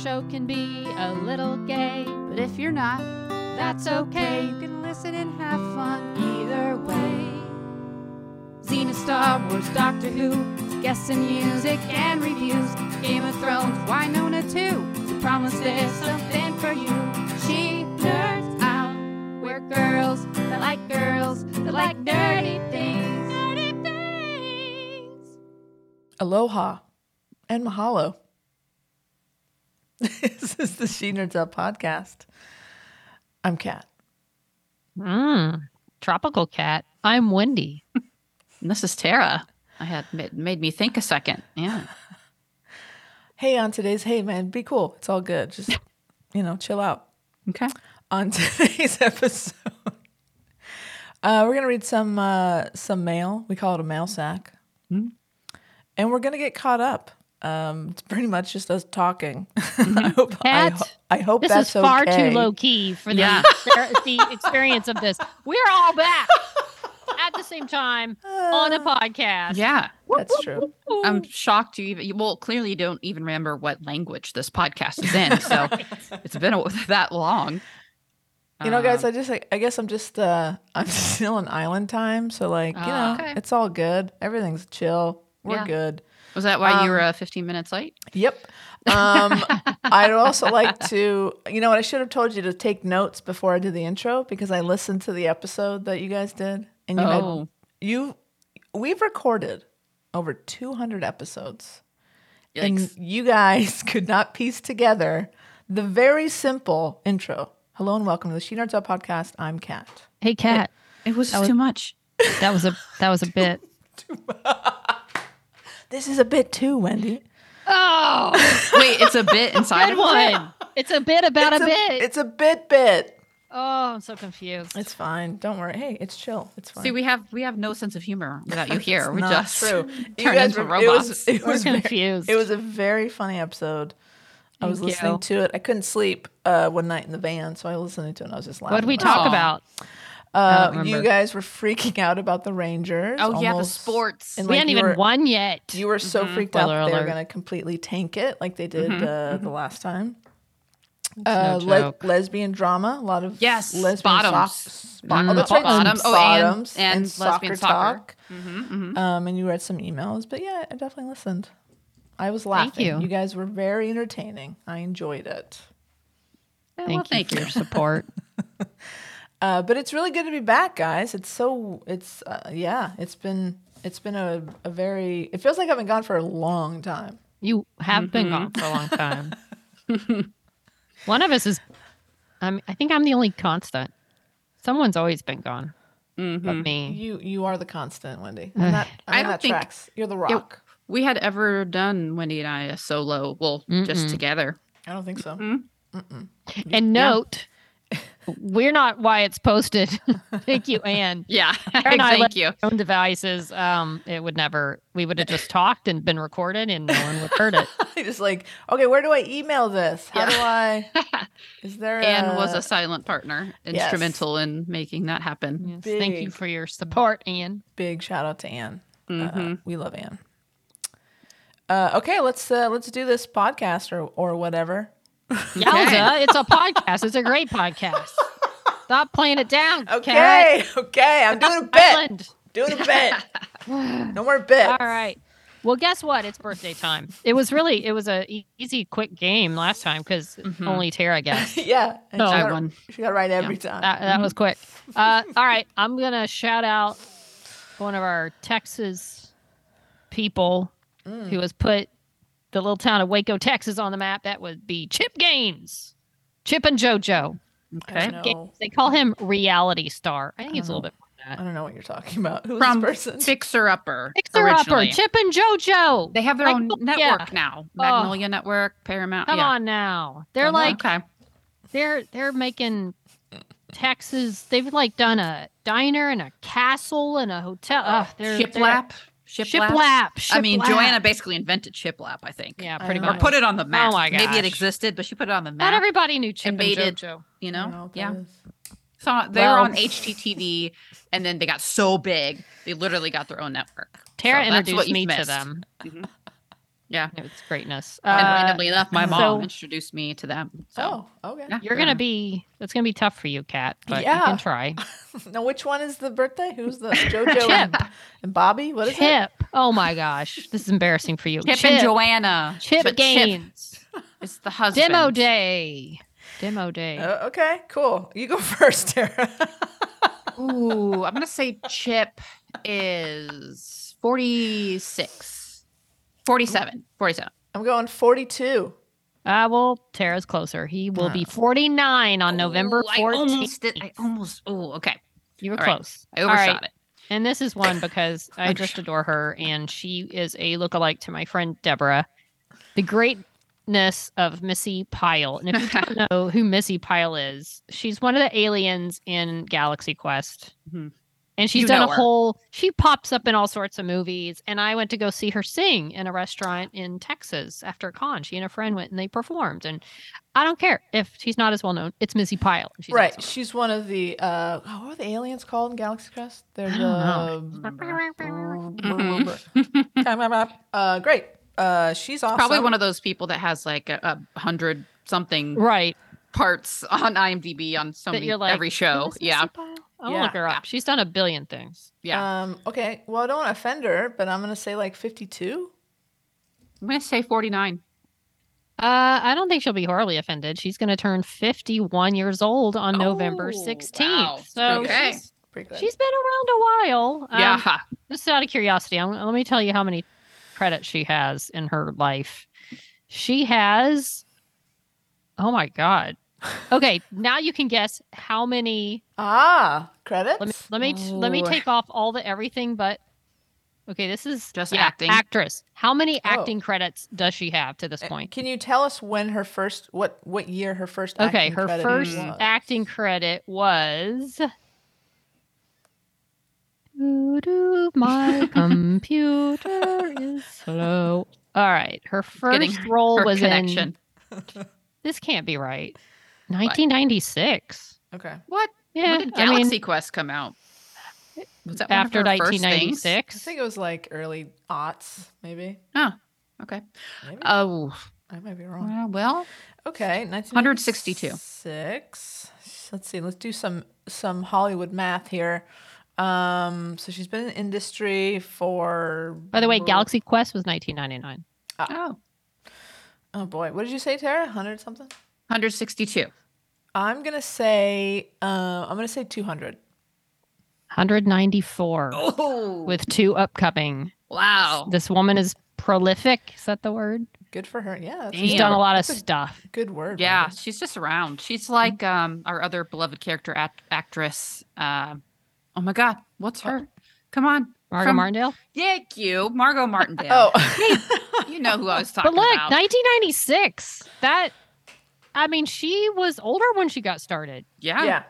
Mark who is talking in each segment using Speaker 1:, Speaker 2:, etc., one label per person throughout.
Speaker 1: show can be a little gay, but if you're not, that's okay. You can listen and have fun either way. Xena, Star Wars, Doctor Who, guests and music and reviews, Game of Thrones, Winona too. We promise there's something for you. She nerds out. We're girls that like girls that like nerdy things. Nerdy things.
Speaker 2: Aloha and mahalo. this is the She Nerds Up podcast. I'm Kat.
Speaker 3: Mm, tropical cat. I'm Wendy.
Speaker 4: And this is Tara. I had it made me think a second. Yeah.
Speaker 2: Hey, on today's Hey Man, be cool. It's all good. Just, you know, chill out.
Speaker 4: Okay.
Speaker 2: On today's episode, uh, we're going to read some, uh, some mail. We call it a mail sack.
Speaker 3: Hmm?
Speaker 2: And we're going to get caught up. Um, it's pretty much just us talking. I hope,
Speaker 3: Mm-hmm.
Speaker 2: I,
Speaker 3: Kat,
Speaker 2: ho- I hope
Speaker 3: This
Speaker 2: that's
Speaker 3: is far
Speaker 2: okay.
Speaker 3: too low key for the,
Speaker 4: Yeah.
Speaker 3: the experience of this. We're all back at the same time on a podcast.
Speaker 4: Yeah.
Speaker 2: That's true.
Speaker 4: I'm shocked you even you- well, clearly you don't even remember what language this podcast is in. So it's been a, that long.
Speaker 2: You know, guys,
Speaker 4: Um,
Speaker 2: I just like, I guess I'm just uh I'm still in island time, so like, you know,
Speaker 4: Oh, okay.
Speaker 2: it's all good. Everything's chill. We're
Speaker 4: Yeah.
Speaker 2: good.
Speaker 4: was that why
Speaker 2: um,
Speaker 4: you were uh, 15 minutes late?
Speaker 2: Yep. Um I'd also like to you know what I should have told you to take notes before I did the intro because I listened to the episode that you guys did and you had-
Speaker 4: Oh.
Speaker 2: you we've recorded over 200 episodes.
Speaker 4: Yikes.
Speaker 2: And you guys could not piece together the very simple intro. Hello and welcome to the She Nerds Up podcast. I'm Kat.
Speaker 3: Hey, cat.
Speaker 4: it was,
Speaker 3: was-
Speaker 4: too much.
Speaker 3: That was a that was a bit.
Speaker 2: This is a bit too, Wendy.
Speaker 3: Oh,
Speaker 4: Wait, it's a bit inside
Speaker 3: good
Speaker 4: of what?
Speaker 3: one. It's a bit about
Speaker 2: it's
Speaker 3: a, bit.
Speaker 2: It's a bit bit.
Speaker 3: oh, I'm so confused.
Speaker 2: It's fine. Don't worry. Hey, it's chill. It's fine.
Speaker 4: See, we have we have no sense of humor without you here.
Speaker 2: It's
Speaker 4: we
Speaker 2: not
Speaker 4: just
Speaker 2: true. You
Speaker 4: turn
Speaker 2: guys
Speaker 4: into
Speaker 2: were- it was-
Speaker 4: robots.
Speaker 2: It
Speaker 3: We're
Speaker 2: was, very-
Speaker 3: confused.
Speaker 2: it was a very funny episode. I was
Speaker 3: Thank
Speaker 2: listening
Speaker 3: you.
Speaker 2: to it. I couldn't sleep uh, one night in the van, so I was listening to it and I was just laughing.
Speaker 3: what did we
Speaker 2: about
Speaker 3: talk
Speaker 4: Aw.
Speaker 3: about?
Speaker 2: it. Uh,
Speaker 4: don't
Speaker 2: you
Speaker 4: remember.
Speaker 2: guys were freaking out about the Rangers.
Speaker 4: oh yeah, the
Speaker 2: almost.
Speaker 4: sports.
Speaker 2: And,
Speaker 3: we
Speaker 2: like,
Speaker 3: hadn't
Speaker 2: you
Speaker 3: even
Speaker 2: were-
Speaker 3: won yet.
Speaker 2: You were so
Speaker 4: Mm-hmm.
Speaker 2: freaked out
Speaker 3: Spoiler
Speaker 2: that they were
Speaker 3: alert.
Speaker 2: going to completely tank it like they did uh, the last time.
Speaker 4: Mm-hmm. no
Speaker 2: Uh, le-
Speaker 4: joke.
Speaker 2: lesbian drama, a lot of
Speaker 4: Yes,
Speaker 2: lesbian
Speaker 4: bottoms.
Speaker 2: socks,
Speaker 4: Mm.
Speaker 2: oh, that's right,
Speaker 4: Bottom- oh, and-
Speaker 2: bottoms,
Speaker 4: and
Speaker 2: and, soccer,
Speaker 4: lesbian soccer. Mm-hmm,
Speaker 2: talk. Um, and you read some emails, but yeah, I definitely listened. I was laughing.
Speaker 3: Thank you.
Speaker 2: you guys were very entertaining. I enjoyed it.
Speaker 4: Well,
Speaker 3: Thank, you for your support.
Speaker 2: Uh, but it's really good to be back, guys. It's so it's uh, yeah. It's been it's been a, a very. It feels like I've been gone for a long time.
Speaker 3: You have been gone for a long time. One of us is. I'm, I think I'm the only constant. Someone's always been gone, but me.
Speaker 2: You you are the constant, Wendy. I'm not, I'm
Speaker 4: I don't
Speaker 2: not
Speaker 4: think-
Speaker 2: tracks. You're the rock.
Speaker 4: we had ever done Wendy and I a solo, well, just together.
Speaker 2: I don't think so.
Speaker 3: And note, we're not why it's posted. Thank you, Anne.
Speaker 4: Yeah,
Speaker 3: Karen and I
Speaker 4: thank
Speaker 3: left
Speaker 4: you.
Speaker 3: Our own devices. Um, it would never. We would have just talked and been recorded, and no one would heard it.
Speaker 2: just like, okay, where do I email this? How do I? Is there
Speaker 4: Anne
Speaker 2: a,
Speaker 4: was
Speaker 3: uh,
Speaker 4: a silent partner,
Speaker 2: yes.
Speaker 4: instrumental in making that happen.
Speaker 3: Yes, thank you
Speaker 2: Big.
Speaker 3: for your support, Anne.
Speaker 2: big shout out to Anne? Uh,
Speaker 4: Mhm.
Speaker 2: we love Anne. Uh, okay, let's uh, let's do this podcast or or whatever.
Speaker 3: Yowza! It's a podcast. It's a great podcast. Stop playing it down. Kat.
Speaker 2: Okay, okay, I'm doing a bit,
Speaker 3: Island.
Speaker 2: doing a bit. No more bits.
Speaker 3: All right. Well, guess what? It's birthday time. It was really it was a e- easy, quick game last time because
Speaker 2: Mm-hmm.
Speaker 3: only Tara guessed.
Speaker 2: Yeah, and
Speaker 3: No.
Speaker 2: she,
Speaker 3: I
Speaker 2: got,
Speaker 4: won.
Speaker 2: she got it right every time.
Speaker 3: That, that was quick. Uh, all right, I'm gonna shout out one of our Texas people
Speaker 2: Mm.
Speaker 3: who has put the little town of Waco, Texas, on the map. That would be Chip Games, Chip and JoJo.
Speaker 2: I,
Speaker 4: Okay.
Speaker 2: don't
Speaker 3: Games.
Speaker 2: know, Oh.
Speaker 3: They call him Reality Star. I think it's a little bit more than
Speaker 2: I
Speaker 3: that.
Speaker 2: don't know what you're talking about. Who's
Speaker 4: From
Speaker 2: this person?
Speaker 4: Fixer Upper.
Speaker 3: Fixer Upper,
Speaker 4: originally.
Speaker 3: Chip and JoJo.
Speaker 4: They have their own
Speaker 3: Magnolia.
Speaker 4: network now. Magnolia Network, Paramount.
Speaker 3: oh, Come
Speaker 4: yeah. Uh-huh.
Speaker 3: on now, they're
Speaker 2: Come on.
Speaker 3: like
Speaker 4: Okay.
Speaker 3: they're they're making Texas. They've like done a diner and a castle and a hotel. Ugh, they're,
Speaker 4: Shiplap.
Speaker 3: They're,
Speaker 4: Shiplap.
Speaker 3: shiplap.
Speaker 4: I mean,
Speaker 3: shiplap.
Speaker 4: Joanna basically invented shiplap. I think.
Speaker 3: Yeah,
Speaker 2: I
Speaker 3: pretty
Speaker 2: don't
Speaker 4: Or
Speaker 3: much.
Speaker 2: know.
Speaker 4: put it on the map.
Speaker 3: my
Speaker 4: Maybe
Speaker 3: gosh.
Speaker 4: it existed, but she put it on the
Speaker 3: Not
Speaker 4: map.
Speaker 3: everybody knew Chip and
Speaker 4: made it-
Speaker 3: JoJo.
Speaker 4: you
Speaker 2: I
Speaker 4: know.
Speaker 2: don't know what that
Speaker 4: yeah.
Speaker 2: is.
Speaker 4: So they were
Speaker 3: Well-
Speaker 4: on HGTV, and then they got so big, they literally got their own network.
Speaker 3: Tara
Speaker 4: So that's what
Speaker 3: introduced
Speaker 4: you've
Speaker 3: me to
Speaker 4: missed.
Speaker 3: them.
Speaker 4: Yeah.
Speaker 3: It was greatness.
Speaker 4: and
Speaker 3: Uh,
Speaker 4: randomly enough, my mom
Speaker 3: so-
Speaker 4: introduced me to them. So
Speaker 2: oh, okay.
Speaker 4: yeah,
Speaker 3: you're gonna be. That's gonna be tough for you, Kat. But you
Speaker 2: Yeah.
Speaker 3: can try.
Speaker 2: Now, which one is the birthday? Who's the JoJo and, and Bobby? What is it?
Speaker 3: Chip. Oh my gosh, this is embarrassing for you.
Speaker 4: Chip, and Joanna.
Speaker 3: Chip
Speaker 4: But
Speaker 3: Gaines.
Speaker 4: is the husband.
Speaker 3: Demo day. Demo day.
Speaker 2: Uh, okay, cool. You go first, Tara.
Speaker 4: Ooh, I'm gonna say Chip is 46, 47, 47.
Speaker 2: I'm going 42.
Speaker 4: Oh.
Speaker 3: Uh, well, Tara's closer. He will be 49 on Oh, November
Speaker 4: Ooh,
Speaker 3: 14th.
Speaker 4: Oh, I almost did. I almost. Oh, okay.
Speaker 3: you were
Speaker 4: all right.
Speaker 3: close.
Speaker 4: I
Speaker 3: All right.
Speaker 4: overshot it.
Speaker 3: And this is one because I just adore her, and she is a lookalike to my friend Deborah. The greatness of Missy Pyle. And if you don't know who Missy Pyle is, she's one of the aliens in Galaxy Quest.
Speaker 4: Mhm.
Speaker 3: And she's
Speaker 4: You
Speaker 3: done
Speaker 4: know
Speaker 3: a
Speaker 4: her.
Speaker 3: whole, she pops up in all sorts of movies. And I went to go see her sing in a restaurant in Texas after a con. She and a friend went and they performed. And I don't care if she's not as well known, it's Missy Pyle. and She's
Speaker 2: right.
Speaker 3: awesome.
Speaker 2: She's one of the, uh, oh, what are the aliens called in Galaxy Quest? They're Mm-hmm.
Speaker 4: I don't
Speaker 2: the.
Speaker 3: Mm-hmm.
Speaker 2: uh, great. Uh, she's awesome.
Speaker 4: Probably one of those people that has like a, a hundred something
Speaker 3: Right.
Speaker 4: parts on IMDb on so
Speaker 3: That
Speaker 4: many
Speaker 3: you're like,
Speaker 4: every
Speaker 3: "Who
Speaker 4: show.
Speaker 3: is Missy
Speaker 4: Yeah,
Speaker 3: Pyle? I'll Oh, look
Speaker 2: Yeah.
Speaker 3: her up. She's done a billion things.
Speaker 4: yeah.
Speaker 2: Um, okay. Well, I don't want to offend her, but I'm going to say like 52.
Speaker 4: I'm gonna say 49.
Speaker 3: Uh, I don't think she'll be horribly offended. She's going to turn 51 years old on November
Speaker 4: Oh,
Speaker 3: 16th.
Speaker 4: wow.
Speaker 3: So
Speaker 4: Okay.
Speaker 3: Oh, she's,
Speaker 2: Pretty good.
Speaker 3: she's been around a while. Um,
Speaker 4: yeah,
Speaker 3: Just out of curiosity, I'm, let me tell you how many credits she has in her life. She has, oh my God. Okay, now you can guess how many.
Speaker 2: ah, credits?
Speaker 3: Let me let me t- let me
Speaker 2: Oh.
Speaker 4: Ooh.
Speaker 3: take off all the everything but. Okay, this is
Speaker 4: Just acting.
Speaker 3: actress. How many
Speaker 2: Oh.
Speaker 3: acting credits does she have to this point?
Speaker 2: Can you Eh, tell us when her first what what year her first
Speaker 3: Okay,
Speaker 2: acting
Speaker 3: her
Speaker 2: credit
Speaker 3: first
Speaker 2: was?
Speaker 3: acting credit was. Doo-doo, my computer is slow. All right, her
Speaker 4: Getting
Speaker 3: first role
Speaker 4: her
Speaker 3: was
Speaker 4: connection.
Speaker 3: in. This can't be right. 1996.
Speaker 2: Okay.
Speaker 4: What?
Speaker 3: Yeah,
Speaker 4: when did
Speaker 3: I mean,
Speaker 4: Galaxy Quest come out? Was that one of
Speaker 3: after
Speaker 4: her first things?
Speaker 2: I
Speaker 3: 1996.
Speaker 2: think it was like early aughts, maybe.
Speaker 4: Oh, okay.
Speaker 2: Maybe
Speaker 4: Oh,
Speaker 2: I might be wrong.
Speaker 4: uh, well,
Speaker 2: Okay,
Speaker 4: 162.
Speaker 2: Six. Let's see. Let's do some some Hollywood math here. Um, so she's been in the industry for.
Speaker 3: By the way, Galaxy Quest was 1999.
Speaker 4: oh,
Speaker 2: Oh boy, what did you say, Tara? Hundred something.
Speaker 4: 162.
Speaker 2: I'm gonna say. Uh, I'm gonna say two hundred.
Speaker 3: 194
Speaker 4: Oh,
Speaker 3: with two upcoming.
Speaker 4: wow.
Speaker 3: This woman is prolific. Is that the word?
Speaker 2: Good for her. Yeah, that's a
Speaker 3: She's
Speaker 4: Damn.
Speaker 3: done a lot of
Speaker 2: That's a-
Speaker 3: stuff.
Speaker 2: good word.
Speaker 4: Yeah,
Speaker 2: Robin.
Speaker 4: she's just around. She's like um our other beloved character act- actress. Uh, oh my God, what's her? Come on,
Speaker 3: Margot
Speaker 4: From-
Speaker 3: Martindale.
Speaker 4: Thank you, Margot Martindale.
Speaker 2: Oh,
Speaker 4: you know who I was talking
Speaker 3: But look,
Speaker 4: about.
Speaker 3: 1996. That, I mean, she was older when she got started
Speaker 4: yeah,
Speaker 2: yeah.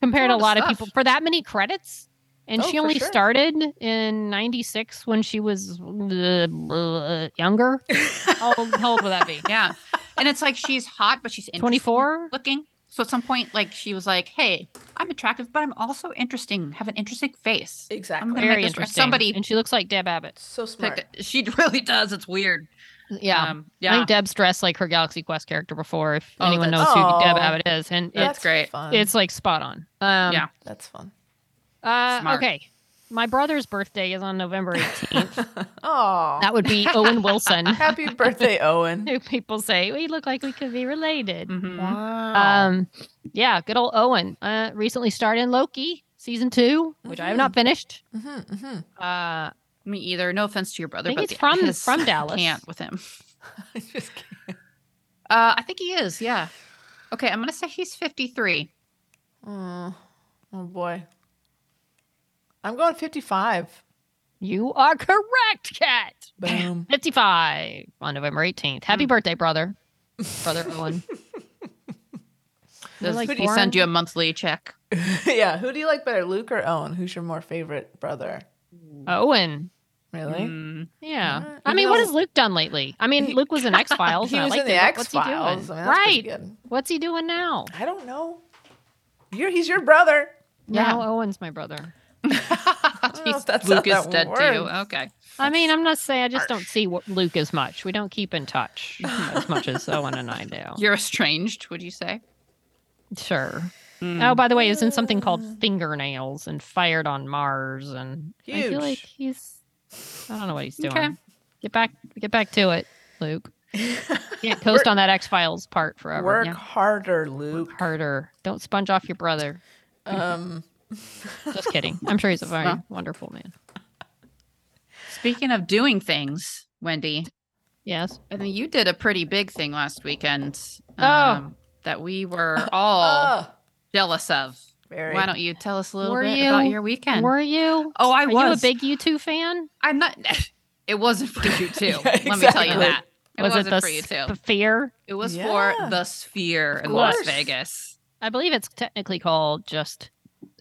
Speaker 3: compared to a
Speaker 4: That's a
Speaker 3: lot
Speaker 4: lot of
Speaker 3: of people
Speaker 4: stuff.
Speaker 3: for that many credits. And
Speaker 2: Oh,
Speaker 3: she
Speaker 2: for
Speaker 3: only
Speaker 2: sure.
Speaker 3: started in 96 when she was uh, uh, younger. how, old, how old would that be?
Speaker 4: yeah. And it's like she's hot, but she's
Speaker 3: 24?
Speaker 4: looking. So at some point, like she was like, "Hey, I'm attractive, but I'm also interesting. Have an interesting face."
Speaker 2: Exactly.
Speaker 4: gonna-
Speaker 3: Very
Speaker 4: this-
Speaker 3: interesting.
Speaker 4: somebody-
Speaker 3: And she looks like Deb Abbott.
Speaker 2: so
Speaker 4: Like,
Speaker 2: smart.
Speaker 4: she really does. It's weird.
Speaker 3: Yeah.
Speaker 4: Um,
Speaker 3: I
Speaker 4: yeah.
Speaker 3: think Deb's dressed like her Galaxy Quest character before, if
Speaker 4: Oh,
Speaker 3: anyone knows
Speaker 2: that's-
Speaker 3: who
Speaker 2: Aw.
Speaker 3: Deb Abbott is. And
Speaker 4: That's
Speaker 3: it's,
Speaker 4: great.
Speaker 2: Fun.
Speaker 3: it's like spot on. Um,
Speaker 4: yeah.
Speaker 2: that's fun.
Speaker 3: Uh,
Speaker 4: Smart.
Speaker 3: Okay. My brother's birthday is on November 18th.
Speaker 2: Oh,
Speaker 3: that would be Owen Wilson.
Speaker 2: happy birthday, Owen.
Speaker 3: Who people say we look like we could be related.
Speaker 4: Mhm.
Speaker 2: Wow.
Speaker 3: Um, yeah, good old Owen. Uh, recently starred in Loki season two, which I have
Speaker 4: Mm-hmm.
Speaker 3: not finished.
Speaker 2: hmm hmm
Speaker 3: Uh,
Speaker 4: Me either. No offense to your brother,
Speaker 3: think
Speaker 4: but
Speaker 3: it's
Speaker 4: the-
Speaker 3: from-
Speaker 4: his-
Speaker 3: from
Speaker 4: I
Speaker 3: Dallas.
Speaker 4: Can't with him.
Speaker 2: I just can't.
Speaker 4: Uh, I think he is. Yeah. Okay, I'm gonna say he's 53.
Speaker 2: Oh, oh boy. I'm going 55.
Speaker 3: you are correct, Kat.
Speaker 2: Boom.
Speaker 3: 55 on November 18th. Happy
Speaker 4: Hmm.
Speaker 3: birthday, brother. Brother Owen.
Speaker 4: Does
Speaker 3: like
Speaker 4: he
Speaker 3: born-
Speaker 4: send you a monthly check?
Speaker 2: yeah. Who do you like better, Luke or Owen? Who's your more favorite brother?
Speaker 3: Owen.
Speaker 2: Really?
Speaker 4: Mm,
Speaker 3: Yeah.
Speaker 2: Yeah,
Speaker 3: I
Speaker 2: you
Speaker 3: mean, what
Speaker 2: know-
Speaker 3: has Luke done lately? I mean, Luke was in X Files.
Speaker 2: He was in the X Files. I mean, that's
Speaker 3: right.
Speaker 2: pretty good.
Speaker 3: What's he doing now?
Speaker 2: I don't know. You're, he's your brother.
Speaker 3: Yeah.
Speaker 4: Yeah.
Speaker 3: Owen's my brother.
Speaker 2: know if that's
Speaker 4: Lucas
Speaker 2: how that
Speaker 4: dead
Speaker 2: works.
Speaker 4: too. Okay.
Speaker 3: I mean, I'm not saying I just don't see Wa- Luke as much. We don't keep in touch as much as Owen and I do.
Speaker 4: You're estranged, would you say?
Speaker 3: Sure.
Speaker 4: Mm.
Speaker 3: Oh, by the way, he's in something called Fingernails and Fired on Mars, and I feel like
Speaker 2: Huge.
Speaker 3: he's. I don't know what he's doing.
Speaker 4: Okay.
Speaker 3: Get back, get back to it, Luke. Can't coast on that X Files part forever.
Speaker 2: Work
Speaker 3: Yeah.
Speaker 2: harder, Luke.
Speaker 3: harder. Don't sponge off your brother.
Speaker 2: Um,
Speaker 3: Just kidding. I'm sure he's a very wonderful man.
Speaker 4: Speaking of doing things, Wendy,
Speaker 3: Yes.
Speaker 4: I mean, you did a pretty big thing last weekend. um,
Speaker 3: Oh.
Speaker 4: That we were all
Speaker 2: oh,
Speaker 4: jealous of.
Speaker 2: very.
Speaker 4: Why don't you tell us a little
Speaker 3: Were
Speaker 4: bit
Speaker 3: you-
Speaker 4: about your weekend?
Speaker 3: Were you?
Speaker 4: oh, I
Speaker 3: Are
Speaker 4: was.
Speaker 3: you a big U2 fan?
Speaker 4: I'm not. It wasn't for you too.
Speaker 2: Yeah,
Speaker 4: Let me tell
Speaker 2: exactly.
Speaker 4: you that. It
Speaker 3: was
Speaker 4: wasn't
Speaker 3: it the
Speaker 4: for you
Speaker 3: s-
Speaker 4: too.
Speaker 3: the fear?
Speaker 4: It was
Speaker 2: Yeah.
Speaker 4: for the Sphere in
Speaker 2: course.
Speaker 4: Las Vegas.
Speaker 3: I believe it's technically called just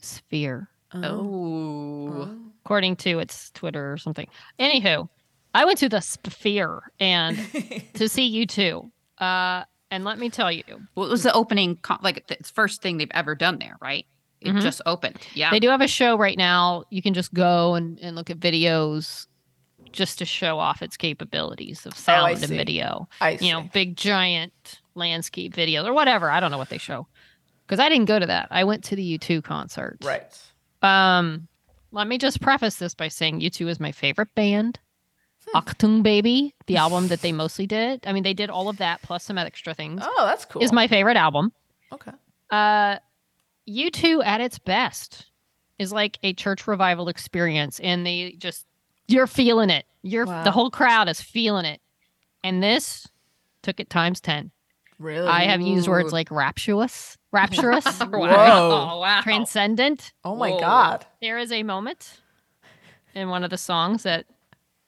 Speaker 3: Sphere, Uh-huh.
Speaker 4: Oh,
Speaker 3: according to its Twitter or something. Anywho, I went to the Sphere and to see U2. Uh, and let me tell you,
Speaker 4: well, it was the opening, con- like the first thing they've ever done there, right? It
Speaker 3: Mhm.
Speaker 4: just opened. Yeah.
Speaker 3: They do have a show right now. You can just go and, and look at videos just to show off its capabilities of sound and
Speaker 2: Oh, see.
Speaker 3: video.
Speaker 2: I
Speaker 3: You know, big giant landscape videos or whatever. I don't know what they show. Because I didn't go to that. I went to the U2 concert.
Speaker 2: right.
Speaker 3: Um, let me just preface this by saying U2 is my favorite band.
Speaker 2: Hmm.
Speaker 3: Octung Baby, the album that they mostly did. I mean, they did all of that plus some extra things.
Speaker 2: Oh, that's cool.
Speaker 3: Is my favorite album.
Speaker 2: okay.
Speaker 3: Uh, U2 at its best is like a church revival experience, and they just you're feeling it. You're
Speaker 2: Wow.
Speaker 3: the whole crowd is feeling it, and this took it times ten.
Speaker 2: Really?
Speaker 3: I have used words
Speaker 4: Ooh.
Speaker 3: like rapturous, rapturous,
Speaker 2: Whoa.
Speaker 4: Oh, wow.
Speaker 3: transcendent.
Speaker 2: Oh my
Speaker 4: Whoa.
Speaker 2: god.
Speaker 3: There is a moment in one of the songs that.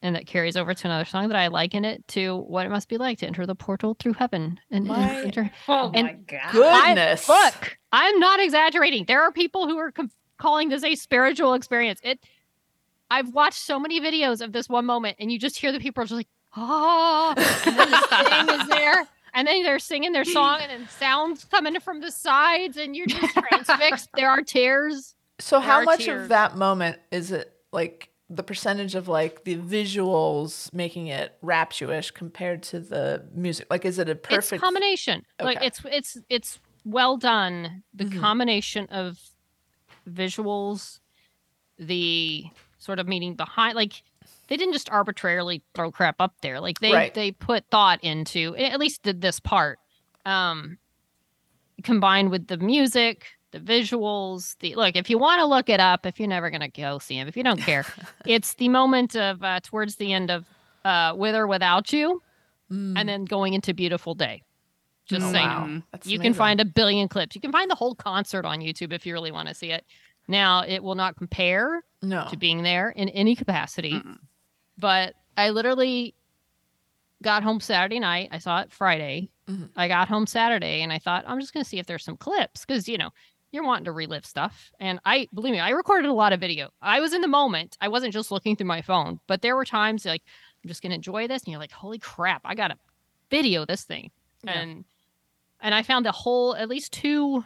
Speaker 3: And that carries over to another song that I liken it to what it must be like to enter the portal through heaven and
Speaker 2: My
Speaker 3: enter
Speaker 4: oh
Speaker 3: and
Speaker 4: my god.
Speaker 2: Goodness.
Speaker 3: I, look, I'm not exaggerating. There are people who are com- calling this a spiritual experience. It. I've watched so many videos of this one moment, and you just hear the people are just like, ah, and then this thing is there, and then they're singing their song, and then sounds coming from the sides, and you're just transfixed. there are tears.
Speaker 2: So
Speaker 3: There
Speaker 2: how
Speaker 3: are
Speaker 2: much
Speaker 3: tears.
Speaker 2: of that moment is it like the percentage of like the visuals making it rapturous compared to the music? Like is it a perfect
Speaker 3: It's combination. Like
Speaker 2: Okay.
Speaker 3: it's it's it's well done. The
Speaker 2: Mhm.
Speaker 3: combination of visuals, the sort of meaning behind like they didn't just arbitrarily throw crap up there. Like they
Speaker 2: Right.
Speaker 3: they put thought into at least did this part. Um combined with the music, the visuals, the look, if you want to look it up, if you're never gonna go see him, if you don't care, it's the moment of uh towards the end of uh with or without you
Speaker 2: Mm.
Speaker 3: and then going into beautiful day just
Speaker 2: Oh,
Speaker 3: saying
Speaker 2: wow.
Speaker 4: Mm.
Speaker 2: That's
Speaker 3: you
Speaker 2: amazing.
Speaker 3: can find a billion clips you can find the whole concert on youtube if you really want to see it now it will not compare
Speaker 2: no.
Speaker 3: to being there in any capacity
Speaker 4: Mm-mm.
Speaker 3: but i literally got home saturday night i saw it friday
Speaker 2: Mhm.
Speaker 3: i got home saturday and i thought i'm just going to see if there's some clips because you know you're wanting to relive stuff and i believe me i recorded a lot of video i was in the moment i wasn't just looking through my phone but there were times like i'm just going to enjoy this and you're like holy crap i gotta video this thing
Speaker 2: Yeah.
Speaker 3: and and i found the whole at least two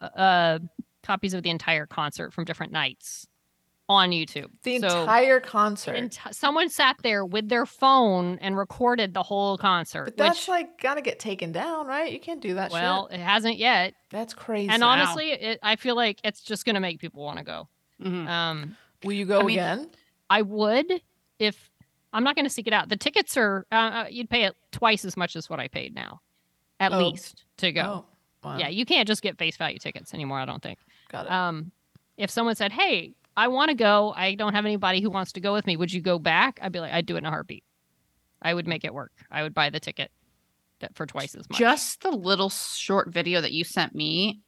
Speaker 3: uh copies of the entire concert from different nights on youtube
Speaker 2: the
Speaker 3: So-
Speaker 2: entire concert.
Speaker 3: and t- someone sat there with their phone and recorded the whole concert.
Speaker 2: but that's
Speaker 3: which,
Speaker 2: like gotta get taken down, right? You can't do that
Speaker 3: well,
Speaker 2: shit.
Speaker 3: it hasn't yet.
Speaker 2: That's crazy.
Speaker 3: And
Speaker 4: Wow.
Speaker 3: honestly, it, I feel like it's just going to make people want to go.
Speaker 4: Mhm.
Speaker 3: Um,
Speaker 2: Will you go
Speaker 4: I mean-
Speaker 2: again?
Speaker 3: I would if I'm not going to seek it out. The tickets are uh, uh, you'd pay it twice as much as what I paid now, at
Speaker 2: Oh.
Speaker 3: least to go.
Speaker 2: Oh, wow.
Speaker 3: Yeah, you can't just get face value tickets anymore. I don't think.
Speaker 2: Got it.
Speaker 3: um, if someone said, "Hey, I want to go. I don't have anybody who wants to go with me. Would you go back?" I'd be like, "I'd do it in a heartbeat. I would make it work. I would buy the ticket that for twice as much."
Speaker 4: Just the little short video that you sent me.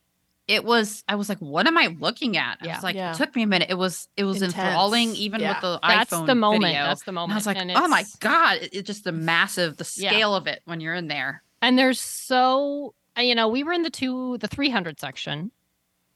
Speaker 4: It was. I was like, "What am I looking at?" I
Speaker 3: Yeah.
Speaker 4: was like,
Speaker 2: Yeah.
Speaker 4: "It took me a minute." It was. It was
Speaker 2: Intense.
Speaker 4: enthralling, even
Speaker 2: Yeah.
Speaker 4: with the
Speaker 3: That's
Speaker 4: iPhone
Speaker 3: the moment.
Speaker 4: video.
Speaker 3: That's the moment.
Speaker 4: And I was like,
Speaker 3: and
Speaker 4: oh my
Speaker 3: it's-
Speaker 4: god! It, it just the massive, the
Speaker 3: Yeah.
Speaker 4: scale of it when you're in there.
Speaker 3: And there's so uh, you know, we were in the two, the 300 section,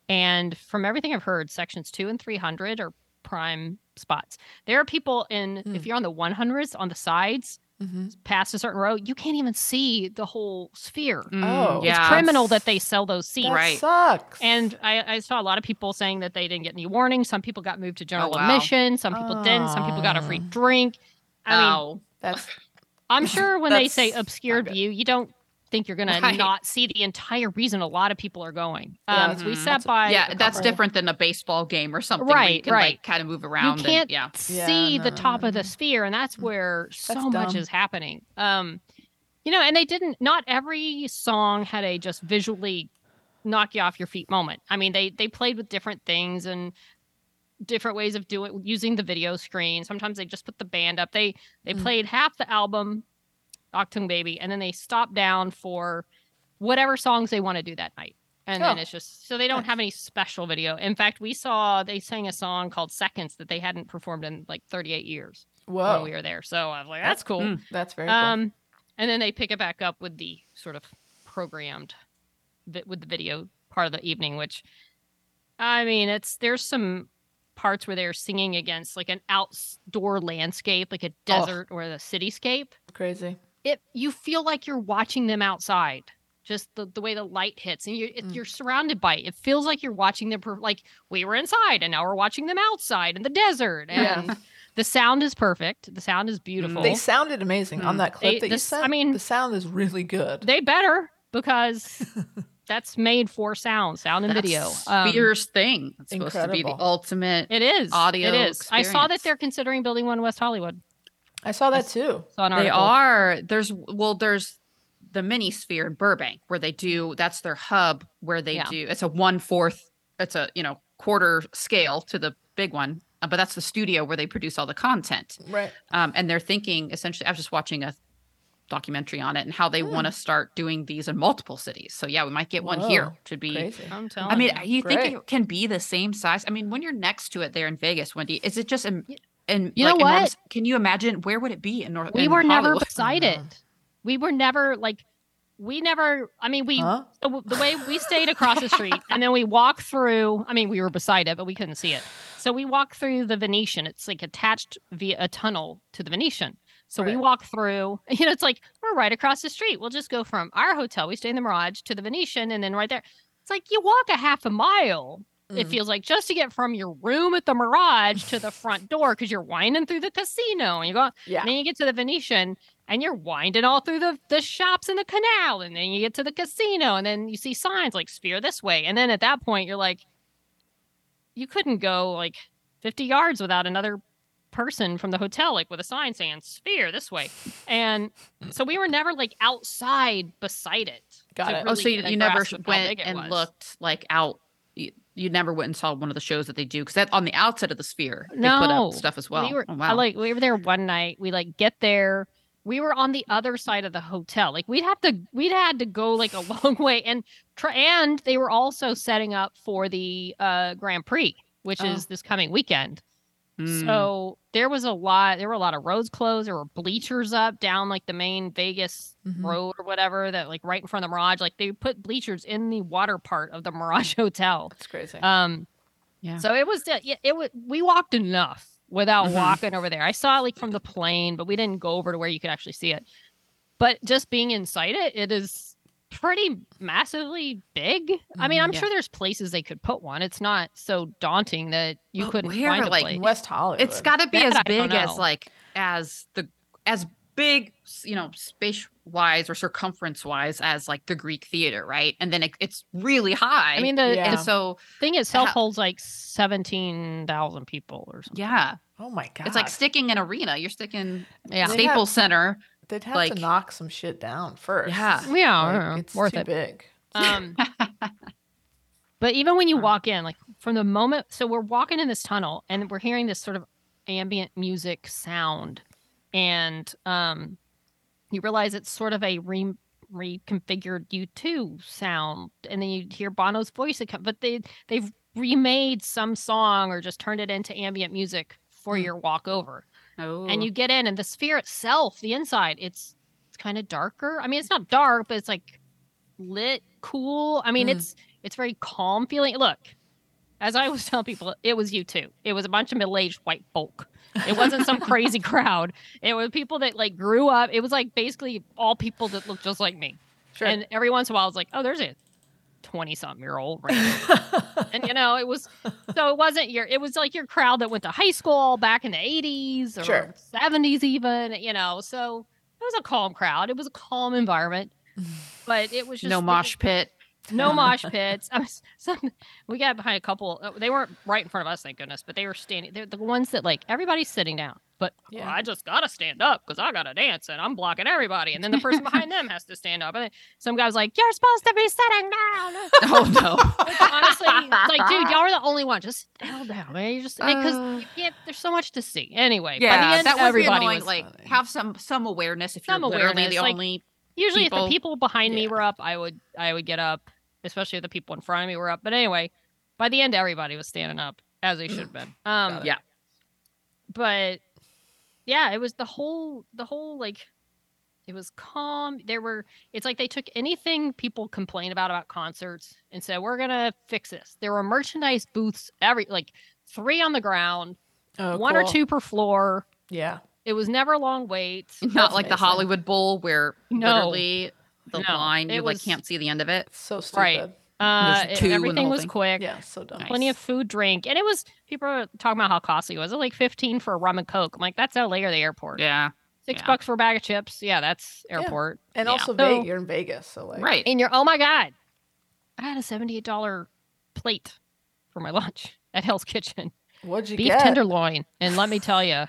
Speaker 3: and from everything I've heard, sections two and 300 are prime spots. There are people in
Speaker 2: Hmm.
Speaker 3: if you're on the Mm, 100s on the sides
Speaker 2: Mm-hmm.
Speaker 3: past a certain road, you can't even see the whole sphere.
Speaker 2: Oh.
Speaker 3: It's
Speaker 4: Mm, yeah.
Speaker 3: criminal that they sell those seats.
Speaker 2: That
Speaker 4: Right.
Speaker 2: sucks.
Speaker 3: And I, I saw a lot of people saying that they didn't get any warning. Some people got moved to general
Speaker 4: wow.
Speaker 3: admission. Some people didn't. Some people got a free
Speaker 2: Oh.
Speaker 3: drink. I mean,
Speaker 4: oh,
Speaker 2: that's
Speaker 3: I'm sure when they
Speaker 4: That's
Speaker 3: say
Speaker 4: not
Speaker 3: obscure
Speaker 4: good.
Speaker 3: view, you don't think you're going
Speaker 4: Right.
Speaker 3: to not see the entire reason a lot of people are going.
Speaker 2: Yeah.
Speaker 3: Um, so we
Speaker 4: Mhm.
Speaker 3: sat by.
Speaker 4: yeah,
Speaker 3: a
Speaker 4: that's
Speaker 3: couple-
Speaker 4: different than a baseball game or something. where you
Speaker 3: Right,
Speaker 4: can
Speaker 3: right.
Speaker 4: Like, kind of move around.
Speaker 3: You
Speaker 4: and-
Speaker 3: can't
Speaker 4: yeah.
Speaker 2: Yeah,
Speaker 3: see
Speaker 2: no,
Speaker 3: the
Speaker 2: no,
Speaker 3: top of
Speaker 2: no. Mm.
Speaker 3: the sphere, and that's where so much
Speaker 2: dumb.
Speaker 3: is happening. Um, you know, and they didn't. Not every song had a just visually knock you off your feet moment. I mean, they they played with different things and different ways of doing using the video screen. Sometimes they just put the band up. They they
Speaker 2: Mm.
Speaker 3: played half the album, Octung Baby, and then they stopped down for whatever songs they want to do that night. And then
Speaker 2: Oh.
Speaker 3: it's just so they don't have any special video. In fact, we saw they sang a song called Seconds that they hadn't performed in like 38 years
Speaker 2: whoa.
Speaker 3: when we were there. So I was like, that's cool.
Speaker 4: Mm,
Speaker 2: That's very cool.
Speaker 3: Um, and then they pick it back up with the sort of programmed vi- with the video part of the evening, which I mean, it's there's some parts where they're singing against like an outdoor landscape, like a desert or the cityscape.
Speaker 2: Crazy.
Speaker 3: It you feel like you're watching them outside. Just the, the way the light hits, and you it,
Speaker 2: Mm.
Speaker 3: you're surrounded by it. It feels like you're watching them. Per- like we were inside, and now we're watching them outside in the desert.
Speaker 2: Yeah.
Speaker 3: And the sound is perfect. The sound is beautiful.
Speaker 2: They sounded amazing on
Speaker 4: Mm.
Speaker 2: that clip
Speaker 3: They-
Speaker 2: that you
Speaker 3: this- I
Speaker 2: sent.
Speaker 3: mean-
Speaker 2: the sound is really good.
Speaker 3: They better because that's made for sound, sound and
Speaker 4: That's
Speaker 3: video. Um,
Speaker 4: Spears thing. It's supposed to be the
Speaker 2: incredible.
Speaker 4: ultimate.
Speaker 3: It is
Speaker 4: audio
Speaker 3: It is. I saw that
Speaker 4: experience.
Speaker 3: they're considering building one in West Hollywood.
Speaker 2: I saw that too.
Speaker 3: Saw an
Speaker 4: They
Speaker 3: article.
Speaker 4: are. There's well, there's the mini sphere in Burbank where they do that's their hub where they
Speaker 3: Yeah.
Speaker 4: do it's a one fourth, it's a you know, quarter scale to the big one. uh, But that's the studio where they produce all the content.
Speaker 2: Right.
Speaker 4: Um, and they're thinking essentially I was just watching a documentary on it and how they
Speaker 3: Hmm.
Speaker 4: want to start doing these in multiple cities. So yeah, we might get one here,
Speaker 2: Whoa,
Speaker 4: which would be
Speaker 2: Crazy.
Speaker 3: I'm telling.
Speaker 4: I mean,
Speaker 3: you.
Speaker 4: you think
Speaker 2: Great.
Speaker 4: it can be the same size? I mean, when you're next to it there in Vegas, Wendy, is it just in, in
Speaker 3: You know
Speaker 4: like,
Speaker 3: what?
Speaker 4: enormous- Can you imagine where would it be in North?
Speaker 3: we
Speaker 4: in
Speaker 3: were never
Speaker 4: Hollywood?
Speaker 3: beside it. We were never like, we never. I mean, we
Speaker 2: Huh?
Speaker 3: the, w- the way we stayed across the street, and then we walked through. I mean, we were beside it, but we couldn't see it. So we walked through the Venetian. It's like attached via a tunnel to the Venetian. So we
Speaker 2: Right.
Speaker 3: walked through. You know, it's like we're right across the street. We'll just go from our hotel. We stay in the Mirage to the Venetian, and then right there. It's like you walk a half a mile it
Speaker 2: Mm.
Speaker 3: feels like just to get from your room at the Mirage to the front door because you're winding through the casino and you go,
Speaker 2: Yeah.
Speaker 3: and then you get to the Venetian and you're winding all through the, the shops in the canal and then you get to the casino and then you see signs like sphere this way. And then at that point, you're like, you couldn't go like 50 yards without another person from the hotel, like with a sign saying sphere this way. And so we were never like outside beside it.
Speaker 2: Got
Speaker 3: to
Speaker 2: it.
Speaker 4: Oh,
Speaker 3: really
Speaker 4: so you,
Speaker 3: get a
Speaker 4: you never
Speaker 3: grasp of how big
Speaker 4: went
Speaker 3: it
Speaker 4: and
Speaker 3: was.
Speaker 4: looked like out. You, you never went and saw one of the shows that they do because that on the outside of the sphere they put
Speaker 3: No.
Speaker 4: up stuff as well.
Speaker 3: We were,
Speaker 4: oh,
Speaker 3: I,
Speaker 4: wow.
Speaker 3: like we were there one night. We like get there. We were on the other side of the hotel. Like we'd have to, we'd had to go like a long way, and try, and they were also setting up for the uh, Grand Prix, which
Speaker 2: Oh.
Speaker 3: is this coming weekend.
Speaker 4: Mm.
Speaker 3: So there was a lot. There were a lot of roads closed. There were bleachers up down like the main Vegas
Speaker 4: Hmm.
Speaker 2: Mhm.
Speaker 3: road or whatever that like right in front of the Mirage. Like they put bleachers in the water part of the Mirage Hotel.
Speaker 2: That's crazy.
Speaker 3: Um,
Speaker 4: Yeah.
Speaker 3: So it was, de- yeah, it was. We walked enough without
Speaker 4: Mhm.
Speaker 2: Mm-hmm.
Speaker 3: walking over there. I saw it like from the plane, but we didn't go over to where you could actually see it. But just being inside it, it is pretty massively big. I mean,
Speaker 2: Mhm.
Speaker 3: I'm
Speaker 4: Yeah.
Speaker 3: sure there's places they could put one. It's not so daunting that you
Speaker 4: But
Speaker 3: couldn't
Speaker 4: where,
Speaker 3: find a
Speaker 4: like,
Speaker 3: place.
Speaker 2: In West Hollywood.
Speaker 4: it's got to be
Speaker 3: That
Speaker 4: as
Speaker 3: I don't
Speaker 4: big as
Speaker 3: know.
Speaker 4: like as the as big you know space wise or circumference wise as like the Greek theater, right? And then it, it's really high.
Speaker 3: I mean, the
Speaker 2: Yeah.
Speaker 4: and so
Speaker 3: thing itself
Speaker 4: How-
Speaker 3: holds like seventeen thousand people or something.
Speaker 4: yeah,
Speaker 2: Oh my god.
Speaker 4: it's like sticking an arena. You're sticking
Speaker 3: Yeah,
Speaker 2: They
Speaker 4: Staples
Speaker 2: have-
Speaker 4: Center.
Speaker 2: They'd have
Speaker 4: like-
Speaker 2: to knock some shit down first.
Speaker 4: Yeah.
Speaker 3: yeah, I
Speaker 2: Like,
Speaker 3: don't know,
Speaker 2: it's
Speaker 3: worth
Speaker 2: too
Speaker 3: it.
Speaker 2: big.
Speaker 3: Um, but even when you
Speaker 4: Wow.
Speaker 3: walk in, like from the moment, so we're walking in this tunnel and we're hearing this sort of ambient music sound, and um, you realize it's sort of a re- reconfigured U2 sound, and then you hear Bono's voice. that come- But they they've remade some song or just turned it into ambient music for
Speaker 2: Hmm.
Speaker 3: your walk over
Speaker 4: Oh.
Speaker 3: and you get in and the sphere itself the inside it's it's kind of darker i mean it's not dark but it's like lit cool i mean
Speaker 2: Mm.
Speaker 3: it's it's very calm feeling look as I was telling people, it was you too. It was a bunch of middle aged white folk. It wasn't some crazy crowd. It was people that like grew up. It was like basically all people that looked just like me.
Speaker 2: Sure.
Speaker 3: And every once in a while, I was like, oh, there's a 20 something year old. Right and, you know, it was so it wasn't your, it was like your crowd that went to high school back in the 80s or
Speaker 2: Sure.
Speaker 3: 70s, even, you know. So it was a calm crowd. It was a calm environment. But it was just
Speaker 4: no
Speaker 3: the-
Speaker 4: mosh pit.
Speaker 3: no mosh pits. I was, some, we got behind a couple. uh, They weren't right in front of us, thank goodness, but they were standing. They're the ones that like everybody's sitting down. But "Well,
Speaker 2: Yeah.
Speaker 3: I just gotta stand up because I gotta dance and I'm blocking everybody. And then the person behind them has to stand up. And then some guy was like, "You're supposed to be sitting down."
Speaker 4: Oh no.
Speaker 3: Which, honestly, it's like, dude, y'all are the only one. Just sit the hell down, man. You just because
Speaker 4: Uh.
Speaker 3: you can't. There's so much to see. Anyway, by the
Speaker 4: yeah,
Speaker 3: end,
Speaker 4: that would
Speaker 3: everybody
Speaker 4: be annoying.
Speaker 3: was
Speaker 4: like
Speaker 2: funny.
Speaker 4: have some some awareness if you're
Speaker 3: Some
Speaker 4: literally the
Speaker 3: awareness, like-
Speaker 4: only.
Speaker 3: usually if
Speaker 4: people.
Speaker 3: the people behind me
Speaker 2: Yeah.
Speaker 3: were up i would i would get up especially if the people in front of me were up but anyway by the end everybody was standing up as they should have been um
Speaker 2: Got
Speaker 4: it. Yeah.
Speaker 3: but yeah it was the whole the whole like it was calm there were it's like they took anything people complain about about concerts and said we're gonna fix this there were merchandise booths every like three on the ground
Speaker 2: Oh,
Speaker 3: one or
Speaker 2: cool.
Speaker 3: two per floor
Speaker 2: Yeah.
Speaker 3: it was never long waits
Speaker 4: Not like the
Speaker 2: amazing.
Speaker 4: Hollywood Bowl where
Speaker 3: No.
Speaker 4: literally the
Speaker 3: No,
Speaker 4: line you
Speaker 3: it
Speaker 4: like
Speaker 3: was-
Speaker 4: can't see the end of it.
Speaker 2: It's so stupid.
Speaker 3: Right. uh
Speaker 4: There's
Speaker 3: it-
Speaker 4: two in the
Speaker 3: everything
Speaker 4: whole
Speaker 3: was
Speaker 4: thing.
Speaker 3: quick
Speaker 2: Yeah, it's so dumb.
Speaker 4: Nice.
Speaker 3: plenty of food, drink, and it was people were talking about how costly it was. It was like fifteen for a rum and coke. I'm like, that's LA or the airport.
Speaker 4: Yeah.
Speaker 3: Six
Speaker 4: yeah.
Speaker 3: bucks for a bag of chips. Yeah, that's
Speaker 2: Yeah.
Speaker 3: airport.
Speaker 2: And
Speaker 4: Yeah.
Speaker 2: also,
Speaker 3: So-
Speaker 2: Vegas, you're in Vegas, so like,
Speaker 4: Right.
Speaker 3: And you're oh my god, I had a seventy eight dollar plate for my lunch at Hell's Kitchen,
Speaker 2: What'd you
Speaker 3: beef
Speaker 2: get?
Speaker 3: tenderloin, and let me tell you,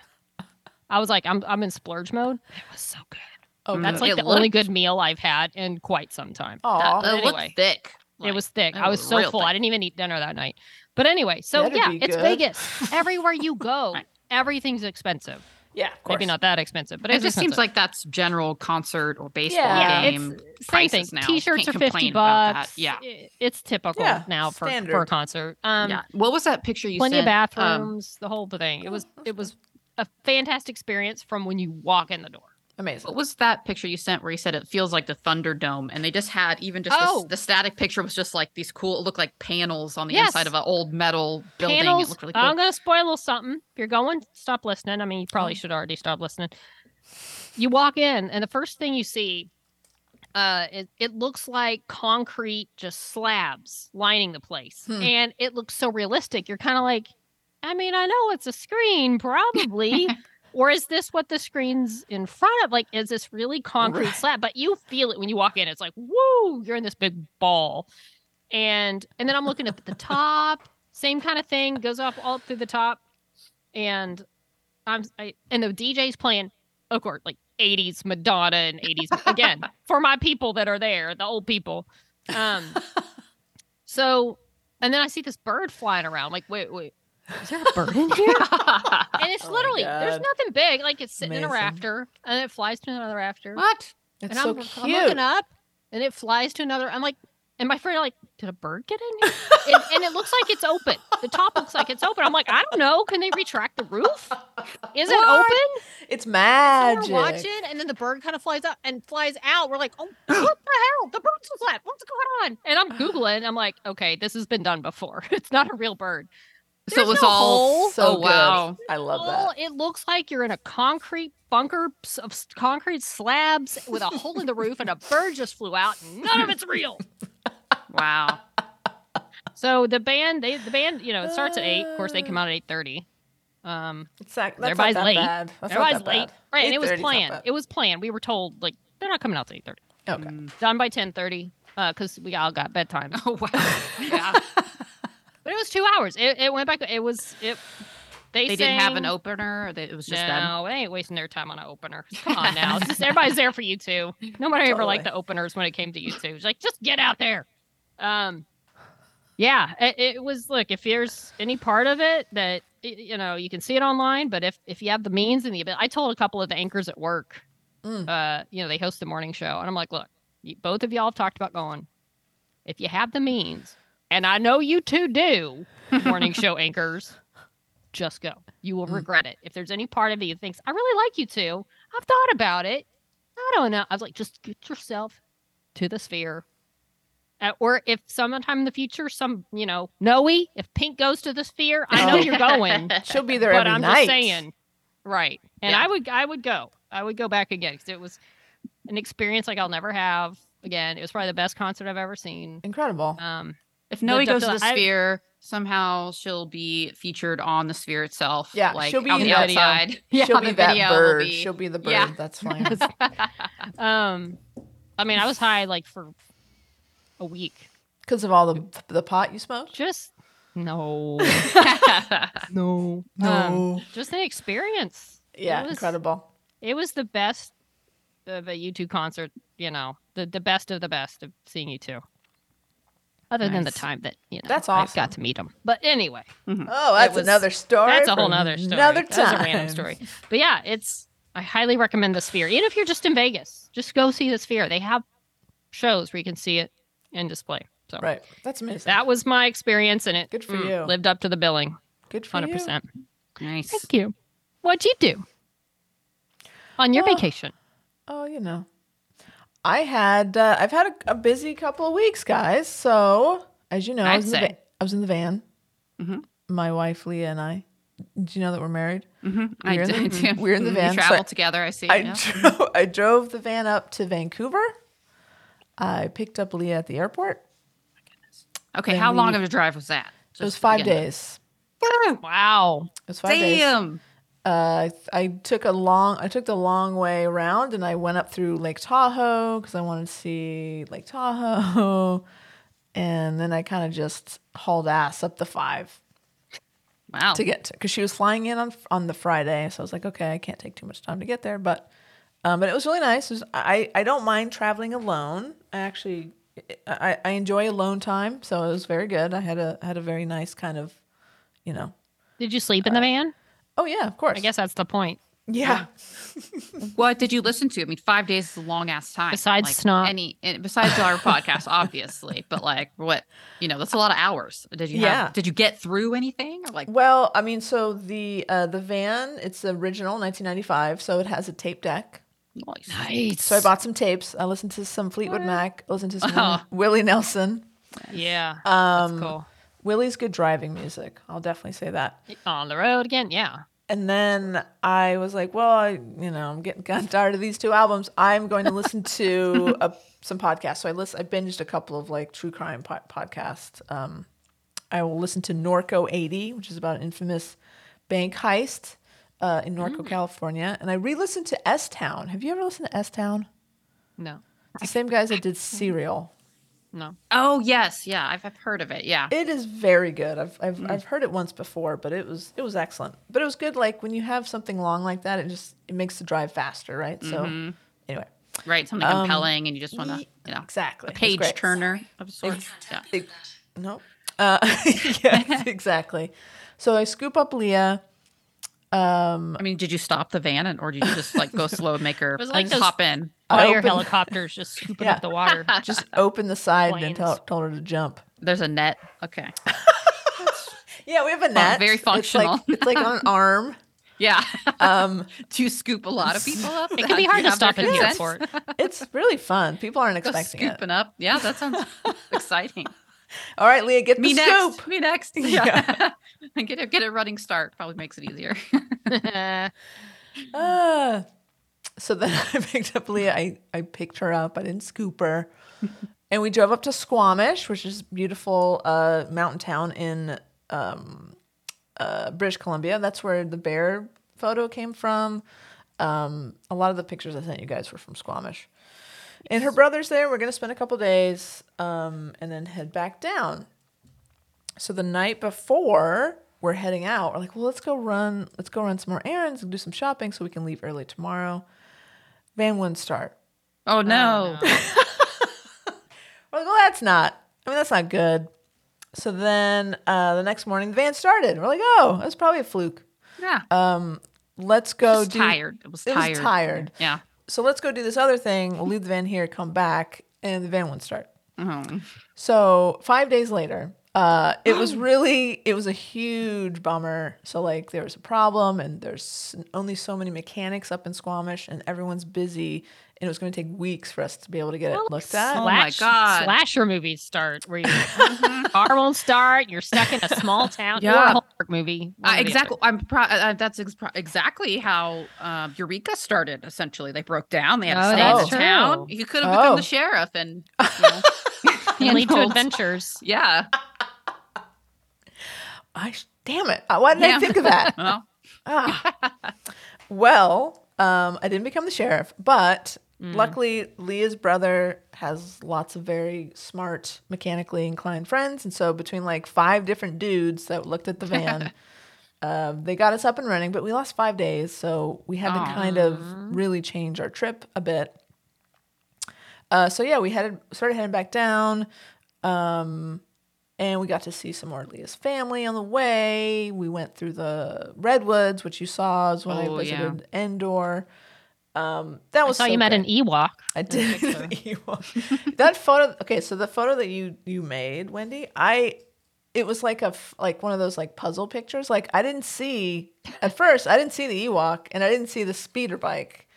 Speaker 3: I was like, I'm I'm in splurge mode. It was so good.
Speaker 2: Oh,
Speaker 4: Mm.
Speaker 3: That's
Speaker 2: that's
Speaker 3: like
Speaker 4: It
Speaker 3: the only
Speaker 4: looked-
Speaker 3: good meal I've had in quite some time.
Speaker 2: Aw.
Speaker 4: That- it looked
Speaker 3: anyway.
Speaker 4: uh, thick. Like,
Speaker 3: it was thick.
Speaker 4: it
Speaker 3: I was
Speaker 4: was
Speaker 3: so
Speaker 4: real
Speaker 3: full. I
Speaker 4: thick.
Speaker 3: didn't even eat dinner that night. But anyway, so
Speaker 2: That'd
Speaker 3: yeah,
Speaker 2: be
Speaker 3: it's
Speaker 2: good.
Speaker 3: Vegas. Everywhere you go,
Speaker 4: Right.
Speaker 3: everything's expensive.
Speaker 2: yeah, of course.
Speaker 3: Maybe not that expensive, but
Speaker 4: It
Speaker 3: it's
Speaker 4: just seems
Speaker 3: expensive.
Speaker 4: like that's general concert or baseball
Speaker 2: Yeah,
Speaker 3: yeah,
Speaker 4: game.
Speaker 3: it's same thing.
Speaker 4: prices now.
Speaker 3: T-shirts are
Speaker 4: Can't
Speaker 3: fifty
Speaker 4: complain about that.
Speaker 3: bucks.
Speaker 4: Yeah.
Speaker 3: I- it's typical
Speaker 2: Yeah,
Speaker 3: now for, for a
Speaker 2: standard.
Speaker 3: concert. Um,
Speaker 4: yeah. What was that picture you
Speaker 3: plenty of
Speaker 4: sent? Um,
Speaker 3: bathrooms, the whole thing. It was it was a fantastic experience from when you walk in the door.
Speaker 2: Amazing.
Speaker 4: what was that picture you sent where you said it feels like the Thunderdome? And they just had even just the s-
Speaker 3: Oh.
Speaker 4: the, static picture was just like these cool, it looked like panels on the
Speaker 3: Yes.
Speaker 4: inside of an old metal building.
Speaker 3: Panels.
Speaker 4: it looked really
Speaker 3: I'm
Speaker 4: cool.
Speaker 3: gonna spoil a little something. If you're going, stop listening. I mean, you
Speaker 4: Mm.
Speaker 3: probably should already stop listening. You walk in, and the first thing you see, uh, it, it looks like concrete just slabs lining the place,
Speaker 2: Hmm.
Speaker 3: and it looks so realistic. You're kind of like, I mean, I know it's a screen, probably. Or is this what the screen's in front of? Like, is this really concrete
Speaker 2: Right.
Speaker 3: slab? But you feel it when you walk in. It's like, woo, you're in this big ball. And and then I'm looking up at the top, same kind of thing, goes up all through the top. And I'm I, and the DJ's playing, of course, like 80s Madonna and 80s again for my people that are there, the old people. Um, so, and then I see this bird flying around. Like, wait, wait, is there a bird in here? And it's
Speaker 2: Oh my
Speaker 3: literally there's
Speaker 2: God.
Speaker 3: nothing big. Like it's sitting in a
Speaker 2: Amazing.
Speaker 3: rafter and it flies to another rafter.
Speaker 4: what?
Speaker 2: It's
Speaker 3: and
Speaker 2: so
Speaker 3: I'm,
Speaker 2: cute.
Speaker 3: I'm looking up and it flies to another. I'm like, and my friend are like, did a bird get in here? and, and it looks like it's open. The top looks like it's open. I'm like, I don't know. Can they retract the roof? Is it
Speaker 2: What?
Speaker 3: open?
Speaker 2: It's
Speaker 3: So
Speaker 2: magic.
Speaker 3: we're watching, and then the bird kind of flies up and flies out. We're like, oh, what the hell? The bird's flat. What's going on? And I'm googling. I'm like, okay, this has been done before. It's not a real bird.
Speaker 4: So
Speaker 3: There's
Speaker 4: it was
Speaker 3: no
Speaker 4: all.
Speaker 3: hole.
Speaker 2: So
Speaker 4: oh, wow.
Speaker 2: good. I love
Speaker 3: Well,
Speaker 2: that.
Speaker 3: it looks like you're in a concrete bunker s- of s- concrete slabs with a hole in the roof, and a bird just flew out. And none of it's real.
Speaker 4: Wow.
Speaker 3: So the band, they the band, you know, it starts at eight. Of course, they come out at eight thirty. Um,
Speaker 2: It's not, Uh, that's
Speaker 3: everybody's
Speaker 2: not that
Speaker 3: late.
Speaker 2: Bad. That's
Speaker 3: everybody's
Speaker 2: not that
Speaker 3: late,
Speaker 2: bad.
Speaker 3: right? And it was
Speaker 2: 8:30 's not
Speaker 3: planned.
Speaker 2: bad.
Speaker 3: It was planned. We were told like they're not coming out till eight thirty.
Speaker 2: Okay.
Speaker 4: Mm.
Speaker 3: Done by ten thirty, because we all got bedtime.
Speaker 4: Oh, wow. Yeah.
Speaker 3: But it was two hours. It, it went back. It was it. They,
Speaker 4: they didn't have an
Speaker 3: sang-
Speaker 4: opener. Or they, it was just them.
Speaker 3: no, they ain't wasting their time on an opener. Come on now. It's just, everybody's there for you two. Nobody ever liked
Speaker 2: Totally.
Speaker 3: the openers when it came to you two. It's like, just get out there. Um, yeah, it, it was. Look, if there's any part of it that y- you know, you can see it online. But if if you have the means and the ability, I told a couple of the anchors at work.
Speaker 2: Mm.
Speaker 3: Uh, you know, they host the morning show, and I'm like, look, you, both of y'all have talked about going. If you have the means, and I know you two do, morning show anchors just go. You will
Speaker 2: Mm.
Speaker 3: regret it. If there's any part of you that thinks, I really like you two, I've thought about it. I don't know. I was like, just get yourself to the sphere. Uh, or if sometime in the future, some you know, Noe, if Pink goes to the Sphere, I know
Speaker 2: Oh.
Speaker 3: you're going,
Speaker 2: She'll be there
Speaker 3: but
Speaker 2: every
Speaker 3: I'm
Speaker 2: night.
Speaker 3: just saying, right? And
Speaker 4: Yeah.
Speaker 3: I would, I would go, I would go back again because it was an experience like I'll never have again. It was probably the best concert I've ever seen.
Speaker 2: Incredible.
Speaker 3: Um,
Speaker 4: If Noe
Speaker 3: Lived up
Speaker 4: goes
Speaker 3: to
Speaker 4: to the
Speaker 3: the- I-
Speaker 4: sphere, somehow she'll be featured on the sphere itself.
Speaker 2: Yeah,
Speaker 4: like
Speaker 2: she'll be
Speaker 4: on
Speaker 2: in
Speaker 4: the
Speaker 2: the
Speaker 3: video.
Speaker 4: outside.
Speaker 2: She'll
Speaker 4: on
Speaker 2: be
Speaker 4: the
Speaker 2: that
Speaker 4: video will
Speaker 2: bird.
Speaker 4: be-
Speaker 2: She'll be the bird.
Speaker 4: Yeah.
Speaker 2: That's fine.
Speaker 3: um, I mean, I was high like for a week.
Speaker 2: Because of all the the pot you smoked.
Speaker 3: Just no, no,
Speaker 2: No.
Speaker 3: just an experience. It
Speaker 2: Um, Yeah,
Speaker 3: was-
Speaker 2: incredible.
Speaker 3: It was the best of a U2 concert, you know, the, the best of the best of seeing U2. Other than the
Speaker 4: Nice.
Speaker 3: time that, you know,
Speaker 2: That's
Speaker 3: I
Speaker 2: awesome.
Speaker 3: got to meet them. But anyway,
Speaker 2: Oh, that's
Speaker 4: was-
Speaker 2: another story.
Speaker 3: that's a whole
Speaker 2: for
Speaker 3: nother story.
Speaker 2: Another time.
Speaker 3: That was a random story. But yeah, it's, I highly recommend the Sphere. Even if you're just in Vegas, just go see the Sphere. They have shows where you can see it in display. So
Speaker 2: Right. That's amazing.
Speaker 3: that was my experience and it mm,
Speaker 2: Good for you.
Speaker 3: lived up to the billing
Speaker 2: Good for
Speaker 3: 100%.
Speaker 2: you.
Speaker 4: nice.
Speaker 3: Thank you. What'd you do on your
Speaker 2: Well,
Speaker 3: vacation?
Speaker 2: Oh, you know, I had uh, I've had a, a busy couple of weeks, guys. So as you know, I
Speaker 4: I'd
Speaker 2: was, in the,
Speaker 4: say.
Speaker 2: va- I was in the van.
Speaker 4: Mm-hmm.
Speaker 2: My wife Leah and I. Do you know that we're married?
Speaker 4: Mm-hmm. I
Speaker 2: We're in
Speaker 4: did. Mm-hmm.
Speaker 2: the- we're in the
Speaker 4: We
Speaker 2: van, so
Speaker 4: travel
Speaker 2: I-
Speaker 4: together. I see.
Speaker 2: I
Speaker 4: yeah.
Speaker 2: drove, I drove the van up to Vancouver. I picked up Leah at the airport.
Speaker 4: Okay,
Speaker 2: then
Speaker 4: how
Speaker 2: we-
Speaker 4: long of a drive was that?
Speaker 2: It was
Speaker 4: Just
Speaker 2: five
Speaker 4: again.
Speaker 2: days.
Speaker 3: Wow.
Speaker 2: It was five days.
Speaker 4: Damn.
Speaker 2: uh, I, I took a long I took the long way around and I went up through Lake Tahoe because I wanted to see Lake Tahoe, and then I kind of just hauled ass up the five
Speaker 4: Wow.
Speaker 2: to get to because she was flying in on on the Friday, so I was like, okay, I can't take too much time to get there, but um, but it was really nice. It was- I I don't mind traveling alone. I actually I, I enjoy alone time, so it was very good. I had a had a very nice kind of, you know,
Speaker 3: Did you sleep in the van?
Speaker 2: oh yeah, of course,
Speaker 3: I guess that's the point.
Speaker 2: yeah.
Speaker 4: What did you listen to? I mean, five days is a long ass time.
Speaker 3: Besides
Speaker 4: like,
Speaker 3: Snot.
Speaker 4: any and besides our podcast, obviously, but like what you know, that's a lot of hours. Did you?
Speaker 2: Yeah.
Speaker 4: Have, did you get through anything? Or like,
Speaker 2: Well, I mean, so the uh, the van, it's the original 1995, so it has a tape deck.
Speaker 3: Nice.
Speaker 2: So I bought some tapes. I listened to some Fleetwood Mac. Listened to some
Speaker 4: Oh.
Speaker 2: Willie Nelson.
Speaker 3: Yeah.
Speaker 2: Um,
Speaker 3: that's cool.
Speaker 2: Willie's good driving music. I'll definitely say that.
Speaker 3: On the road again. Yeah.
Speaker 2: And then I was like, well, I, you know, I'm getting kind of tired of these two albums. I'm going to listen to a, some podcasts. So I list, I binged a couple of like true crime po- podcasts. Um, I will listen to Norco 80, which is about an infamous bank heist uh, in Norco, California. And I re-listened to S Town. Have you ever listened to S Town?
Speaker 3: No.
Speaker 2: It's the same guys that did Serial.
Speaker 3: No.
Speaker 4: oh yes, yeah, I've, I've heard of it. Yeah.
Speaker 2: It is very good. I've I've, I've heard it once before, but it was it was excellent. But it was good. Like when you have something long like that, it just it makes the drive faster, right? So anyway,
Speaker 4: right, something compelling, and you just want to,
Speaker 2: ye-
Speaker 4: you know,
Speaker 2: exactly It's
Speaker 4: page
Speaker 2: great.
Speaker 4: turner of sorts. Yeah.
Speaker 2: It- no, uh, yeah, exactly. So I scoop up Leah.
Speaker 4: I mean, did you stop the van, and or did you just like go slow and make her
Speaker 3: was
Speaker 4: like
Speaker 3: like those-
Speaker 4: hop in?
Speaker 3: Fire
Speaker 2: opened-
Speaker 3: helicopters just scooping
Speaker 2: Yeah.
Speaker 3: up the water.
Speaker 2: Just open the side and then tell,
Speaker 3: Planes.
Speaker 2: told her to jump.
Speaker 4: There's a net. Okay.
Speaker 2: Yeah, we have a net.
Speaker 4: very functional.
Speaker 2: It's like, it's like on an arm.
Speaker 4: Yeah.
Speaker 2: Um,
Speaker 4: Do you scoop a lot of people up?
Speaker 3: It can be hard to stop in the
Speaker 4: here.
Speaker 3: airport.
Speaker 2: it's really fun. People aren't
Speaker 4: Go
Speaker 2: expecting it.
Speaker 4: scooping up. Yeah, that sounds exciting.
Speaker 2: All right, Leah, get
Speaker 4: Me
Speaker 2: the
Speaker 4: next.
Speaker 2: scoop.
Speaker 4: Me next. Yeah. And get a get a running start probably makes it easier. Oh,
Speaker 2: Ah. So then I picked up Leah. I, I picked her up. I didn't scoop her. and we drove up to Squamish, which is a beautiful uh, mountain town in um, uh, British Columbia. That's where the bear photo came from. Um, a lot of the pictures I sent you guys were from Squamish. And her brother's there. We're going to spend a couple days um, and then head back down. So the night before we're heading out, we're like, well, let's go run, let's go run some more errands and do some shopping so we can leave early tomorrow. Van wouldn't start.
Speaker 4: Oh no.
Speaker 2: We're like, well, that's not, I mean, that's not good. So then uh, the next morning, the van started. We're like, oh, that's probably a fluke. Um,
Speaker 4: Yeah.
Speaker 2: Let's go
Speaker 4: Just
Speaker 2: do.
Speaker 4: tired. It was
Speaker 2: It
Speaker 4: tired.
Speaker 2: was tired.
Speaker 4: Yeah.
Speaker 2: So let's go do this other thing. We'll leave the van here, come back, and the van wouldn't start.
Speaker 4: Oh.
Speaker 2: So five days later, Uh, it was really, it was a huge bummer. So like, there was a problem, and there's only so many mechanics up in Squamish, and everyone's busy, and it was going to take weeks for us to be able to get it looked at.
Speaker 4: Oh my God.
Speaker 3: Slasher movies start where your car won't start. You're stuck in a small town. Or
Speaker 4: Yeah.
Speaker 3: a Hallmark movie. one
Speaker 4: Uh,
Speaker 3: or the
Speaker 4: exactly. I'm pro- uh, that's ex- pro- exactly how um, Eureka started. Essentially, they broke down. They had
Speaker 3: Oh,
Speaker 4: to stay in
Speaker 2: that's
Speaker 4: the town.
Speaker 3: true.
Speaker 4: You could have become
Speaker 2: Oh.
Speaker 4: the sheriff, and you know,
Speaker 3: other. Can lead to
Speaker 4: handled-
Speaker 3: adventures.
Speaker 4: yeah.
Speaker 2: I sh- damn it! Uh, Why did I
Speaker 4: Damn.
Speaker 2: think of that?
Speaker 4: Well,
Speaker 2: Ah. well, um, I didn't become the sheriff, but luckily Leah's brother has lots of very smart, mechanically inclined friends, and so between like five different dudes that looked at the van, uh, they got us up and running. But we lost five days, so we had to kind of really change our trip a bit. Uh, so yeah, we headed started heading back down. um, And we got to see some more of Leah's family on the way. We went through the redwoods, which you saw is when
Speaker 4: Oh,
Speaker 2: I
Speaker 4: yeah.
Speaker 2: visited Endor. Um, that
Speaker 3: I
Speaker 2: was
Speaker 3: saw
Speaker 2: so
Speaker 3: you met
Speaker 2: great.
Speaker 3: an Ewok.
Speaker 2: I did an Ewok. that photo. Okay, so the photo that you you made, Wendy, I it was like a f- like one of those like puzzle pictures. Like I didn't see at first, I didn't see the Ewok, and I didn't see the speeder bike.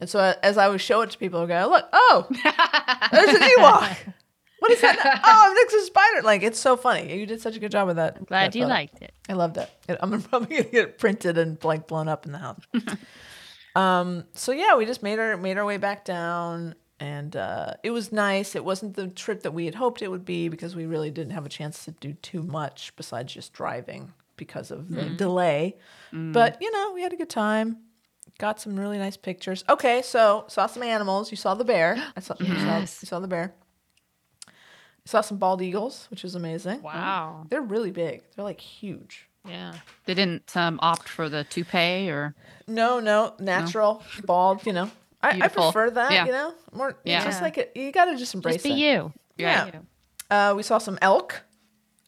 Speaker 2: And so I- as I would show it to people, I go, "Look, oh, there's an Ewok. What is that? Oh, I'm next to a spider. Like it's so funny. You did such a good job with that.
Speaker 3: Glad
Speaker 2: that
Speaker 3: you
Speaker 2: photo.
Speaker 3: liked it.
Speaker 2: I loved it. It- I'm probably gonna get it printed and like blown up in the house. um. So yeah, we just made our made our way back down, and uh, it was nice. It wasn't the trip that we had hoped it would be because we really didn't have a chance to do too much besides just driving because of the
Speaker 3: Mm-hmm.
Speaker 2: delay.
Speaker 3: Mm.
Speaker 2: But you know, we had a good time. Got some really nice pictures. Okay, so saw some animals. You saw the bear. I saw. You, saw you
Speaker 3: Yes.
Speaker 2: saw the bear. Saw some bald eagles, which was amazing.
Speaker 3: Wow.
Speaker 2: They're really big. They're like huge.
Speaker 3: Yeah.
Speaker 4: they didn't um, opt for the toupee, or
Speaker 2: No, no, natural, bald. You know, I, I
Speaker 4: Beautiful.
Speaker 2: prefer that.
Speaker 4: Yeah.
Speaker 2: You know, more. Yeah.
Speaker 4: Yeah.
Speaker 2: Just like it, you got to just embrace
Speaker 3: Just be
Speaker 2: it.
Speaker 3: you.
Speaker 2: Yeah. Uh, we saw some elk.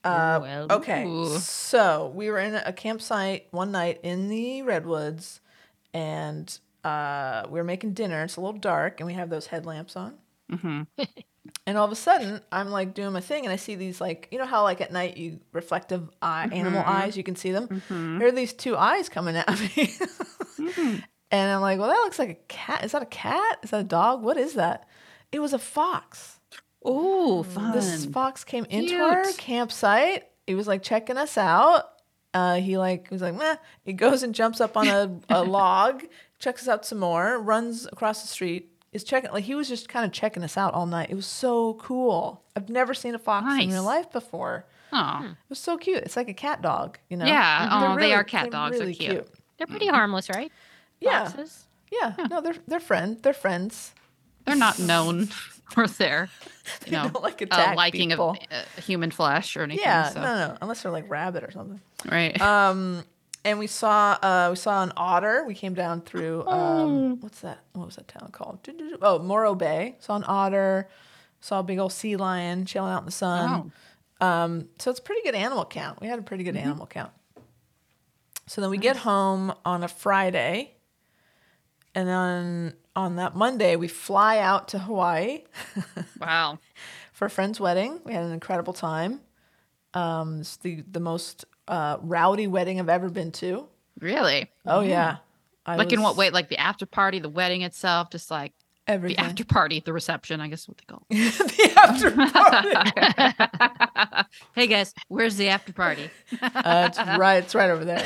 Speaker 2: Uh,
Speaker 3: Well,
Speaker 2: okay.
Speaker 4: Ooh.
Speaker 2: So we were in a campsite one night in the redwoods, and uh, we were making dinner. It's a little dark, and we have those headlamps on.
Speaker 4: Mm-hmm.
Speaker 2: and all of a sudden, I'm like doing my thing, and I see these like you know how like at night you reflective eye, animal eyes, you can see them.
Speaker 4: Mm-hmm.
Speaker 2: Here are these two eyes coming at me. And I'm like, well, that looks like a cat. Is that a cat? Is that a dog? What is that? It was a fox
Speaker 4: oh, fun.
Speaker 2: this fox came into our campsite. He was like checking us out. Uh, he like was like, meh. He goes and jumps up on a, a log, checks us out some more, runs across the street, is checking. Like he was just kind of checking us out all night. It was so cool. I've never seen a fox in real
Speaker 4: Nice.
Speaker 2: life before.
Speaker 4: Aw.
Speaker 2: It was so cute. It's like a cat dog, you know?
Speaker 4: Yeah.
Speaker 2: They're
Speaker 4: Oh, they
Speaker 2: really-
Speaker 4: are cat dogs. They're
Speaker 2: really
Speaker 4: cute.
Speaker 3: They're pretty harmless, right?
Speaker 2: Mm-hmm. Yeah.
Speaker 3: Foxes?
Speaker 2: Yeah. No, they're they're friend. They're friends.
Speaker 4: They're not known for their you
Speaker 2: They
Speaker 4: know
Speaker 2: don't like
Speaker 4: uh,
Speaker 2: attack
Speaker 4: liking
Speaker 2: people.
Speaker 4: of uh, human flesh or anything.
Speaker 2: yeah.
Speaker 4: so.
Speaker 2: No, no. Unless they're like rabbit or something.
Speaker 4: Right.
Speaker 2: Um, and we saw uh, we saw an otter. We came down through um, what's that? What was that town called? Do-do-do- Oh, Morro Bay. Saw an otter. Saw a big old sea lion chilling out in the sun.
Speaker 4: Oh.
Speaker 2: Um, so it's a pretty good animal count. We had a pretty good
Speaker 4: Mm-hmm.
Speaker 2: animal count. So then we get home on a Friday, and then on that Monday we fly out to Hawaii
Speaker 4: wow.
Speaker 2: for a friend's wedding. We had an incredible time. Um, it's the the most uh, rowdy wedding I've ever been to.
Speaker 4: Really?
Speaker 2: Oh yeah, I
Speaker 4: like in what
Speaker 2: was-
Speaker 4: way? Like the after party, the wedding itself, just like the
Speaker 2: Everything.
Speaker 4: after party, the reception, I guess is what they call. it.
Speaker 2: the after party.
Speaker 4: hey guys, where's the after party?
Speaker 2: uh, it's right. It's right over there.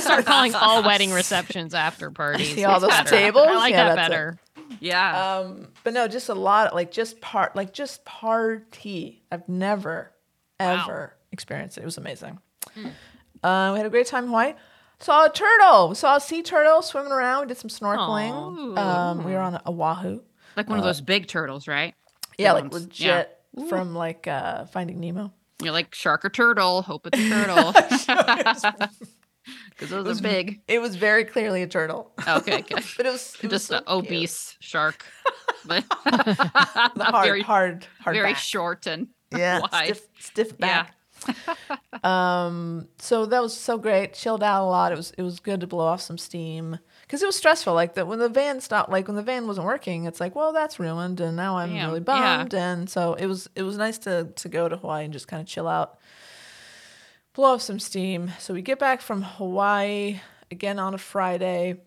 Speaker 3: Start calling all wedding receptions after parties.
Speaker 2: See all
Speaker 3: That's
Speaker 2: those
Speaker 3: better.
Speaker 2: tables?
Speaker 3: I like
Speaker 2: Yeah,
Speaker 3: that
Speaker 2: that's it.
Speaker 3: better.
Speaker 4: Yeah.
Speaker 2: Um, but no, just a lot of like just part like just party. I've never ever experienced it. It was amazing.
Speaker 4: Hmm.
Speaker 2: Uh, we had a great time in Hawaii. Saw a turtle. We saw a sea turtle swimming around. We did some snorkeling. Um, we were on Oahu.
Speaker 4: like one of those big turtles, right?
Speaker 2: Yeah,
Speaker 4: Big
Speaker 2: like
Speaker 4: ones.
Speaker 2: legit
Speaker 4: Yeah.
Speaker 2: from like uh, Finding Nemo.
Speaker 4: You're like shark or turtle. Hope it's a turtle. Because those are big.
Speaker 2: It was very clearly a turtle,
Speaker 4: Okay, good.
Speaker 2: but it was, it was
Speaker 4: just
Speaker 2: so
Speaker 4: an obese shark, but
Speaker 2: cute. hard,
Speaker 4: very-
Speaker 2: hard, hard,
Speaker 4: very
Speaker 2: back.
Speaker 4: short and
Speaker 2: yeah,
Speaker 4: wide.
Speaker 2: stiff, stiff
Speaker 4: Yeah.
Speaker 2: back. um, so that was so great. Chilled out a lot. It was it was good to blow off some steam because it was stressful. Like that when the van stopped, like when the van wasn't working, it's like, well, that's ruined, and now I'm
Speaker 4: Damn,
Speaker 2: really
Speaker 4: yeah.
Speaker 2: bummed. And so it was it was nice to to go to Hawaii and just kind of chill out. blow off some steam. So we get back from Hawaii again on a Friday.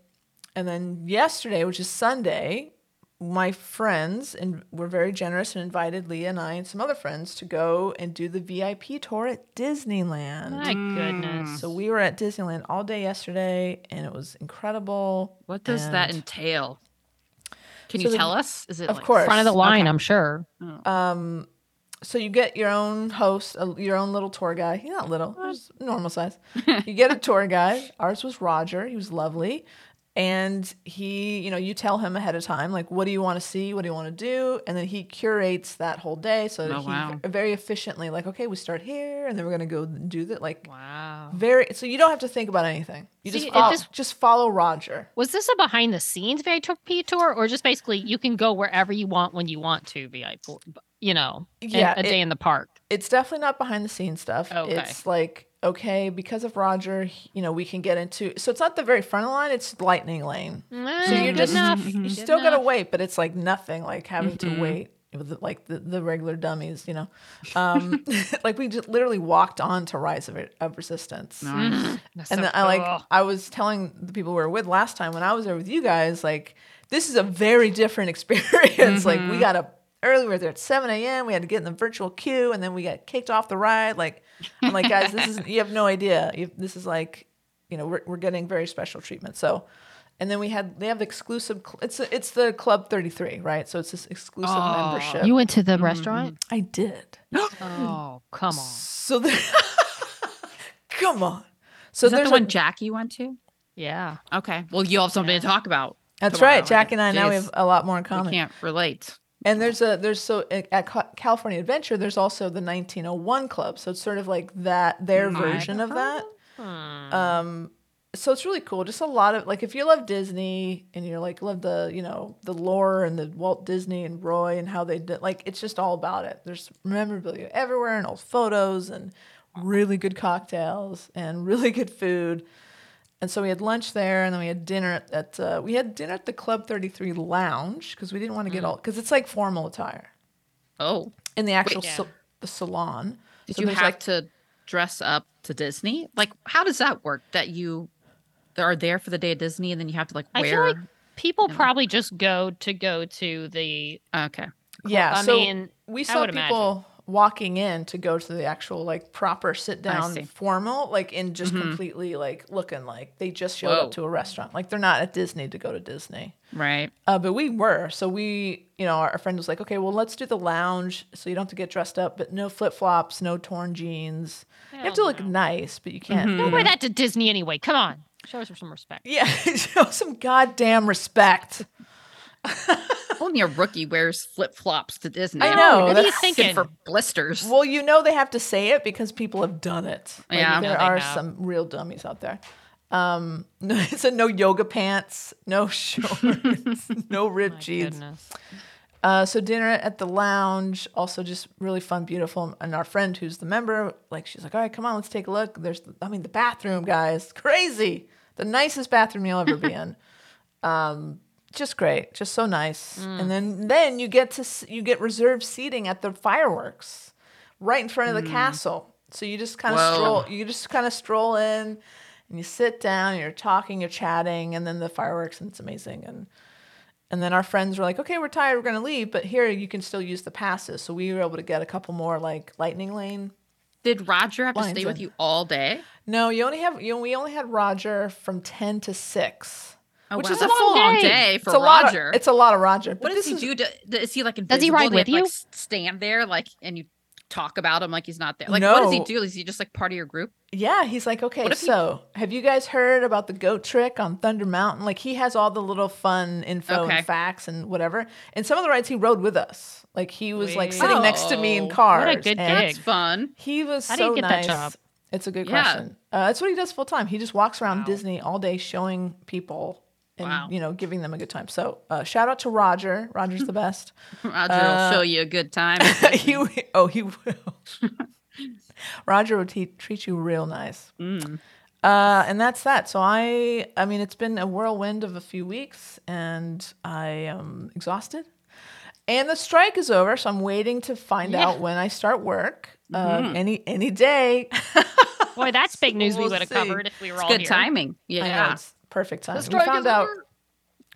Speaker 2: And then yesterday, which is Sunday, my friends in, were very generous and invited Leah and I and some other friends to go and do the VIP tour at Disneyland.
Speaker 3: My goodness.
Speaker 2: So we were at Disneyland all day yesterday and it was incredible.
Speaker 4: What does that
Speaker 2: And,
Speaker 4: entail? Can
Speaker 2: So
Speaker 4: you
Speaker 2: the-
Speaker 4: tell us? Is it
Speaker 2: of
Speaker 4: like
Speaker 2: course.
Speaker 3: Front of the line, I'm sure.
Speaker 2: Um, so you get your own host, a, your own little tour guy. He's not little, he's normal size. you get a tour guide. Ours was Roger. He was lovely, and he, you know, you tell him ahead of time, like, what do you want to see, what do you want to do, and then he curates that whole day. So that
Speaker 4: Oh,
Speaker 2: he
Speaker 4: wow.
Speaker 2: very efficiently, like, okay, we start here, and then we're gonna go do that, like.
Speaker 4: Wow.
Speaker 2: Very so you don't have to think about anything. You
Speaker 3: See,
Speaker 2: just
Speaker 3: it
Speaker 2: follow,
Speaker 3: just-
Speaker 2: just follow Roger.
Speaker 3: Was this a behind the scenes VIP tour, or just basically you can go wherever you want when you want to VIP? You know, a-
Speaker 2: Yeah,
Speaker 3: a,
Speaker 2: it-
Speaker 3: day in the park.
Speaker 2: it's definitely not behind the scenes stuff.
Speaker 3: Oh, Okay.
Speaker 2: It's like okay, because of Roger, he- you know, we can get into. So it's not the very front of the line; it's lightning lane. So
Speaker 3: Eh,
Speaker 2: you're
Speaker 3: good
Speaker 2: just
Speaker 3: enough. Mm-hmm.
Speaker 2: you
Speaker 3: Good
Speaker 2: still gotta
Speaker 3: enough.
Speaker 2: wait, but it's like nothing like having to wait with the, like the, the regular dummies, you know. Um, like we just literally walked on to Rise of, of Resistance
Speaker 4: Nice.
Speaker 3: That's
Speaker 2: and
Speaker 3: so
Speaker 2: then I like
Speaker 3: cool.
Speaker 2: I was telling the people we were with last time when I was there with you guys, like this is a very different experience. Like
Speaker 3: Mm-hmm.
Speaker 2: we got up early, we were there at seven a.m. We had to get in the virtual queue, and then we got kicked off the ride. Like I'm like, guys, this is you have no idea. You, this is like, you know, we're we're getting very special treatment. So. And then we had they have exclusive. cl- It's it's the Club Thirty Three, right? So it's this exclusive membership.
Speaker 3: You went to
Speaker 2: Mm-hmm.
Speaker 3: the restaurant?
Speaker 2: I did.
Speaker 3: Oh, come on.
Speaker 2: So there, come on. So
Speaker 4: Is that
Speaker 2: there's
Speaker 4: the
Speaker 2: a-
Speaker 4: one Jackie went to?
Speaker 3: Yeah.
Speaker 4: Okay. Well, you'll have something to talk about.
Speaker 2: That's
Speaker 4: tomorrow.
Speaker 2: right. Jack and I now we
Speaker 4: Jeez.
Speaker 2: have a lot more in
Speaker 4: We
Speaker 2: common.
Speaker 4: can't relate.
Speaker 2: And there's a there's so at Ca- California Adventure there's also the 1901 Club, so it's sort of like that their version of that. Um, so it's really cool. Just a lot of like if you love Disney and you're like love the you know the lore and the Walt Disney and Roy and how they did like it's just all about it. There's memorabilia everywhere and old photos and really good cocktails and really good food. And so we had lunch there, and then we had dinner at, at uh, we had dinner at the Club Thirty Three Lounge because we didn't want to get all because it's like formal attire
Speaker 4: Oh.
Speaker 2: in the actual
Speaker 3: yeah.
Speaker 2: sa- the salon.
Speaker 4: Did
Speaker 2: So
Speaker 4: you
Speaker 2: there's,
Speaker 4: have
Speaker 2: like,
Speaker 4: to dress up to Disney? Like, how does that work? That you are there for the day of Disney and then you have to like
Speaker 3: I
Speaker 4: wear.
Speaker 3: feel like people probably just go to go to the.
Speaker 4: okay.
Speaker 2: yeah?
Speaker 3: I
Speaker 2: so
Speaker 3: mean,
Speaker 2: we
Speaker 3: I
Speaker 2: saw
Speaker 3: would
Speaker 2: people
Speaker 3: imagine.
Speaker 2: walking in to go to the actual like proper sit down
Speaker 4: see.
Speaker 2: formal, like in just completely like looking like they just showed
Speaker 4: Whoa.
Speaker 2: up to a restaurant, like they're not at Disney to go to Disney.
Speaker 4: Right.
Speaker 2: Uh, but we were. So we, you know, our, our friend was like, okay, well, let's do the lounge so you don't have to get dressed up, but no flip flops, no torn jeans. you have to
Speaker 3: Hell
Speaker 2: look
Speaker 3: no. Mm-hmm.
Speaker 2: nice, but you can't.
Speaker 3: Don't wear that to Disney anyway. Come on. Show us some respect.
Speaker 2: Yeah, show some goddamn respect.
Speaker 4: Only a rookie wears flip flops to Disney.
Speaker 2: I know,
Speaker 3: what are you
Speaker 2: that's-
Speaker 3: thinking?
Speaker 4: for blisters.
Speaker 2: Well, you know they have to say it because people have done it. Like,
Speaker 4: Yeah.
Speaker 2: there
Speaker 3: Yeah, they
Speaker 2: are
Speaker 3: have.
Speaker 2: some real dummies out there. Um, no, so no yoga pants, no shorts, no
Speaker 3: My
Speaker 2: ripped jeans.
Speaker 3: goodness.
Speaker 2: Uh, so dinner at the lounge, also just really fun, beautiful. And our friend who's the member, like she's like, all right, come on, let's take a look. There's, I mean, the bathroom, guys, crazy, the nicest bathroom you'll ever be in. Um, just great, just so nice. And then then you get to s- you get reserved seating at the fireworks, right in front of the castle. So you just kind of
Speaker 4: Whoa.
Speaker 2: stroll, you just kind of stroll in, and you sit down, and you're talking, you're chatting, and then the fireworks, and it's amazing. And and then our friends were like, okay, we're tired, we're going to leave. But here you can still use the passes. So we were able to get a couple more like lightning lane.
Speaker 4: Did Roger have to
Speaker 2: Lines
Speaker 4: stay with
Speaker 2: in.
Speaker 4: you all day?
Speaker 2: No, you only have, you we only had Roger from 10 to 6,
Speaker 4: Oh,
Speaker 2: which
Speaker 4: wow.
Speaker 2: is a
Speaker 4: That's
Speaker 2: full
Speaker 4: long
Speaker 3: day.
Speaker 4: day
Speaker 2: It's
Speaker 4: for
Speaker 2: a lot.
Speaker 4: Roger.
Speaker 2: Of, it's a lot of Roger.
Speaker 4: what
Speaker 2: But
Speaker 4: does
Speaker 2: this
Speaker 4: he
Speaker 2: is,
Speaker 4: do? Do- do- Is he like invisible?
Speaker 3: Does he ride
Speaker 4: Do they
Speaker 3: with
Speaker 4: have to, like,
Speaker 3: you?
Speaker 4: s- stand there like and you talk about him like he's not there. Like what does he
Speaker 2: No.
Speaker 4: do? Is he just like part of your group?
Speaker 2: yeah, he's like, okay,
Speaker 4: What if he-
Speaker 2: so have you guys heard about the goat trick on Thunder Mountain? Like he has all the little fun info
Speaker 4: Okay.
Speaker 2: and facts and whatever. And some of the rides he rode with us. Like he was like sitting
Speaker 4: Wait.
Speaker 2: next to me in
Speaker 4: Oh,
Speaker 2: cars.
Speaker 3: what a good
Speaker 2: and-
Speaker 4: That's fun.
Speaker 2: He was
Speaker 3: How do you
Speaker 2: so
Speaker 3: get that
Speaker 2: nice.
Speaker 3: job?
Speaker 2: It's a good
Speaker 4: Yeah.
Speaker 2: question. Uh, that's what he does full time. He just walks around Disney all day showing people and
Speaker 4: Wow.
Speaker 2: you know giving them a good time. So uh, shout out to Roger. Roger's the best.
Speaker 4: Roger
Speaker 2: Uh,
Speaker 4: will show you a good time.
Speaker 2: he wi- oh he will. Roger would te- treat you real nice.
Speaker 3: Mm.
Speaker 2: Uh, and that's that. So I I mean it's been a whirlwind of a few weeks, and I am exhausted. And the strike is over,
Speaker 3: Mm-hmm.
Speaker 2: so I'm waiting to find out when I start work. Uh, any any Um, day.
Speaker 3: Boy, that's big news we
Speaker 2: We'll
Speaker 3: would have
Speaker 2: see.
Speaker 3: covered if we were
Speaker 4: It's
Speaker 3: all
Speaker 4: good
Speaker 3: here.
Speaker 4: timing.
Speaker 2: I know,
Speaker 4: Yeah.
Speaker 2: it's perfect time.
Speaker 3: The
Speaker 2: We
Speaker 3: strike
Speaker 2: found
Speaker 3: is
Speaker 2: out
Speaker 3: over.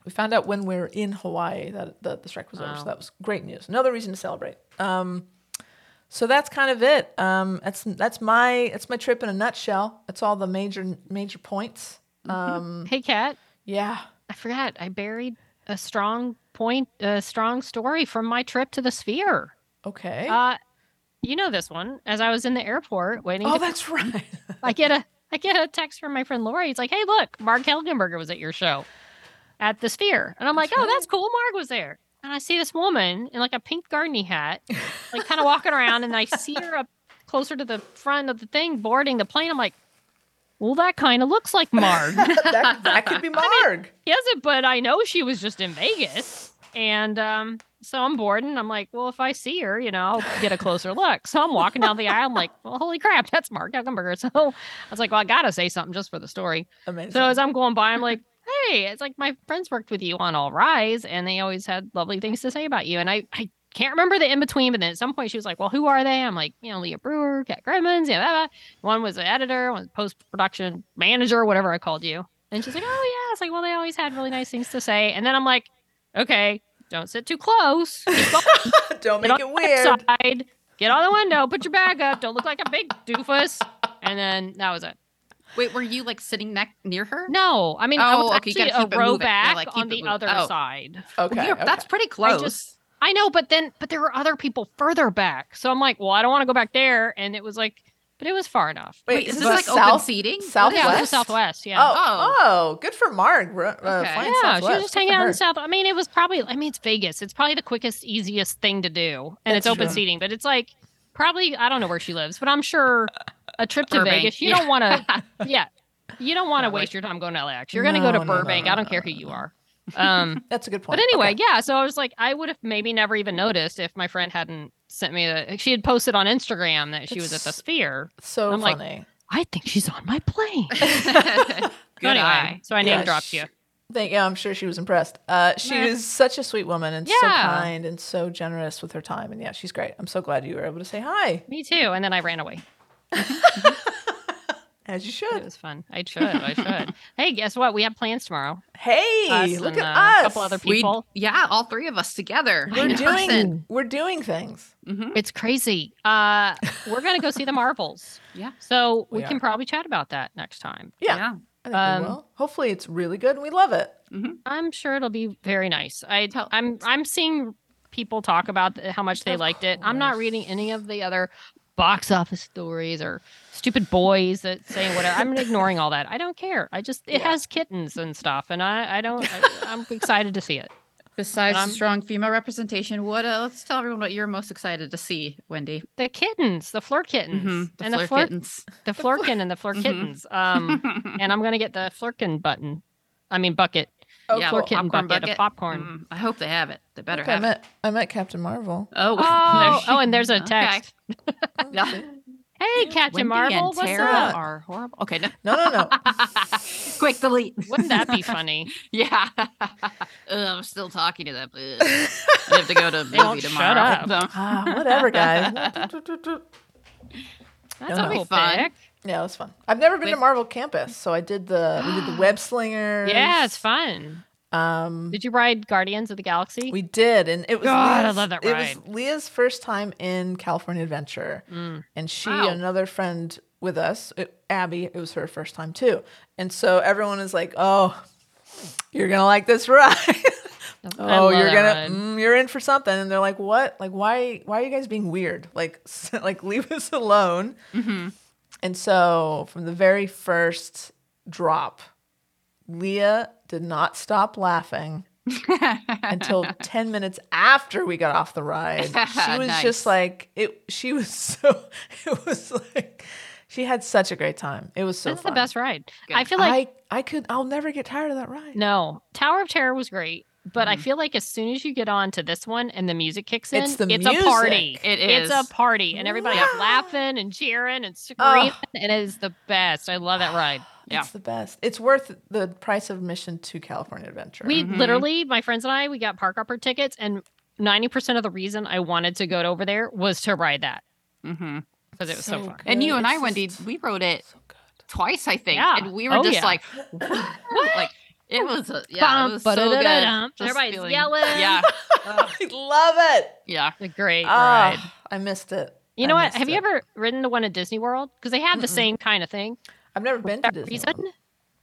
Speaker 2: we found out when we were in Hawaii that, that the strike was over.
Speaker 4: Wow.
Speaker 2: So that was great news. Another reason to celebrate. Um, so that's kind of it. Um, that's that's my that's my trip in a nutshell. That's all the major major points.
Speaker 3: Mm-hmm.
Speaker 2: Um,
Speaker 3: Hey, Kat,
Speaker 2: yeah.
Speaker 3: I forgot. I buried a strong point, a strong story from my trip to the Sphere.
Speaker 2: Okay.
Speaker 3: Uh, you know this one. As I was in the airport waiting,
Speaker 2: oh,
Speaker 3: to,
Speaker 2: that's right.
Speaker 3: I get a I get a text from my friend Lori. He's like, "Hey, look, Mark Helgenberger was at your show at the Sphere," and I'm like,
Speaker 2: That's
Speaker 3: "Oh,
Speaker 2: right.
Speaker 3: that's cool. Mark was there." And I see this woman in like a pink gardening hat, like kind of walking around, and I see her up closer to the front of the thing boarding the plane. I'm like, "Well, that kind of looks like Marg."
Speaker 2: that, that could be Marg.
Speaker 3: He hasn't, but I know she was just in Vegas. And um, so I'm bored and I'm like, well, if I see her, you know, I'll get a closer look. So I'm walking down the aisle. I'm like, well, holy crap, that's Mark Zuckerberg. So I was like, well, I got to say something just for the story.
Speaker 2: Amazing.
Speaker 3: So as I'm going by, I'm like, hey, it's like my friends worked with you on All Rise and they always had lovely things to say about you. And I, I can't remember the in between, but then at some point she was like, well, who are they? I'm like, you know, Leah Brewer, Kat Gremlins, yeah, blah, blah. One was the editor, one was post production manager, whatever I called you. And she's like, oh, yeah. It's like, well, they always had really nice things to say. And then I'm like, okay, don't sit too close. Keep going.
Speaker 2: Don't
Speaker 3: Get
Speaker 2: make
Speaker 3: on
Speaker 2: it
Speaker 3: the left
Speaker 2: weird.
Speaker 3: side. Get on the window. Put your bag up. Don't look like a big doofus. And then that was it.
Speaker 4: Wait, were you like sitting neck near her?
Speaker 3: No, I mean, I
Speaker 4: Oh,
Speaker 3: was
Speaker 4: okay, you
Speaker 3: actually
Speaker 4: gotta
Speaker 3: a
Speaker 4: keep it
Speaker 3: row
Speaker 4: moving. Yeah,
Speaker 3: back
Speaker 4: like, keep
Speaker 3: on
Speaker 4: it
Speaker 3: the
Speaker 4: moving.
Speaker 3: other
Speaker 4: Oh.
Speaker 3: side.
Speaker 2: Okay.
Speaker 4: You're-
Speaker 2: okay.
Speaker 4: That's pretty
Speaker 3: just-
Speaker 4: close.
Speaker 3: I know, but then, but there were other people further back. So I'm like, well, I don't want to go back there. And it was like, but it was far enough.
Speaker 2: Wait,
Speaker 4: Wait, is
Speaker 2: is
Speaker 4: this
Speaker 2: this
Speaker 4: like open
Speaker 2: south-
Speaker 4: seating?
Speaker 2: south-
Speaker 3: Yeah, it was
Speaker 2: Southwest?
Speaker 3: Southwest. Yeah.
Speaker 2: Oh,
Speaker 4: Oh.
Speaker 2: oh, good for Marg. ru- Uh,
Speaker 4: Okay.
Speaker 2: flying
Speaker 3: Yeah, she
Speaker 2: Southwest.
Speaker 3: was just
Speaker 2: Good
Speaker 3: hanging
Speaker 2: for
Speaker 3: out in
Speaker 2: her.
Speaker 3: the south. I mean, it was probably. I mean, it's Vegas. It's probably the quickest, easiest thing to do, and it's
Speaker 2: That's
Speaker 3: open
Speaker 2: true.
Speaker 3: seating. But it's like probably I don't know where she lives, but I'm sure a trip to
Speaker 4: Burbank,
Speaker 3: Vegas. You
Speaker 4: yeah.
Speaker 3: don't want to. Yeah, you don't want to
Speaker 4: Probably.
Speaker 3: waste your time going to LAX. You're going to go
Speaker 2: No,
Speaker 3: to
Speaker 2: no, no,
Speaker 3: Burbank.
Speaker 2: no,
Speaker 3: I don't
Speaker 2: no,
Speaker 3: care who you are. Um,
Speaker 2: That's a good point.
Speaker 3: but anyway,
Speaker 2: Okay.
Speaker 3: yeah. So I was like, I would have maybe never even noticed if my friend hadn't sent me. A, she had posted on Instagram that she was at the
Speaker 2: That's-
Speaker 3: Sphere.
Speaker 2: so
Speaker 3: I'm like-
Speaker 2: funny.
Speaker 3: I think she's on my plane. So
Speaker 4: Good
Speaker 3: anyway,
Speaker 4: eye.
Speaker 3: so I
Speaker 2: Yeah,
Speaker 3: name dropped
Speaker 2: sh-
Speaker 3: you.
Speaker 2: Thank yeah, I'm sure she was impressed. Uh, she
Speaker 3: Meh.
Speaker 2: was such a sweet woman and so
Speaker 3: Yeah.
Speaker 2: kind and so generous with her time. And yeah, she's great. I'm so glad you were able to say hi,
Speaker 3: Me too. And then I ran away.
Speaker 2: as you
Speaker 3: It
Speaker 2: should.
Speaker 3: was fun. I should. I should. hey, guess what? We have plans tomorrow.
Speaker 2: Hey,
Speaker 3: Us
Speaker 2: look
Speaker 3: and,
Speaker 2: at
Speaker 3: uh,
Speaker 2: us.
Speaker 3: a couple other
Speaker 4: We,
Speaker 3: people.
Speaker 4: yeah, all three of us together.
Speaker 3: I
Speaker 2: We're
Speaker 3: know.
Speaker 4: in
Speaker 2: doing
Speaker 4: person.
Speaker 2: we're doing things.
Speaker 4: Mhm.
Speaker 3: It's crazy. Uh, we're gonna go see the Marvels,
Speaker 4: Yeah.
Speaker 3: so we,
Speaker 2: We
Speaker 3: can
Speaker 2: are.
Speaker 3: probably chat about that next time.
Speaker 2: Yeah,
Speaker 4: yeah.
Speaker 2: I think
Speaker 3: Um,
Speaker 2: we will. Hopefully, it's really good and we love it.
Speaker 3: I'm sure it'll be very nice. I
Speaker 4: Tell-
Speaker 3: I'm I'm seeing people talk about th- how much they
Speaker 2: Of
Speaker 3: liked it. I'm not reading any of the other box office stories or stupid boys that saying whatever. I'm ignoring all that. I don't care. I just it
Speaker 2: Yeah.
Speaker 3: has kittens and stuff, and I I don't. I, I'm excited to see it.
Speaker 4: Besides
Speaker 3: Um,
Speaker 4: strong female representation, what uh, let's tell everyone what you're most excited to see, Wendy.
Speaker 3: The kittens, the floor kittens,
Speaker 4: Mm-hmm.
Speaker 3: Mm-hmm.
Speaker 4: The
Speaker 3: and
Speaker 4: Fleur
Speaker 3: the floor
Speaker 4: kittens.
Speaker 3: the flurkin and the
Speaker 4: Mhm.
Speaker 3: flurkittens. Um, and I'm gonna get the flurkin button. I mean bucket,
Speaker 2: Oh,
Speaker 4: Yeah,
Speaker 2: cool.
Speaker 3: flurkin bucket,
Speaker 4: popcorn
Speaker 3: of
Speaker 4: bucket.
Speaker 3: popcorn.
Speaker 4: Mm, I hope they have it. They better
Speaker 2: Okay, I
Speaker 4: have it.
Speaker 2: met I met Captain Marvel. Oh,
Speaker 3: Oh,
Speaker 4: Oh, there
Speaker 3: oh,
Speaker 4: she-
Speaker 3: and there's a
Speaker 4: Okay.
Speaker 3: text.
Speaker 4: Yeah.
Speaker 3: Hey, Captain
Speaker 4: Wendy
Speaker 3: Marvel,
Speaker 4: and
Speaker 3: what's
Speaker 4: Tara
Speaker 3: up?
Speaker 4: are horrible. Okay, no.
Speaker 2: No, no, no.
Speaker 4: Quick delete.
Speaker 3: Wouldn't that be funny?
Speaker 4: Yeah. Ugh, I'm still talking to them. Ugh. I have to go to a
Speaker 3: They won't
Speaker 4: movie
Speaker 3: shut
Speaker 4: tomorrow.
Speaker 3: up.
Speaker 4: No.
Speaker 2: ah, whatever, guys.
Speaker 3: That's
Speaker 2: No,
Speaker 3: a
Speaker 2: no.
Speaker 3: cool
Speaker 4: Fun.
Speaker 3: pick.
Speaker 2: Yeah, it was fun. I've never been to
Speaker 4: Wait.
Speaker 2: Marvel Campus, so I did the we did the web slingers.
Speaker 3: Yeah, it's fun.
Speaker 2: Um,
Speaker 3: Did you ride Guardians of the Galaxy?
Speaker 2: we did, and it was
Speaker 3: God, I
Speaker 2: Leah's-
Speaker 3: love that
Speaker 2: It was Leah's first time in California Adventure,
Speaker 3: Mm.
Speaker 2: and she
Speaker 4: Wow.
Speaker 2: and another friend with us, uh, Abby. It was her first time too, and so everyone is like, "Oh, you're gonna like this ride."
Speaker 3: I
Speaker 2: oh,
Speaker 3: love
Speaker 2: you're
Speaker 3: that
Speaker 2: gonna,
Speaker 3: ride.
Speaker 2: mm, you're in for something, and they're like, "What? Like, why? Why are you guys being weird? Like, like leave us alone."
Speaker 3: Mm-hmm.
Speaker 4: Mhm.
Speaker 2: And so from the very first drop, Leah did not stop laughing until 10 minutes after we got off the ride. She was
Speaker 4: Nice.
Speaker 2: just like it she was so it was like she had such a great time. It was so
Speaker 3: That's
Speaker 2: fun.
Speaker 3: the best ride.
Speaker 4: Good.
Speaker 3: I feel like
Speaker 2: I I could I'll never get tired of that ride.
Speaker 3: no Tower of Terror was great, but
Speaker 4: Mm-hmm.
Speaker 3: I feel like as soon as you get on to this one and the music kicks in,
Speaker 2: It's the
Speaker 3: a party.
Speaker 2: music.
Speaker 4: It is.
Speaker 3: It's a party, and everybody's
Speaker 2: Yeah.
Speaker 3: laughing and cheering and screaming,
Speaker 2: Oh.
Speaker 3: and it is the best. I love that ride.
Speaker 4: Yeah.
Speaker 2: It's the best. It's worth the price of admission to California Adventure.
Speaker 3: We
Speaker 4: Mhm.
Speaker 3: literally, my friends and I, we got park hopper tickets, and ninety percent of the reason I wanted to go over there was to ride that.
Speaker 4: Mhm.
Speaker 3: because it was so,
Speaker 2: So
Speaker 3: fun.
Speaker 2: good.
Speaker 4: And you
Speaker 2: Yeah,
Speaker 4: and
Speaker 2: it's
Speaker 4: I, Wendy,
Speaker 2: just-
Speaker 4: we wrote it twice, I think.
Speaker 3: Yeah.
Speaker 4: And we were
Speaker 3: Oh,
Speaker 4: just
Speaker 3: yeah.
Speaker 4: like, what? Like, it was, a, yeah, it
Speaker 3: Bum,
Speaker 4: was so good.
Speaker 3: ba-da-da-da-dum.
Speaker 4: Just
Speaker 3: Everybody's yelling.
Speaker 4: Yeah,
Speaker 2: I love it.
Speaker 4: yeah.
Speaker 3: The great
Speaker 2: Ah,
Speaker 3: ride.
Speaker 2: I missed it.
Speaker 3: You
Speaker 2: I
Speaker 3: know what?
Speaker 2: missed
Speaker 3: Have you
Speaker 2: it.
Speaker 3: ever ridden the one at Disney World? Because they have the
Speaker 2: Mm-mm.
Speaker 3: same kind of thing.
Speaker 2: I've never been to
Speaker 3: That
Speaker 2: Disney.
Speaker 3: reason,
Speaker 2: World.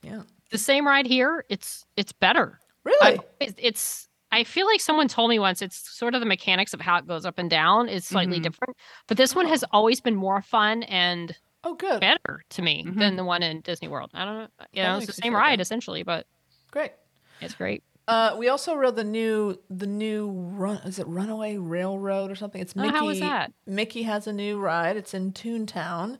Speaker 2: Yeah.
Speaker 3: the same ride here. It's it's better.
Speaker 2: Really?
Speaker 3: I've- it's- it's I feel like someone told me once it's sort of the mechanics of how it goes up and down is slightly
Speaker 4: Mhm.
Speaker 3: different, but this one has always been more fun and
Speaker 2: Oh, good.
Speaker 3: better to me
Speaker 4: Mhm.
Speaker 3: than the one in Disney World. I don't know, uh, you
Speaker 2: That
Speaker 3: know, it's the
Speaker 2: makes me
Speaker 3: same
Speaker 2: feel
Speaker 3: ride
Speaker 2: better.
Speaker 3: essentially, but
Speaker 2: Great.
Speaker 3: it's great.
Speaker 2: Uh, we also rode the new the new run is it Runaway Railroad or something? It's
Speaker 3: Oh,
Speaker 2: Mickey.
Speaker 3: how was that?
Speaker 2: Mickey has a new ride. It's in Toontown.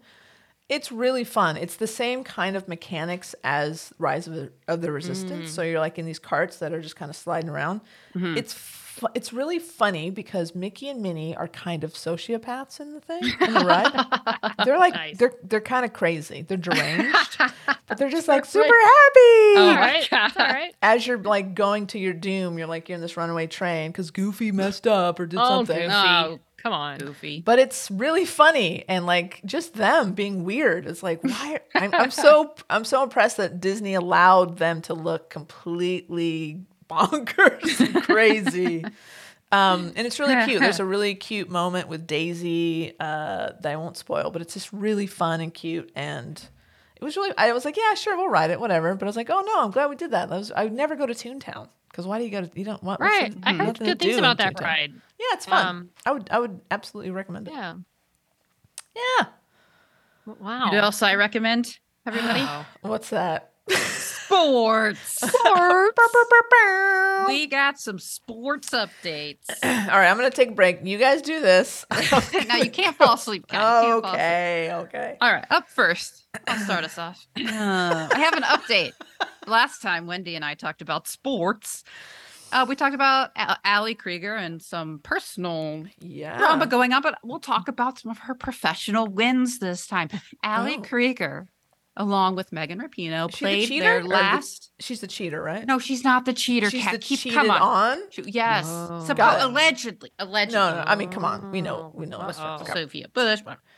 Speaker 2: It's really fun. It's the same kind of mechanics as Rise of the, of the
Speaker 3: Mm.
Speaker 2: Resistance. So you're like in these carts that are just kind of sliding around.
Speaker 3: Mm-hmm.
Speaker 2: It's fu- it's really funny because Mickey and Minnie are kind of sociopaths in the thing in the ride. they're like
Speaker 3: Nice.
Speaker 2: they're they're kind of crazy. They're deranged, but they're just like super happy
Speaker 3: All
Speaker 2: Oh
Speaker 4: my
Speaker 3: right,
Speaker 4: God.
Speaker 3: all right.
Speaker 2: as you're like going to your doom, you're like you're in this runaway train because Goofy messed up or did
Speaker 3: Oh,
Speaker 2: something.
Speaker 3: Goofy,
Speaker 4: No.
Speaker 3: come on.
Speaker 4: Goofy.
Speaker 2: But it's really funny and like just them being weird. It's like why I'm, I'm so I'm so impressed that Disney allowed them to look completely bonkers, and crazy. Um, and it's really cute. There's a really cute moment with Daisy uh, that I won't spoil, but it's just really fun and cute. And it was really, I was like, yeah, sure, we'll ride it, whatever. But I was like, oh no, I'm glad we did that. that was, I would never go to Toontown because why do you go to, you don't want,
Speaker 3: Right, I heard good things about that ride.
Speaker 2: Yeah, it's fun.
Speaker 3: Um,
Speaker 2: I would, I would absolutely recommend it.
Speaker 3: Yeah,
Speaker 2: Yeah.
Speaker 3: wow.
Speaker 4: You know what else I recommend, everybody?
Speaker 2: What's that?
Speaker 4: Sports.
Speaker 2: All
Speaker 4: we got some sports updates.
Speaker 2: right, I'm going to take a break. You guys do this.
Speaker 4: now, you can't fall asleep, guys. You can't fall asleep.
Speaker 2: okay, okay.
Speaker 4: Oh. All right, up first. I'll start us off. Uh, I have an update. Last time Wendy and I talked about sports, uh, we talked about Al- Allie Krieger and some personal
Speaker 2: Yeah.
Speaker 4: drama going on, but we'll talk about some of her professional wins this time. Allie
Speaker 2: Oh.
Speaker 4: Krieger, along with Megan Rapinoe,
Speaker 2: Is she the
Speaker 4: played
Speaker 2: cheater or
Speaker 4: their
Speaker 2: the-
Speaker 4: last.
Speaker 2: She's the cheater, right?
Speaker 4: No, she's not the cheater.
Speaker 2: She's
Speaker 4: Kat.
Speaker 2: the
Speaker 4: Keep,
Speaker 2: cheated
Speaker 4: come on.
Speaker 2: on.
Speaker 4: She- Yes,
Speaker 3: Oh.
Speaker 4: suppo-
Speaker 2: Got it.
Speaker 4: allegedly, allegedly.
Speaker 2: No, no, I mean, come on. We know, we know. What's
Speaker 4: Oh,
Speaker 3: Uh-oh.
Speaker 2: wrong.
Speaker 3: on.
Speaker 4: Sophia Bush. whatever.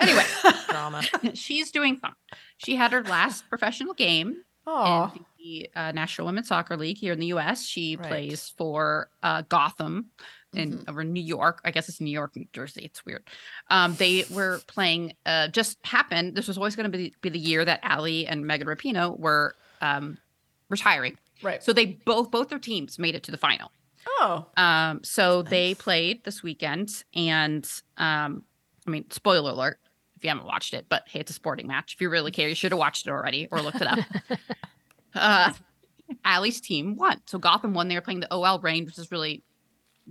Speaker 4: Anyway,
Speaker 3: drama.
Speaker 4: she's doing fine. She had her last professional game
Speaker 2: Oh,
Speaker 4: in the uh, National Women's Soccer League here in the U.S. She
Speaker 2: Right.
Speaker 4: plays for uh, Gotham in over in New York. I guess it's New York, New Jersey. It's weird. Um, they were playing. Uh, just happened. This was always going to be, be the year that Allie and Megan Rapinoe were um, retiring.
Speaker 2: right.
Speaker 4: So they both both their teams made it to the final.
Speaker 2: oh,
Speaker 4: Um, so they played this weekend, and um, I mean, spoiler alert if you haven't watched it, but hey, it's a sporting match. If you really care, you should have watched it already or looked it up. uh, Allie's team won, so Gotham won. They were playing the OL Rain, which is really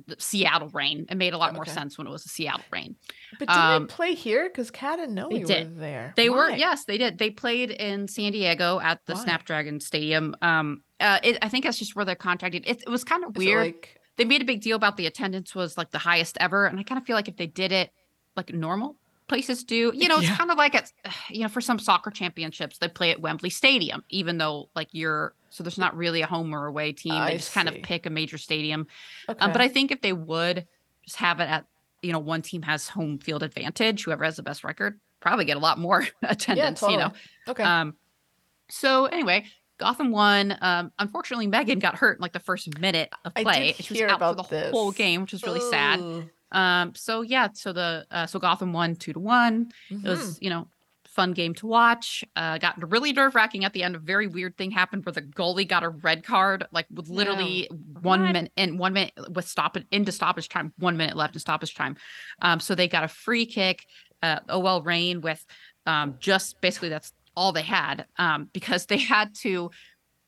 Speaker 4: the Seattle Rain. It made a lot more
Speaker 2: Okay.
Speaker 4: sense when it was the Seattle Rain.
Speaker 2: but did
Speaker 4: Um,
Speaker 2: they play here? Because Kat didn't know
Speaker 4: they
Speaker 2: you
Speaker 4: did.
Speaker 2: were there.
Speaker 4: They were
Speaker 2: Why?
Speaker 4: yes, they did. They played in San Diego at the
Speaker 2: Why?
Speaker 4: Snapdragon Stadium. Um, uh, it, I think that's just where they're contracted. It, it was kind of
Speaker 2: Is it
Speaker 4: weird.
Speaker 2: like,
Speaker 4: they made a big deal about the attendance was like the highest ever and i kind of feel like if they did it like normal places do you know it's
Speaker 2: Yeah.
Speaker 4: kind of like it's you know for some soccer championships they play at wembley stadium even though like you're so there's not really a home or away team
Speaker 2: I
Speaker 4: they just kind of
Speaker 2: see.
Speaker 4: pick a major stadium
Speaker 2: okay.
Speaker 4: um, but i think if they would just have it at you know one team has home field advantage whoever has the best record probably get a lot more attendance you know
Speaker 2: totally. okay.
Speaker 4: um, so anyway, Gotham won. Um, unfortunately, Megan got hurt in like the first minute of
Speaker 2: I did
Speaker 4: play. She was
Speaker 2: hear
Speaker 4: out for
Speaker 2: about
Speaker 4: the whole
Speaker 2: this.
Speaker 4: game, which is really sad.
Speaker 2: Ooh.
Speaker 4: Um, so yeah, so the uh, so Gotham won two to one. It
Speaker 2: Mhm.
Speaker 4: was you know fun game to watch. Uh, got really nerve wracking at the end. A very weird thing happened where the goalie got a red card like with literally one
Speaker 3: What?
Speaker 4: minute and one minute uh, with stop into stoppage time. One minute left in stoppage time. Um, so they got a free kick. Uh, OL Rain with um, just basically that's all they had um, because they had to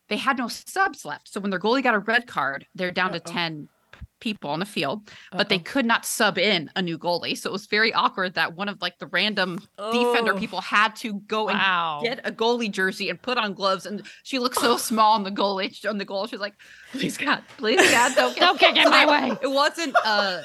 Speaker 4: they had no subs left. So when their goalie got a red card, they're down to
Speaker 2: Uh-oh.
Speaker 4: ten people on the field but they
Speaker 2: Uh-oh.
Speaker 4: could not sub in a new goalie. So it was very awkward that one of like the random defender
Speaker 2: Oh.
Speaker 4: people had to go
Speaker 3: Wow.
Speaker 4: and get a goalie jersey and put on gloves. And she looked so small on the goalie on the goal. She was like, please God, please God, don't,
Speaker 3: Don't kick in my way.
Speaker 4: It wasn't uh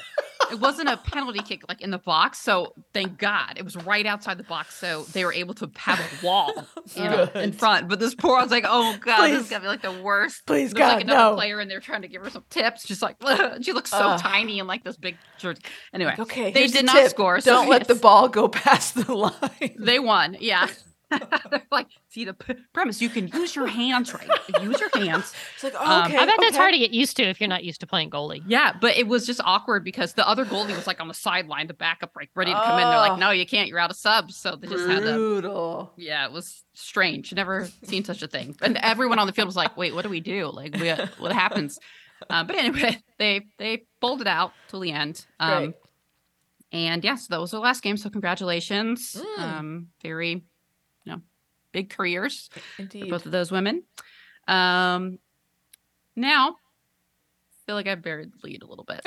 Speaker 4: it wasn't a penalty kick like in the box. So thank God it was right outside the box. So they were able to have a wall you know, in
Speaker 2: Good.
Speaker 4: front. But this poor, I was like, oh God, this
Speaker 2: Please.
Speaker 4: is going to be like the worst.
Speaker 2: Please,
Speaker 4: There's like
Speaker 2: God,
Speaker 4: another
Speaker 2: no.
Speaker 4: player and they're trying to give her some tips. She's like, she looks so
Speaker 2: Ugh.
Speaker 4: tiny and like this big shirt. Anyway,
Speaker 2: Okay.
Speaker 4: they
Speaker 2: here's
Speaker 4: did
Speaker 2: the
Speaker 4: not
Speaker 2: tip.
Speaker 4: score. So
Speaker 2: Don't let the
Speaker 4: yes,
Speaker 2: ball go past the line.
Speaker 4: They won. Yeah. They're like, see the p- premise. You can use your hands, right? Use your hands.
Speaker 2: It's like, okay.
Speaker 4: Um, I
Speaker 3: I bet that's
Speaker 2: okay.
Speaker 3: hard to get used to if you're not used to playing goalie.
Speaker 4: Yeah, but it was just awkward because the other goalie was like on the sideline, the backup, like ready to come in. They're
Speaker 2: Oh.
Speaker 4: like, no, you can't. You're out of subs. So they just had to.
Speaker 2: Brutal.
Speaker 4: Yeah, it was strange. Never seen such a thing. And everyone on the field was like, wait, what do we do? Like, we, what happens? Uh, but anyway, they they pulled it out till the end. Um,
Speaker 2: Great.
Speaker 4: And yes, that was the last game. So congratulations.
Speaker 2: Mm.
Speaker 4: Um, very, you know, big careers for
Speaker 2: Indeed.
Speaker 4: both of those women. Um, now, I feel like I buried the lead a little bit.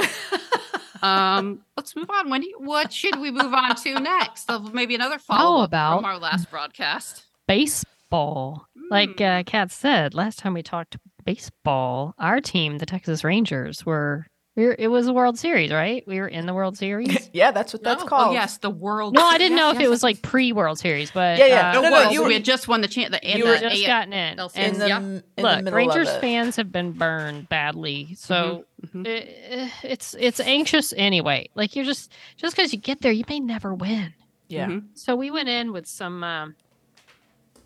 Speaker 4: um, let's move on, Wendy. What should we move on to next? Of maybe another follow up
Speaker 3: about-
Speaker 4: from our last broadcast.
Speaker 3: Baseball. Like
Speaker 2: Mm.
Speaker 3: uh, Kat said, last time we talked baseball, our team, the Texas Rangers, were. We were, it was a World Series, right? We were in the World Series.
Speaker 2: yeah, that's what that's
Speaker 4: No?
Speaker 2: called.
Speaker 4: Oh, yes, the world.
Speaker 3: No, I didn't know
Speaker 4: Yes,
Speaker 3: if
Speaker 4: yes,
Speaker 3: it was like pre-World Series, but
Speaker 2: Yeah, yeah.
Speaker 3: uh,
Speaker 4: It
Speaker 2: No, no,
Speaker 4: was.
Speaker 2: you were-
Speaker 4: we had just won the chance. The,
Speaker 2: you
Speaker 4: and
Speaker 2: were-
Speaker 4: the
Speaker 3: just
Speaker 4: A-
Speaker 3: gotten in.
Speaker 4: LCS.
Speaker 3: And
Speaker 2: In the,
Speaker 4: Yeah.
Speaker 2: in the
Speaker 3: look,
Speaker 2: middle
Speaker 3: Rangers
Speaker 2: of it. Mm-hmm,
Speaker 3: fans have been burned badly, so
Speaker 4: mhm.
Speaker 3: it- it's it's anxious anyway. Like you're just just because you get there, you may never win.
Speaker 2: Yeah.
Speaker 4: Mhm.
Speaker 3: So we went in with some. Um,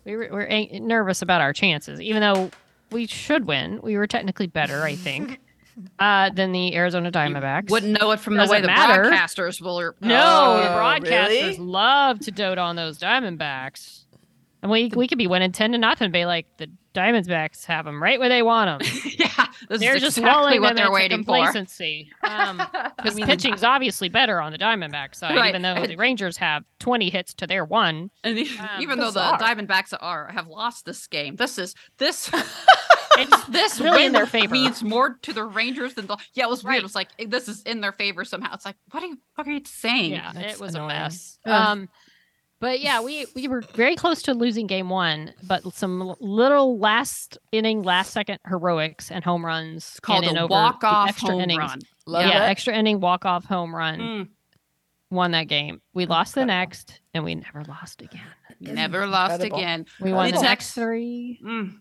Speaker 3: we were, were an- nervous about our chances, even though we should win. We were technically better, I think, uh, than the Arizona Diamondbacks.
Speaker 4: Wouldn't know it from the
Speaker 3: Doesn't
Speaker 4: way the
Speaker 3: matter.
Speaker 4: broadcasters will.
Speaker 3: No, the
Speaker 2: Oh,
Speaker 3: broadcasters
Speaker 2: really?
Speaker 3: love to dote on those Diamondbacks, and we we could be winning ten to nothing. Be like the Diamondbacks have them right where they want them.
Speaker 4: yeah, this
Speaker 3: they're
Speaker 4: is
Speaker 3: just
Speaker 4: exactly
Speaker 3: lulling
Speaker 4: what
Speaker 3: them
Speaker 4: they're
Speaker 3: into
Speaker 4: waiting for.
Speaker 3: complacency. Because pitching's obviously better on the Diamondback side,
Speaker 4: Right.
Speaker 3: even though the Rangers have twenty hits to their one.
Speaker 4: And e-
Speaker 3: Um,
Speaker 4: even though the
Speaker 3: bizarre.
Speaker 4: Diamondbacks are have lost this game, this is this
Speaker 3: It's
Speaker 4: this
Speaker 3: really in
Speaker 4: win
Speaker 3: their favor.
Speaker 4: means more to the Rangers than the yeah. It was weird.
Speaker 3: Right.
Speaker 4: It was like eh, this is in their favor somehow. It's like what are you what are you saying?
Speaker 3: yeah,
Speaker 2: That's
Speaker 3: it was
Speaker 2: annoying.
Speaker 3: a mess.
Speaker 4: Ugh.
Speaker 3: Um, but yeah, we we were very close to losing game one, but some l- little last inning, last second heroics and home runs
Speaker 4: It's called
Speaker 3: in and
Speaker 4: a
Speaker 3: over
Speaker 4: walk
Speaker 3: the
Speaker 4: off
Speaker 3: extra
Speaker 4: home
Speaker 3: innings.
Speaker 4: run.
Speaker 2: Love
Speaker 3: yeah,
Speaker 2: it.
Speaker 3: extra inning walk off home run
Speaker 4: Mm,
Speaker 3: won that game. We lost the
Speaker 2: Incredible.
Speaker 3: next, and we never lost again.
Speaker 4: never lost
Speaker 2: Incredible.
Speaker 4: again.
Speaker 3: We won the
Speaker 4: Incredible.
Speaker 3: next three.
Speaker 4: Mm.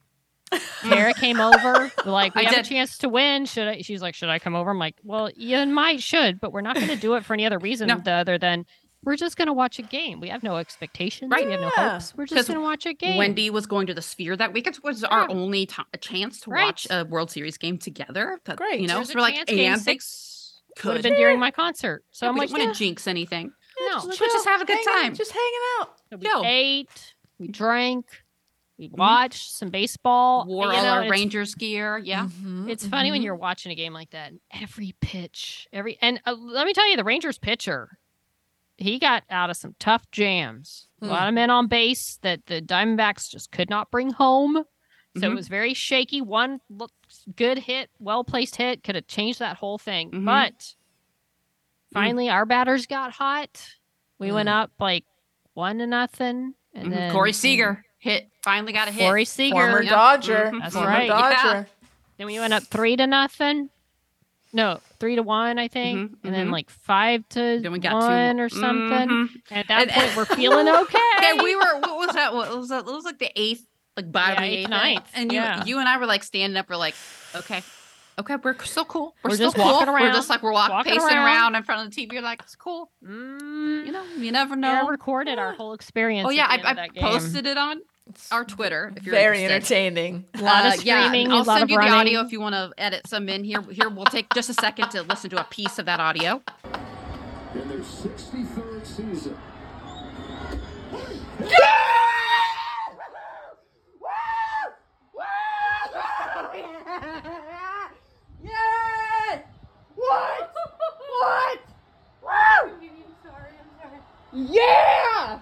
Speaker 3: Tara came over. We're like, we
Speaker 4: I
Speaker 3: have
Speaker 4: did-
Speaker 3: a chance to win. Should I? She's like, should I come over? I'm like, well, you might should, but we're not going to do it for any other reason
Speaker 4: No.
Speaker 3: th- other than we're just going to watch a game. We have no expectations.
Speaker 4: Right.
Speaker 3: We have no
Speaker 2: Yeah.
Speaker 3: hopes. We're
Speaker 4: 'Cause
Speaker 3: just going to watch a game.
Speaker 4: Wendy was going to the Sphere that week. It was our only to- chance to
Speaker 3: Right.
Speaker 4: watch a World Series game together. That,
Speaker 2: Great.
Speaker 4: you know,
Speaker 3: There's
Speaker 4: so
Speaker 3: a
Speaker 4: we're like,
Speaker 3: chance game
Speaker 4: and they
Speaker 3: Would have
Speaker 4: could.
Speaker 3: been during my concert. So
Speaker 4: Yeah,
Speaker 3: I'm
Speaker 4: we
Speaker 3: like,
Speaker 4: didn't want
Speaker 3: yeah,
Speaker 4: to jinx anything.
Speaker 3: no.
Speaker 4: Let's just have a good
Speaker 2: hanging-
Speaker 4: time.
Speaker 2: Just hanging out.
Speaker 3: So
Speaker 4: chill. Mm-hmm.
Speaker 3: we ate. We drank. We watched some baseball.
Speaker 4: Wore
Speaker 3: you
Speaker 4: all
Speaker 3: know,
Speaker 4: our
Speaker 3: it's-
Speaker 4: Rangers gear. Yeah.
Speaker 2: Mhm,
Speaker 3: It's funny when
Speaker 2: mhm.
Speaker 4: mm-hmm.
Speaker 3: you're watching a game like that. And every pitch, every and uh, let me tell you, the Rangers pitcher, he got out of some tough jams.
Speaker 4: Hmm.
Speaker 3: A lot of men on base that the Diamondbacks just could not bring home. So
Speaker 4: Mhm.
Speaker 3: it was very shaky. One look, good hit, well placed hit, could have changed that whole thing.
Speaker 4: Mhm.
Speaker 3: But
Speaker 4: Mm.
Speaker 3: finally, our batters got hot. We went up like one to nothing, and
Speaker 4: Mhm.
Speaker 3: then
Speaker 4: Mm. Corey Seager hit finally got a hit.
Speaker 3: Corey Seager.
Speaker 2: Mm-hmm. Former
Speaker 4: Yeah.
Speaker 2: Dodger.
Speaker 4: Mhm.
Speaker 3: That's
Speaker 2: former
Speaker 3: right.
Speaker 2: Dodger.
Speaker 3: Then we went up three to nothing. No, three to one, I think.
Speaker 4: Mhm,
Speaker 3: And then
Speaker 4: mhm.
Speaker 3: like five to
Speaker 4: Then we got two
Speaker 3: one
Speaker 4: mo-
Speaker 3: or something.
Speaker 4: Mhm.
Speaker 3: And at that
Speaker 4: And-
Speaker 3: point, we're feeling okay.
Speaker 4: Okay, we were. What was that? What was that? It was like the eighth, like
Speaker 3: Yeah,
Speaker 4: bottom of the
Speaker 3: eighth,
Speaker 4: eighth,
Speaker 3: ninth,
Speaker 4: And you,
Speaker 3: yeah.
Speaker 4: you and I were like standing up. We're like, okay, okay, we're still cool. We're,
Speaker 3: We're
Speaker 4: still
Speaker 3: just walking
Speaker 4: cool. We're
Speaker 3: around,
Speaker 4: just like we're walking,
Speaker 3: walking
Speaker 4: pacing
Speaker 3: around.
Speaker 4: around. in front of the TV. You're like, it's cool.
Speaker 3: Mm,
Speaker 4: You know, you never
Speaker 3: yeah, I
Speaker 4: know.
Speaker 3: recorded our whole experience.
Speaker 4: Oh yeah,
Speaker 3: at the end
Speaker 4: I,
Speaker 3: of
Speaker 4: I
Speaker 3: that game.
Speaker 4: posted it on our Twitter. If you're
Speaker 2: Very
Speaker 4: interested.
Speaker 2: entertaining.
Speaker 3: A lot of
Speaker 4: Uh, yeah,
Speaker 3: screaming, a
Speaker 4: I'll
Speaker 3: lot
Speaker 4: send
Speaker 3: of
Speaker 4: you
Speaker 3: running.
Speaker 4: the audio if you want to edit some in here. Here, we'll take just a second to listen to a piece of that audio.
Speaker 5: in their 63rd season.
Speaker 6: Yes! What? What? Woo! Yeah!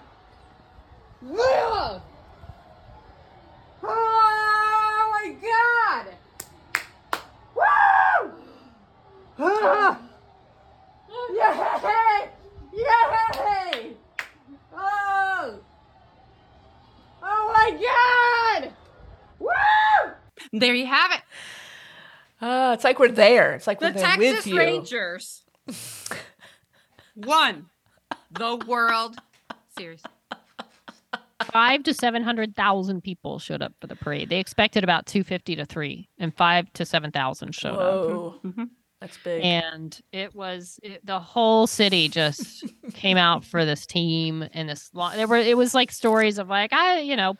Speaker 6: Live! Oh my god! Woo! Ah! Yay! Yay! Oh! Oh my god! Woo!
Speaker 4: There you have it.
Speaker 2: Ah, it's like we're there. It's like
Speaker 4: The
Speaker 2: we're there
Speaker 4: Texas
Speaker 2: with you.
Speaker 4: Rangers. won the World Series.
Speaker 3: Five to seven hundred thousand people showed up for the parade. They expected about two fifty to three, and five to seven thousand showed up.
Speaker 2: Whoa, that's big.
Speaker 3: and it was it, the whole city just came out for this team and this lo- there were it was like stories of like i you know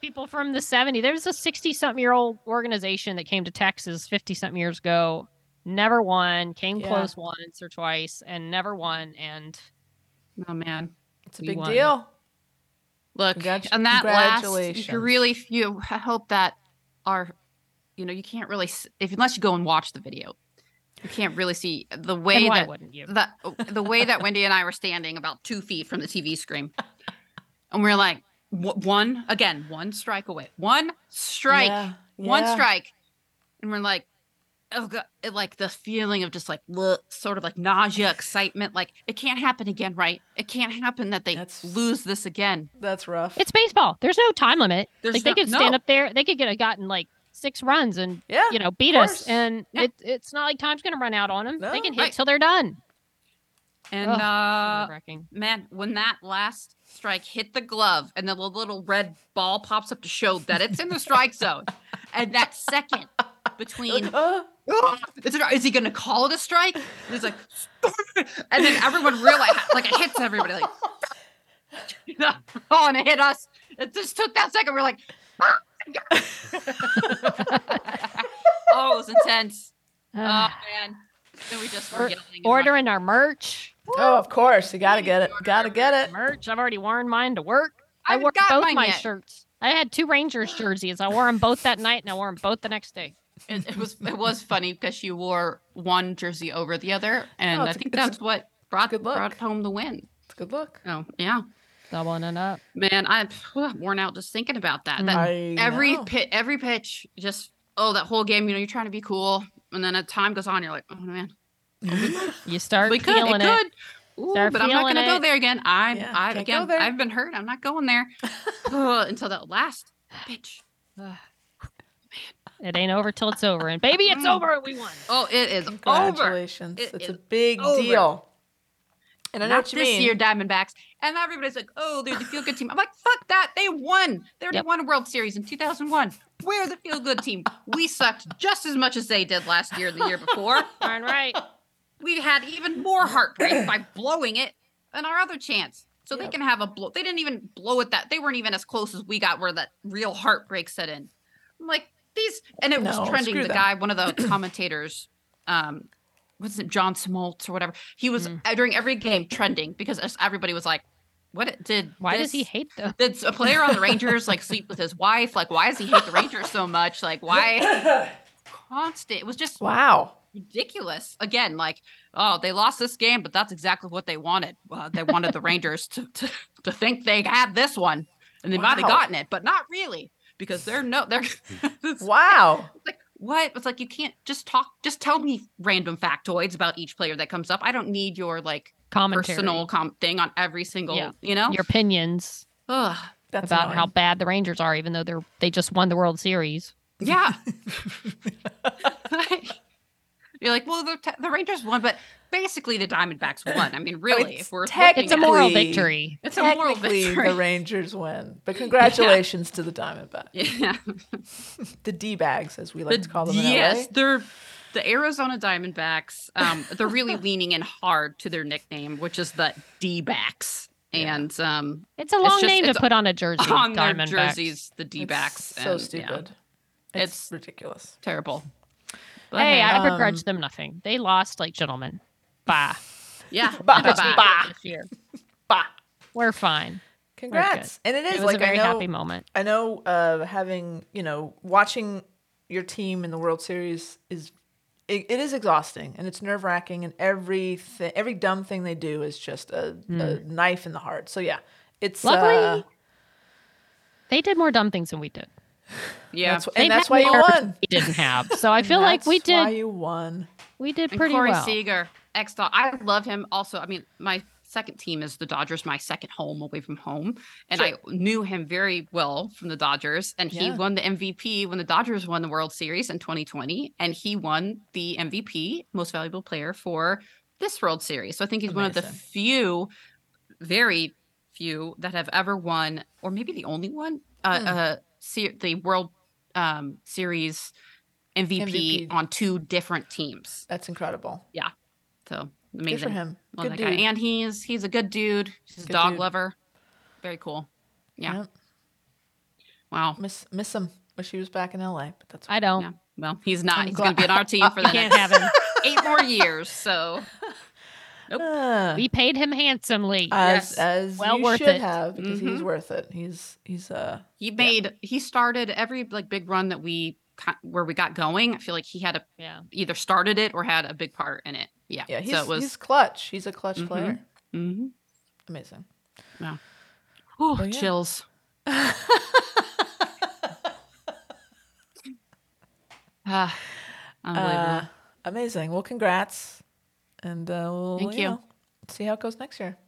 Speaker 3: people from the 70 there was a 60 something year old organization that came to texas 50 something years ago never won came
Speaker 2: Yeah.
Speaker 3: close once or twice and never won and
Speaker 4: Oh man.
Speaker 2: it's a
Speaker 3: we
Speaker 2: big
Speaker 3: won.
Speaker 2: deal.
Speaker 4: Look,
Speaker 2: Congratu-
Speaker 4: on that last, you
Speaker 2: congratulations.
Speaker 4: really few. I hope that our, you know, you can't really s- if unless you go and watch the video, you can't really see the way
Speaker 3: and why
Speaker 4: that
Speaker 3: wouldn't you
Speaker 4: the the way that Wendy and I were standing about two feet from the TV screen, and we are like w- one again, one strike away, one strike,
Speaker 2: Yeah,
Speaker 4: one
Speaker 2: yeah.
Speaker 4: strike, and we're like, oh god, it, like the feeling of just like bleh, sort of like nausea, excitement, like it can't happen again, right? It can't happen that they
Speaker 2: That's-
Speaker 4: lose this again.
Speaker 2: That's rough.
Speaker 3: it's baseball there's no time limit
Speaker 4: There's
Speaker 3: like they
Speaker 4: no-
Speaker 3: could stand
Speaker 4: no.
Speaker 3: up there they could get a gotten like six runs and
Speaker 2: yeah,
Speaker 3: you know beat
Speaker 2: of
Speaker 3: us
Speaker 2: course.
Speaker 3: and
Speaker 4: Yeah.
Speaker 3: it, it's not like time's gonna run out on them
Speaker 2: No.
Speaker 3: they can hit
Speaker 4: Right.
Speaker 3: till they're done
Speaker 4: And
Speaker 3: Ugh,
Speaker 4: uh,
Speaker 3: Nerve-wracking.
Speaker 4: man, when that last strike hit the glove and then the little red ball pops up to show that it's in the strike zone, and that second between
Speaker 2: Uh,
Speaker 4: is, it, is he going to call it a strike? And he's like, and then everyone realized like it hits everybody like, oh, and it hit us. It just took that second. We're like, "Ah, God." oh, it was intense. Oh
Speaker 3: Ugh.
Speaker 4: man. Then we just
Speaker 3: Or-
Speaker 4: were yelling and laughing.
Speaker 3: ordering our merch.
Speaker 2: oh, of course, you gotta get it. Gotta get it.
Speaker 3: Merch. I've already worn mine to work. I,
Speaker 4: I haven't
Speaker 3: wore
Speaker 4: got
Speaker 3: both
Speaker 4: mine
Speaker 3: my
Speaker 4: yet.
Speaker 3: shirts. I had two Rangers jerseys. I wore them both that night, and I wore them both the next day.
Speaker 4: It, it was it was funny because she wore one jersey over the other, and
Speaker 2: No,
Speaker 4: I
Speaker 2: Oh, it's-
Speaker 4: think
Speaker 2: it's-
Speaker 4: that's what brought
Speaker 2: good look.
Speaker 4: brought home the win.
Speaker 2: It's a good look.
Speaker 4: Oh yeah,
Speaker 3: Doubling it up.
Speaker 4: man, I'm ugh, worn out just thinking about that. That
Speaker 2: I
Speaker 4: every
Speaker 2: know.
Speaker 4: pit, every pitch, just oh that whole game. You know, you're trying to be cool, and then as time goes on, you're like, oh man,
Speaker 3: You start
Speaker 4: we could,
Speaker 3: feeling
Speaker 4: it
Speaker 3: it.
Speaker 4: could. Ooh,
Speaker 3: Start
Speaker 4: but I'm not
Speaker 3: feeling
Speaker 4: gonna go
Speaker 3: it.
Speaker 4: there again. I'm
Speaker 2: Yeah,
Speaker 4: I
Speaker 2: can't go
Speaker 4: again.
Speaker 2: there.
Speaker 4: I've been hurt. I'm not going there Ugh, until that last pitch. Ugh.
Speaker 3: it. ain't over till it's over, and baby, it's
Speaker 4: Mm.
Speaker 3: over. and We won.
Speaker 4: Oh, it is over.
Speaker 2: Congratulations.
Speaker 4: It
Speaker 2: it's
Speaker 4: is
Speaker 2: a big
Speaker 4: over.
Speaker 2: deal. And I know
Speaker 4: Not
Speaker 2: what you
Speaker 4: this
Speaker 2: mean.
Speaker 4: year, Diamondbacks. And everybody's like, oh, they're the feel good team. I'm like, fuck that. They won. They already
Speaker 3: Yep.
Speaker 4: won a World Series in 2001. We're the feel good team. We sucked just as much as they did last year and the year before.
Speaker 3: Darn right.
Speaker 4: We had even more heartbreak by blowing it on our other chance. So they
Speaker 2: Yep.
Speaker 4: can have a blow. They didn't even blow it that. They weren't even as close as we got where that real heartbreak set in. I'm like, these. And it
Speaker 2: No,
Speaker 4: was trending.
Speaker 2: screw
Speaker 4: The
Speaker 2: them.
Speaker 4: guy, one of the commentators, um, was it John Smoltz or whatever? He was
Speaker 3: Mm.
Speaker 4: uh, during every game trending because us- everybody was like, "What it- did?
Speaker 3: Why does he
Speaker 4: this-
Speaker 3: hate them?
Speaker 4: Did a player on the Rangers like sleep with his wife? Like, why does he hate the Rangers so much? Like, why?" Constant. It was just
Speaker 2: Wow.
Speaker 4: ridiculous. Again, like, oh, they lost this game, but that's exactly what they wanted. Uh, they wanted the Rangers to, to to think they had this one, and they might have
Speaker 2: Wow.
Speaker 4: gotten it, but not really because they're no, they're
Speaker 3: Hmm.
Speaker 4: it's
Speaker 2: Wow.
Speaker 4: like what? It's like you can't just talk. Just tell me random factoids about each player that comes up. I don't need your like
Speaker 3: Commentary.
Speaker 4: personal com- thing on every single.
Speaker 3: Yeah.
Speaker 4: You know.
Speaker 3: Your opinions
Speaker 4: Ugh.
Speaker 2: That's
Speaker 3: about how
Speaker 2: annoying.
Speaker 3: bad the Rangers are, even though they're they just won the World Series.
Speaker 4: Yeah. You're like, well, the, the Rangers won, but basically the Diamondbacks won. I mean, really,
Speaker 2: it's
Speaker 4: if we're
Speaker 2: tech-
Speaker 4: looking
Speaker 3: It's a
Speaker 4: at-
Speaker 3: moral
Speaker 2: Exactly.
Speaker 3: victory.
Speaker 4: it's a moral
Speaker 2: Technically,
Speaker 4: victory.
Speaker 2: the Rangers win, but congratulations to the Diamondbacks,
Speaker 4: yeah.
Speaker 2: the D bags, as we like to call them. In
Speaker 4: yes,
Speaker 2: LA.
Speaker 4: they're the Arizona Diamondbacks. Um, they're really leaning in hard to their nickname, which is the D-backs.
Speaker 2: Yeah.
Speaker 4: And um,
Speaker 3: It's a long
Speaker 4: just-
Speaker 3: name to
Speaker 4: it's
Speaker 3: put on a jersey.
Speaker 4: on their
Speaker 3: Diamondbacks.
Speaker 4: jerseys, the
Speaker 2: It's
Speaker 4: D-backs.
Speaker 2: So
Speaker 4: and, yeah,
Speaker 2: stupid. It's,
Speaker 4: It's-
Speaker 2: ridiculous.
Speaker 4: terrible. But
Speaker 3: Hey, I
Speaker 2: Um,
Speaker 3: begrudge them nothing. They lost like gentlemen. Bye.
Speaker 4: yeah,
Speaker 2: Bah,
Speaker 4: bye-bye.
Speaker 2: bah, bah,
Speaker 3: This year.
Speaker 2: bah.
Speaker 3: We're fine.
Speaker 2: Congrats, and it is
Speaker 3: It was
Speaker 2: like
Speaker 3: a very
Speaker 2: I know,
Speaker 3: happy moment.
Speaker 2: I know uh, having you know watching your team in the World Series is it, it is exhausting and it's nerve wracking and every thi- every dumb thing they do is just a, a knife in the heart. So yeah, it's
Speaker 3: Hmm. Luckily,
Speaker 2: uh,
Speaker 3: They did more dumb things than we did.
Speaker 4: Yeah.
Speaker 2: that's,
Speaker 3: They
Speaker 2: and that's
Speaker 3: had
Speaker 2: why you
Speaker 3: more
Speaker 2: won.
Speaker 3: We didn't have. So I feel like we
Speaker 2: That's Why
Speaker 3: did.
Speaker 2: you won?
Speaker 3: We did
Speaker 4: And
Speaker 3: pretty
Speaker 4: Corey
Speaker 3: well.
Speaker 4: Seager, ex dog. I love him. Also, I mean, my second team is the Dodgers, my second home away from home. And I knew him very well from the Dodgers. And he
Speaker 2: Yeah.
Speaker 4: won the MVP when the Dodgers won the World Series in 2020. And he won the MVP, most valuable player for this World Series. So I think he's one of the
Speaker 2: Amazing.
Speaker 4: few, very few that have ever won, or maybe the only one, uh,
Speaker 3: Hmm.
Speaker 4: uh, se- the World um, Series MVP,
Speaker 2: MVP.
Speaker 4: on two different teams.
Speaker 2: That's incredible.
Speaker 4: Yeah, so amazing.
Speaker 2: Good for him.
Speaker 4: Love
Speaker 2: Good
Speaker 4: that guy.
Speaker 2: dude.
Speaker 4: And he's he's a good dude. He's a
Speaker 2: Good
Speaker 4: dog
Speaker 2: dude.
Speaker 4: lover. Very cool. Yeah.
Speaker 2: Yep.
Speaker 4: Wow.
Speaker 2: Miss miss him. Wish he was back in LA, but that's
Speaker 3: I don't.
Speaker 4: Yeah. Well, he's not.
Speaker 2: I'm
Speaker 4: he's
Speaker 2: glad-
Speaker 4: gonna be on our team for the
Speaker 3: Can't
Speaker 4: next
Speaker 3: have him.
Speaker 4: eight more years. So
Speaker 2: Uh,
Speaker 3: We paid him handsomely.
Speaker 2: as
Speaker 4: yes.
Speaker 2: as
Speaker 3: Well
Speaker 2: you
Speaker 3: worth
Speaker 2: should
Speaker 3: it.
Speaker 2: have because he's
Speaker 4: Mhm.
Speaker 2: worth it. He's he's uh
Speaker 4: he made he started every like big run that we ki- where we got going. I feel like he had a
Speaker 3: yeah.
Speaker 4: either started it or had a big part in it. Yeah.
Speaker 2: yeah he's
Speaker 4: so it was.
Speaker 2: he's clutch. He's a clutch
Speaker 4: Mhm.
Speaker 2: player.
Speaker 4: Mhm.
Speaker 2: Amazing.
Speaker 4: Whew,
Speaker 2: Well, yeah.
Speaker 4: Chills. Ah, unbelievable.
Speaker 2: Uh, amazing. Well, congrats, and uh, we'll
Speaker 4: Thank you.
Speaker 2: know, see how it goes next year.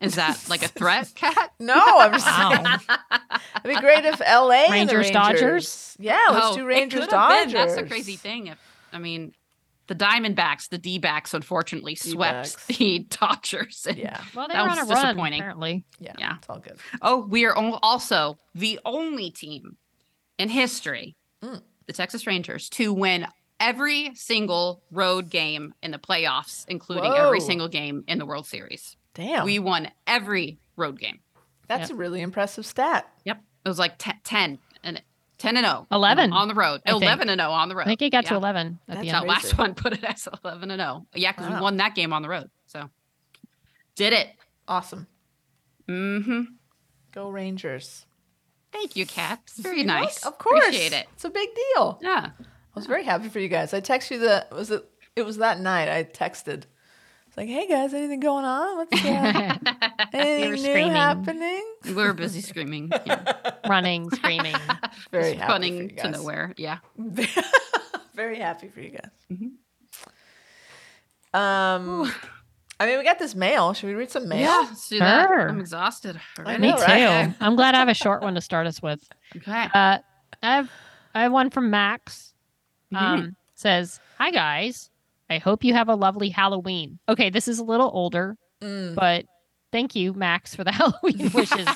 Speaker 4: Is that like a threat, Kat?
Speaker 2: No, I'm just saying.
Speaker 3: Wow.
Speaker 2: It'd be great if LA and the
Speaker 3: Rangers, Dodgers?
Speaker 2: Yeah, let's
Speaker 4: Oh,
Speaker 2: do
Speaker 4: it
Speaker 2: Rangers
Speaker 4: could have
Speaker 2: Dodgers.
Speaker 4: been. That's the crazy thing. If I mean, the Diamondbacks, the D-backs, unfortunately
Speaker 2: D-backs.
Speaker 4: swept the Dodgers. And-
Speaker 2: Yeah,
Speaker 3: Well, they
Speaker 4: That
Speaker 3: were
Speaker 4: was
Speaker 3: on a run,
Speaker 4: disappointing.
Speaker 3: apparently.
Speaker 2: yeah,
Speaker 4: Yeah.
Speaker 2: It's all good.
Speaker 4: Oh, we are al- also the only team in history,
Speaker 2: Mm.
Speaker 4: the Texas Rangers, to win every single road game in the playoffs, including every
Speaker 2: Whoa.
Speaker 4: single game in the World Series.
Speaker 2: Damn,
Speaker 4: We won every road game.
Speaker 2: that's
Speaker 3: yeah.
Speaker 2: a really impressive stat.
Speaker 4: Yep, it was like te- ten and ten and zero.
Speaker 3: 11,
Speaker 4: on the road.
Speaker 3: I think.
Speaker 4: Eleven and zero on the road.
Speaker 3: I think it got to
Speaker 4: Yeah.
Speaker 3: 11 at
Speaker 2: That's
Speaker 3: the
Speaker 4: Yeah,
Speaker 3: end.
Speaker 4: that
Speaker 2: crazy.
Speaker 4: last one put it as 11 and 0. Yeah, because
Speaker 2: Wow.
Speaker 4: we won that game on the road. So did it.
Speaker 2: Awesome.
Speaker 4: hmm
Speaker 2: Go Rangers.
Speaker 4: Thank you, Kat. It's very
Speaker 2: You're welcome.
Speaker 4: nice.
Speaker 2: Of course,
Speaker 4: Appreciate it.
Speaker 2: It's a big deal.
Speaker 4: Yeah.
Speaker 2: I was very happy for you guys. I texted you the was it it was that night I texted. It's like, hey guys, anything going on? What's uh, anything
Speaker 3: were
Speaker 2: new
Speaker 3: screaming.
Speaker 2: happening?
Speaker 4: We were busy screaming. Yeah.
Speaker 3: Running, screaming.
Speaker 2: Very
Speaker 4: Just
Speaker 2: happy for
Speaker 4: running
Speaker 2: you
Speaker 4: to
Speaker 2: guys.
Speaker 4: nowhere. Yeah.
Speaker 2: very happy for you guys.
Speaker 4: Mhm.
Speaker 2: Um, I mean, we got this mail. Should we read some mail?
Speaker 4: Yeah. Let's do that.
Speaker 3: Sure.
Speaker 4: I'm exhausted.
Speaker 2: I
Speaker 4: already.
Speaker 3: Me
Speaker 2: know,
Speaker 3: too.
Speaker 2: right?
Speaker 3: I'm glad I have a short one to start us with.
Speaker 4: Okay.
Speaker 3: Uh, I have I have one from Max.
Speaker 4: Hmm.
Speaker 3: Um, says, "Hi guys, I hope you have a lovely Halloween." Okay, this is a little older,
Speaker 2: Mm.
Speaker 3: but thank you, Max, for the Halloween wishes.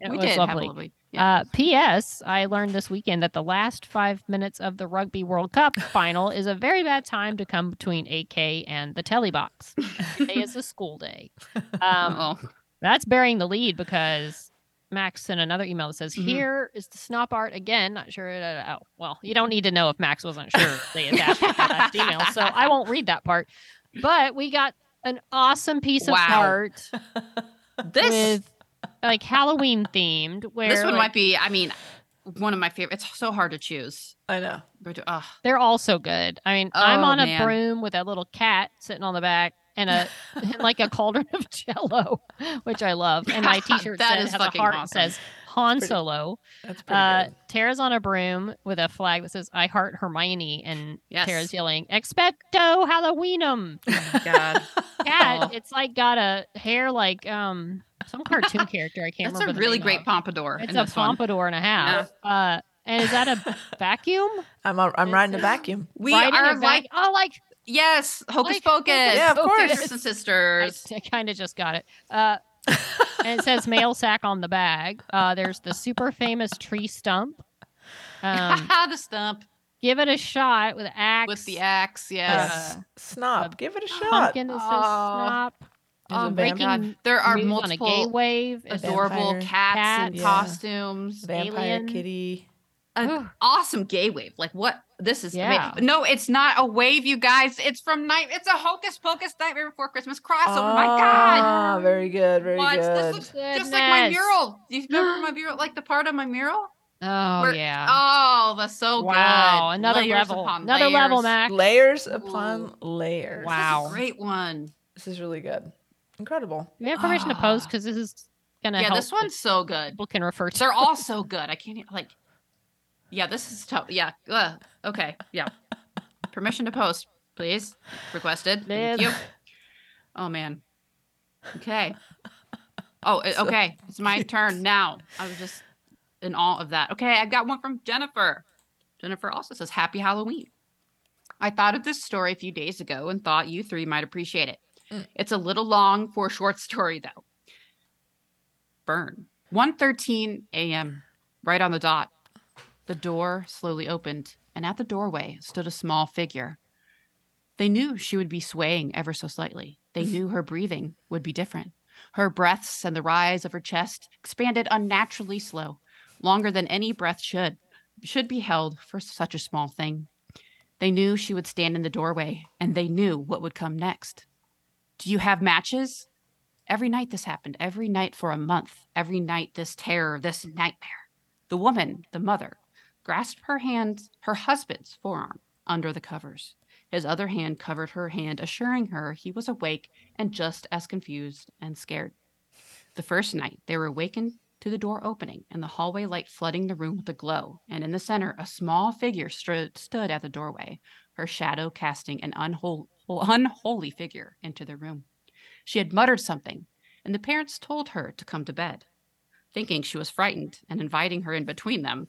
Speaker 3: It
Speaker 4: we
Speaker 3: was
Speaker 4: did have a
Speaker 3: lovely.
Speaker 4: lovely. Yeah.
Speaker 3: Uh, P.S. I learned this weekend that the last five minutes of the Rugby World Cup final is a very bad time to come between AK and the telly box. Today is a school day. Um,
Speaker 4: oh,
Speaker 3: that's burying the lead because Max sent another email that says,
Speaker 4: Mhm.
Speaker 3: "Here is the snop art again. Not sure. uh, Oh, well, you don't need to know if Max wasn't sure they attached it to the last email, so I won't read that part. But we got an awesome piece of
Speaker 4: Wow.
Speaker 3: art
Speaker 4: this
Speaker 3: with like Halloween themed. Where
Speaker 4: this one
Speaker 3: like,
Speaker 4: might be. I mean, one of my favorite. It's so hard to choose.
Speaker 2: I know.
Speaker 4: But, uh,
Speaker 3: they're all so good. I mean, I'm
Speaker 4: Oh,
Speaker 3: on a
Speaker 4: man.
Speaker 3: broom with a little cat sitting on the back." And a and like a cauldron of Jello, which I love, and my T-shirt
Speaker 4: That
Speaker 3: said,
Speaker 4: is
Speaker 3: has a
Speaker 4: fucking
Speaker 3: heart
Speaker 4: awesome.
Speaker 3: that says Han
Speaker 2: Pretty-
Speaker 3: Solo.
Speaker 2: That's pretty
Speaker 3: Uh,
Speaker 2: good.
Speaker 3: Tara's on a broom with a flag that says "I heart Hermione," and
Speaker 4: Yes. Oh
Speaker 3: Tara's yelling "Expecto Halloweenum!"
Speaker 4: God.
Speaker 3: Cat,
Speaker 4: Oh.
Speaker 3: it's like got a hair like um some cartoon character. I can't
Speaker 4: That's
Speaker 3: remember.
Speaker 4: a
Speaker 3: the
Speaker 4: really
Speaker 3: name
Speaker 4: great
Speaker 3: of.
Speaker 4: pompadour.
Speaker 3: It's
Speaker 4: in
Speaker 3: a
Speaker 4: this one.
Speaker 3: pompadour and a half. Uh, and is that a vacuum?
Speaker 2: I'm a, I'm riding a vacuum.
Speaker 4: We
Speaker 3: Riding a
Speaker 4: are
Speaker 3: vac-
Speaker 4: like
Speaker 3: oh, like
Speaker 4: Yes, Hocus
Speaker 3: Like,
Speaker 4: Pocus.
Speaker 3: Yeah,
Speaker 2: of course.
Speaker 4: Sisters and
Speaker 3: I,
Speaker 4: sisters.
Speaker 3: kind of just got it. Uh, and it says mail sack on the bag. Uh, there's the super famous tree stump. Um,
Speaker 4: the stump
Speaker 3: give it a shot with axe.
Speaker 4: with the axe. Yes.
Speaker 2: S- snob, give it a shot. Um,
Speaker 3: Pumpkin is so
Speaker 4: Aw.
Speaker 3: snop.
Speaker 2: There's a
Speaker 4: oh my
Speaker 2: vamp-
Speaker 4: god, there are
Speaker 3: moves on a gay
Speaker 4: multiple
Speaker 3: wave. It's
Speaker 4: adorable
Speaker 2: Vampire
Speaker 4: cats and
Speaker 3: cats.
Speaker 4: costumes.
Speaker 2: Vampire
Speaker 3: alien.
Speaker 2: kitty.
Speaker 4: An
Speaker 3: Ugh.
Speaker 4: awesome gay wave. Like what? This is ama-
Speaker 3: Yeah.
Speaker 4: no, it's not a wave, you guys. It's from night. It's a Hocus Pocus Nightmare Before Christmas crossover. Oh my god.
Speaker 2: Ah, Very good. Very
Speaker 4: What? This
Speaker 2: good.
Speaker 4: looks just like my
Speaker 3: Goodness.
Speaker 4: mural. Do you remember my mural? Like the part of my mural?
Speaker 3: Oh
Speaker 4: Where-
Speaker 3: yeah.
Speaker 4: Oh, that's so good.
Speaker 3: wow. Another
Speaker 4: Layers
Speaker 3: level.
Speaker 4: upon
Speaker 3: Another level,
Speaker 4: layers.
Speaker 3: Max.
Speaker 2: layers upon layers.
Speaker 3: Wow.
Speaker 4: This is a great one.
Speaker 2: This is really good. Incredible.
Speaker 3: We have permission to post
Speaker 4: Ah.
Speaker 3: because this is gonna
Speaker 4: Yeah,
Speaker 3: help
Speaker 4: this one's so good.
Speaker 3: people can refer to.
Speaker 4: They're all so good. I can't e- like. Yeah, this is tough. Yeah. Ugh. Okay. Yeah. Permission to post, please. Requested. Thank you.
Speaker 3: Live.
Speaker 4: Oh man. Okay. Oh, i- okay. It's my turn now. I was just in awe of that. Okay, I got one from Jennifer. Jennifer also says, "Happy Halloween." I thought of this story a few days ago and thought you three might appreciate it. It's a little long for a short story, though. Burn. 1.13 a.m., right on the dot. The door slowly opened, and at the doorway stood a small figure. They knew she would be swaying ever so slightly. They knew her breathing would be different. Her breaths and the rise of her chest expanded unnaturally slow, longer than any breath should, should be held for such a small thing. They knew she would stand in the doorway, and they knew what would come next. Do you have matches? Every night this happened, every night for a month, every night this terror, this nightmare. The woman, the mother, grasped her hand, her husband's forearm under the covers. His other hand covered her hand, assuring her he was awake and just as confused and scared. The first night, they were awakened to the door opening and the hallway light flooding the room with a glow, and in the center, a small figure stra- stood at the doorway, her shadow casting an unhol- unholy figure into the room. She had muttered something, and the parents told her to come to bed. Thinking she was frightened and inviting her in between them,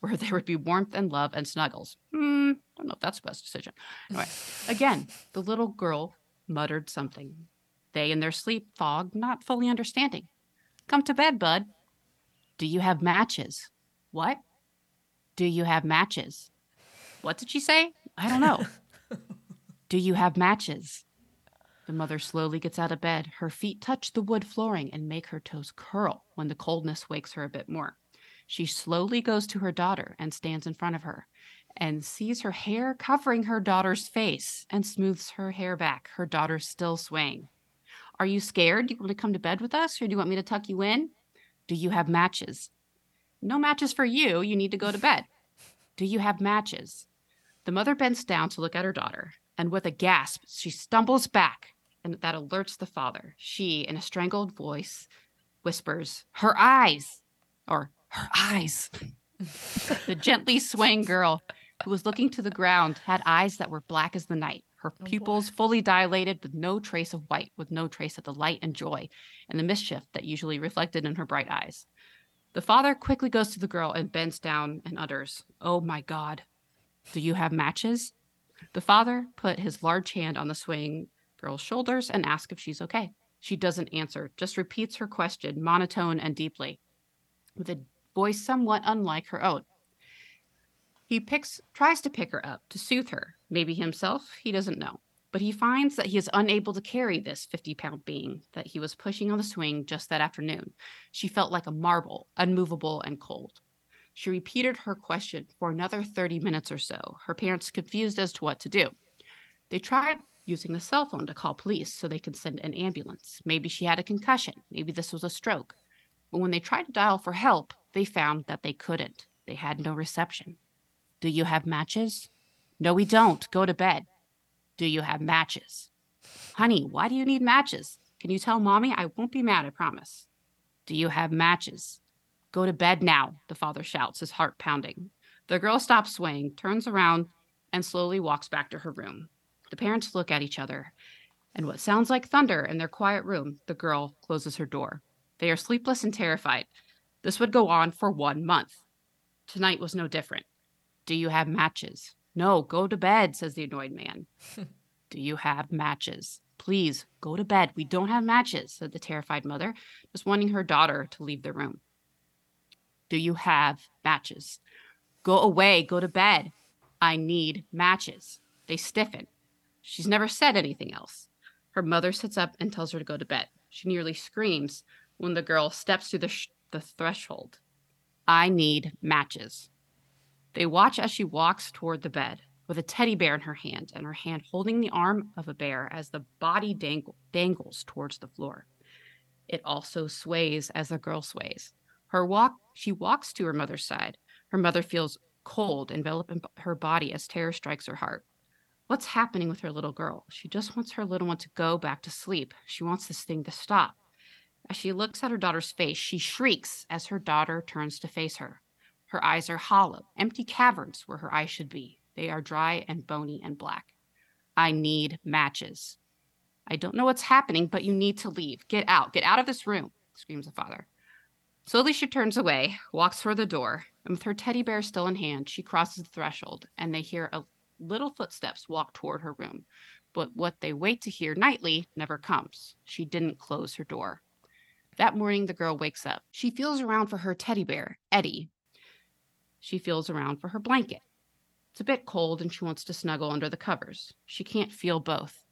Speaker 4: where there would be warmth and love and snuggles. Hmm, don't know if that's the best decision. Anyway, again, the little girl muttered something. They, in their sleep fog, not fully understanding. Come to bed, bud. Do you have matches? What? Do you have matches? What did she say? I don't know. Do you have matches? The mother slowly gets out of bed. Her feet touch the wood flooring and make her toes curl when the coldness wakes her a bit more. She slowly goes to her daughter and stands in front of her and sees her hair covering her daughter's face and smooths her hair back, her daughter still swaying. Are you scared? Do you want to come to bed with us or do you want me to tuck you in? Do you have matches? No matches for you. You need to go to bed. Do you have matches? The mother bends down to look at her daughter, and with a gasp, she stumbles back, and that alerts the father. She, in a strangled voice, whispers, Her eyes! Or, Her eyes! the gently swaying girl, who was looking to the ground, had eyes that were black as the night, her pupils fully dilated with no trace of white, with no trace of the light and joy and the mischief that usually reflected in her bright eyes. The father quickly goes to the girl and bends down and utters, Oh my God, do you have matches? The father put his large hand on the swaying girl's shoulders and asks if she's okay. She doesn't answer, just repeats her question, monotone and deeply, with a voice somewhat unlike her own. He picks tries to pick her up to soothe her. Maybe himself, he doesn't know. But he finds that he is unable to carry this 50 pound being that he was pushing on the swing just that afternoon. She felt like a marble, unmovable and cold. She repeated her question for another 30 minutes or so, her parents confused as to what to do. They tried using the cell phone to call police so they could send an ambulance. Maybe she had a concussion. Maybe this was a stroke. But when they tried to dial for help, they found that they couldn't. They had no reception. Do you have matches? No, we don't. Go to bed. Do you have matches? Honey, why do you need matches? Can you tell mommy? I won't be mad, I promise. Do you have matches? Go to bed now, the father shouts, his heart pounding. The girl stops swaying, turns around, and slowly walks back to her room. The parents look at each other, and what sounds like thunder in their quiet room, the girl closes her door. They are sleepless and terrified. This would go on for one month. Tonight was no different. Do you have matches? No, go to bed, says the annoyed man. Do you have matches? Please go to bed. We don't have matches, said the terrified mother, just wanting her daughter to leave the room. Do you have matches? Go away, go to bed. I need matches. They stiffen. She's never said anything else. Her mother sits up and tells her to go to bed. She nearly screams when the girl steps through the, sh- the threshold. I need matches. They watch as she walks toward the bed with a teddy bear in her hand and her hand holding the arm of a bear as the body dangle- dangles towards the floor. It also sways as the girl sways. Her walk, she walks to her mother's side. Her mother feels cold envelop in her body as terror strikes her heart. What's happening with her little girl? She just wants her little one to go back to sleep. She wants this thing to stop. As she looks at her daughter's face, she shrieks as her daughter turns to face her. Her eyes are hollow, empty caverns where her eyes should be. They are dry and bony and black. I need matches. I don't know what's happening, but you need to leave. Get out. Get out of this room, screams the father. Slowly she turns away, walks toward the door, and with her teddy bear still in hand, she crosses the threshold, and they hear a Little footsteps walk toward her room, but what they wait to hear nightly never comes. She didn't close her door. That morning, the girl wakes up. She feels around for her teddy bear, Eddie. She feels around for her blanket. It's a bit cold and she wants to snuggle under the covers. She can't feel both.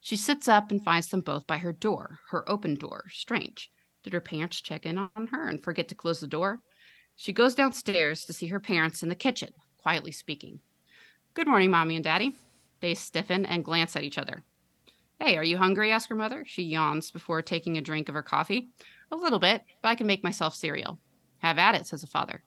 Speaker 4: She sits up and finds them both by her door, her open door. Strange. Did her parents check in on her and forget to close the door? She goes downstairs to see her parents in the kitchen, quietly speaking. Good morning, Mommy and Daddy. They stiffen and glance at each other. Hey, are you hungry? asks her mother. She yawns before taking a drink of her coffee. A little bit, but I can make myself cereal. Have at it, says the father.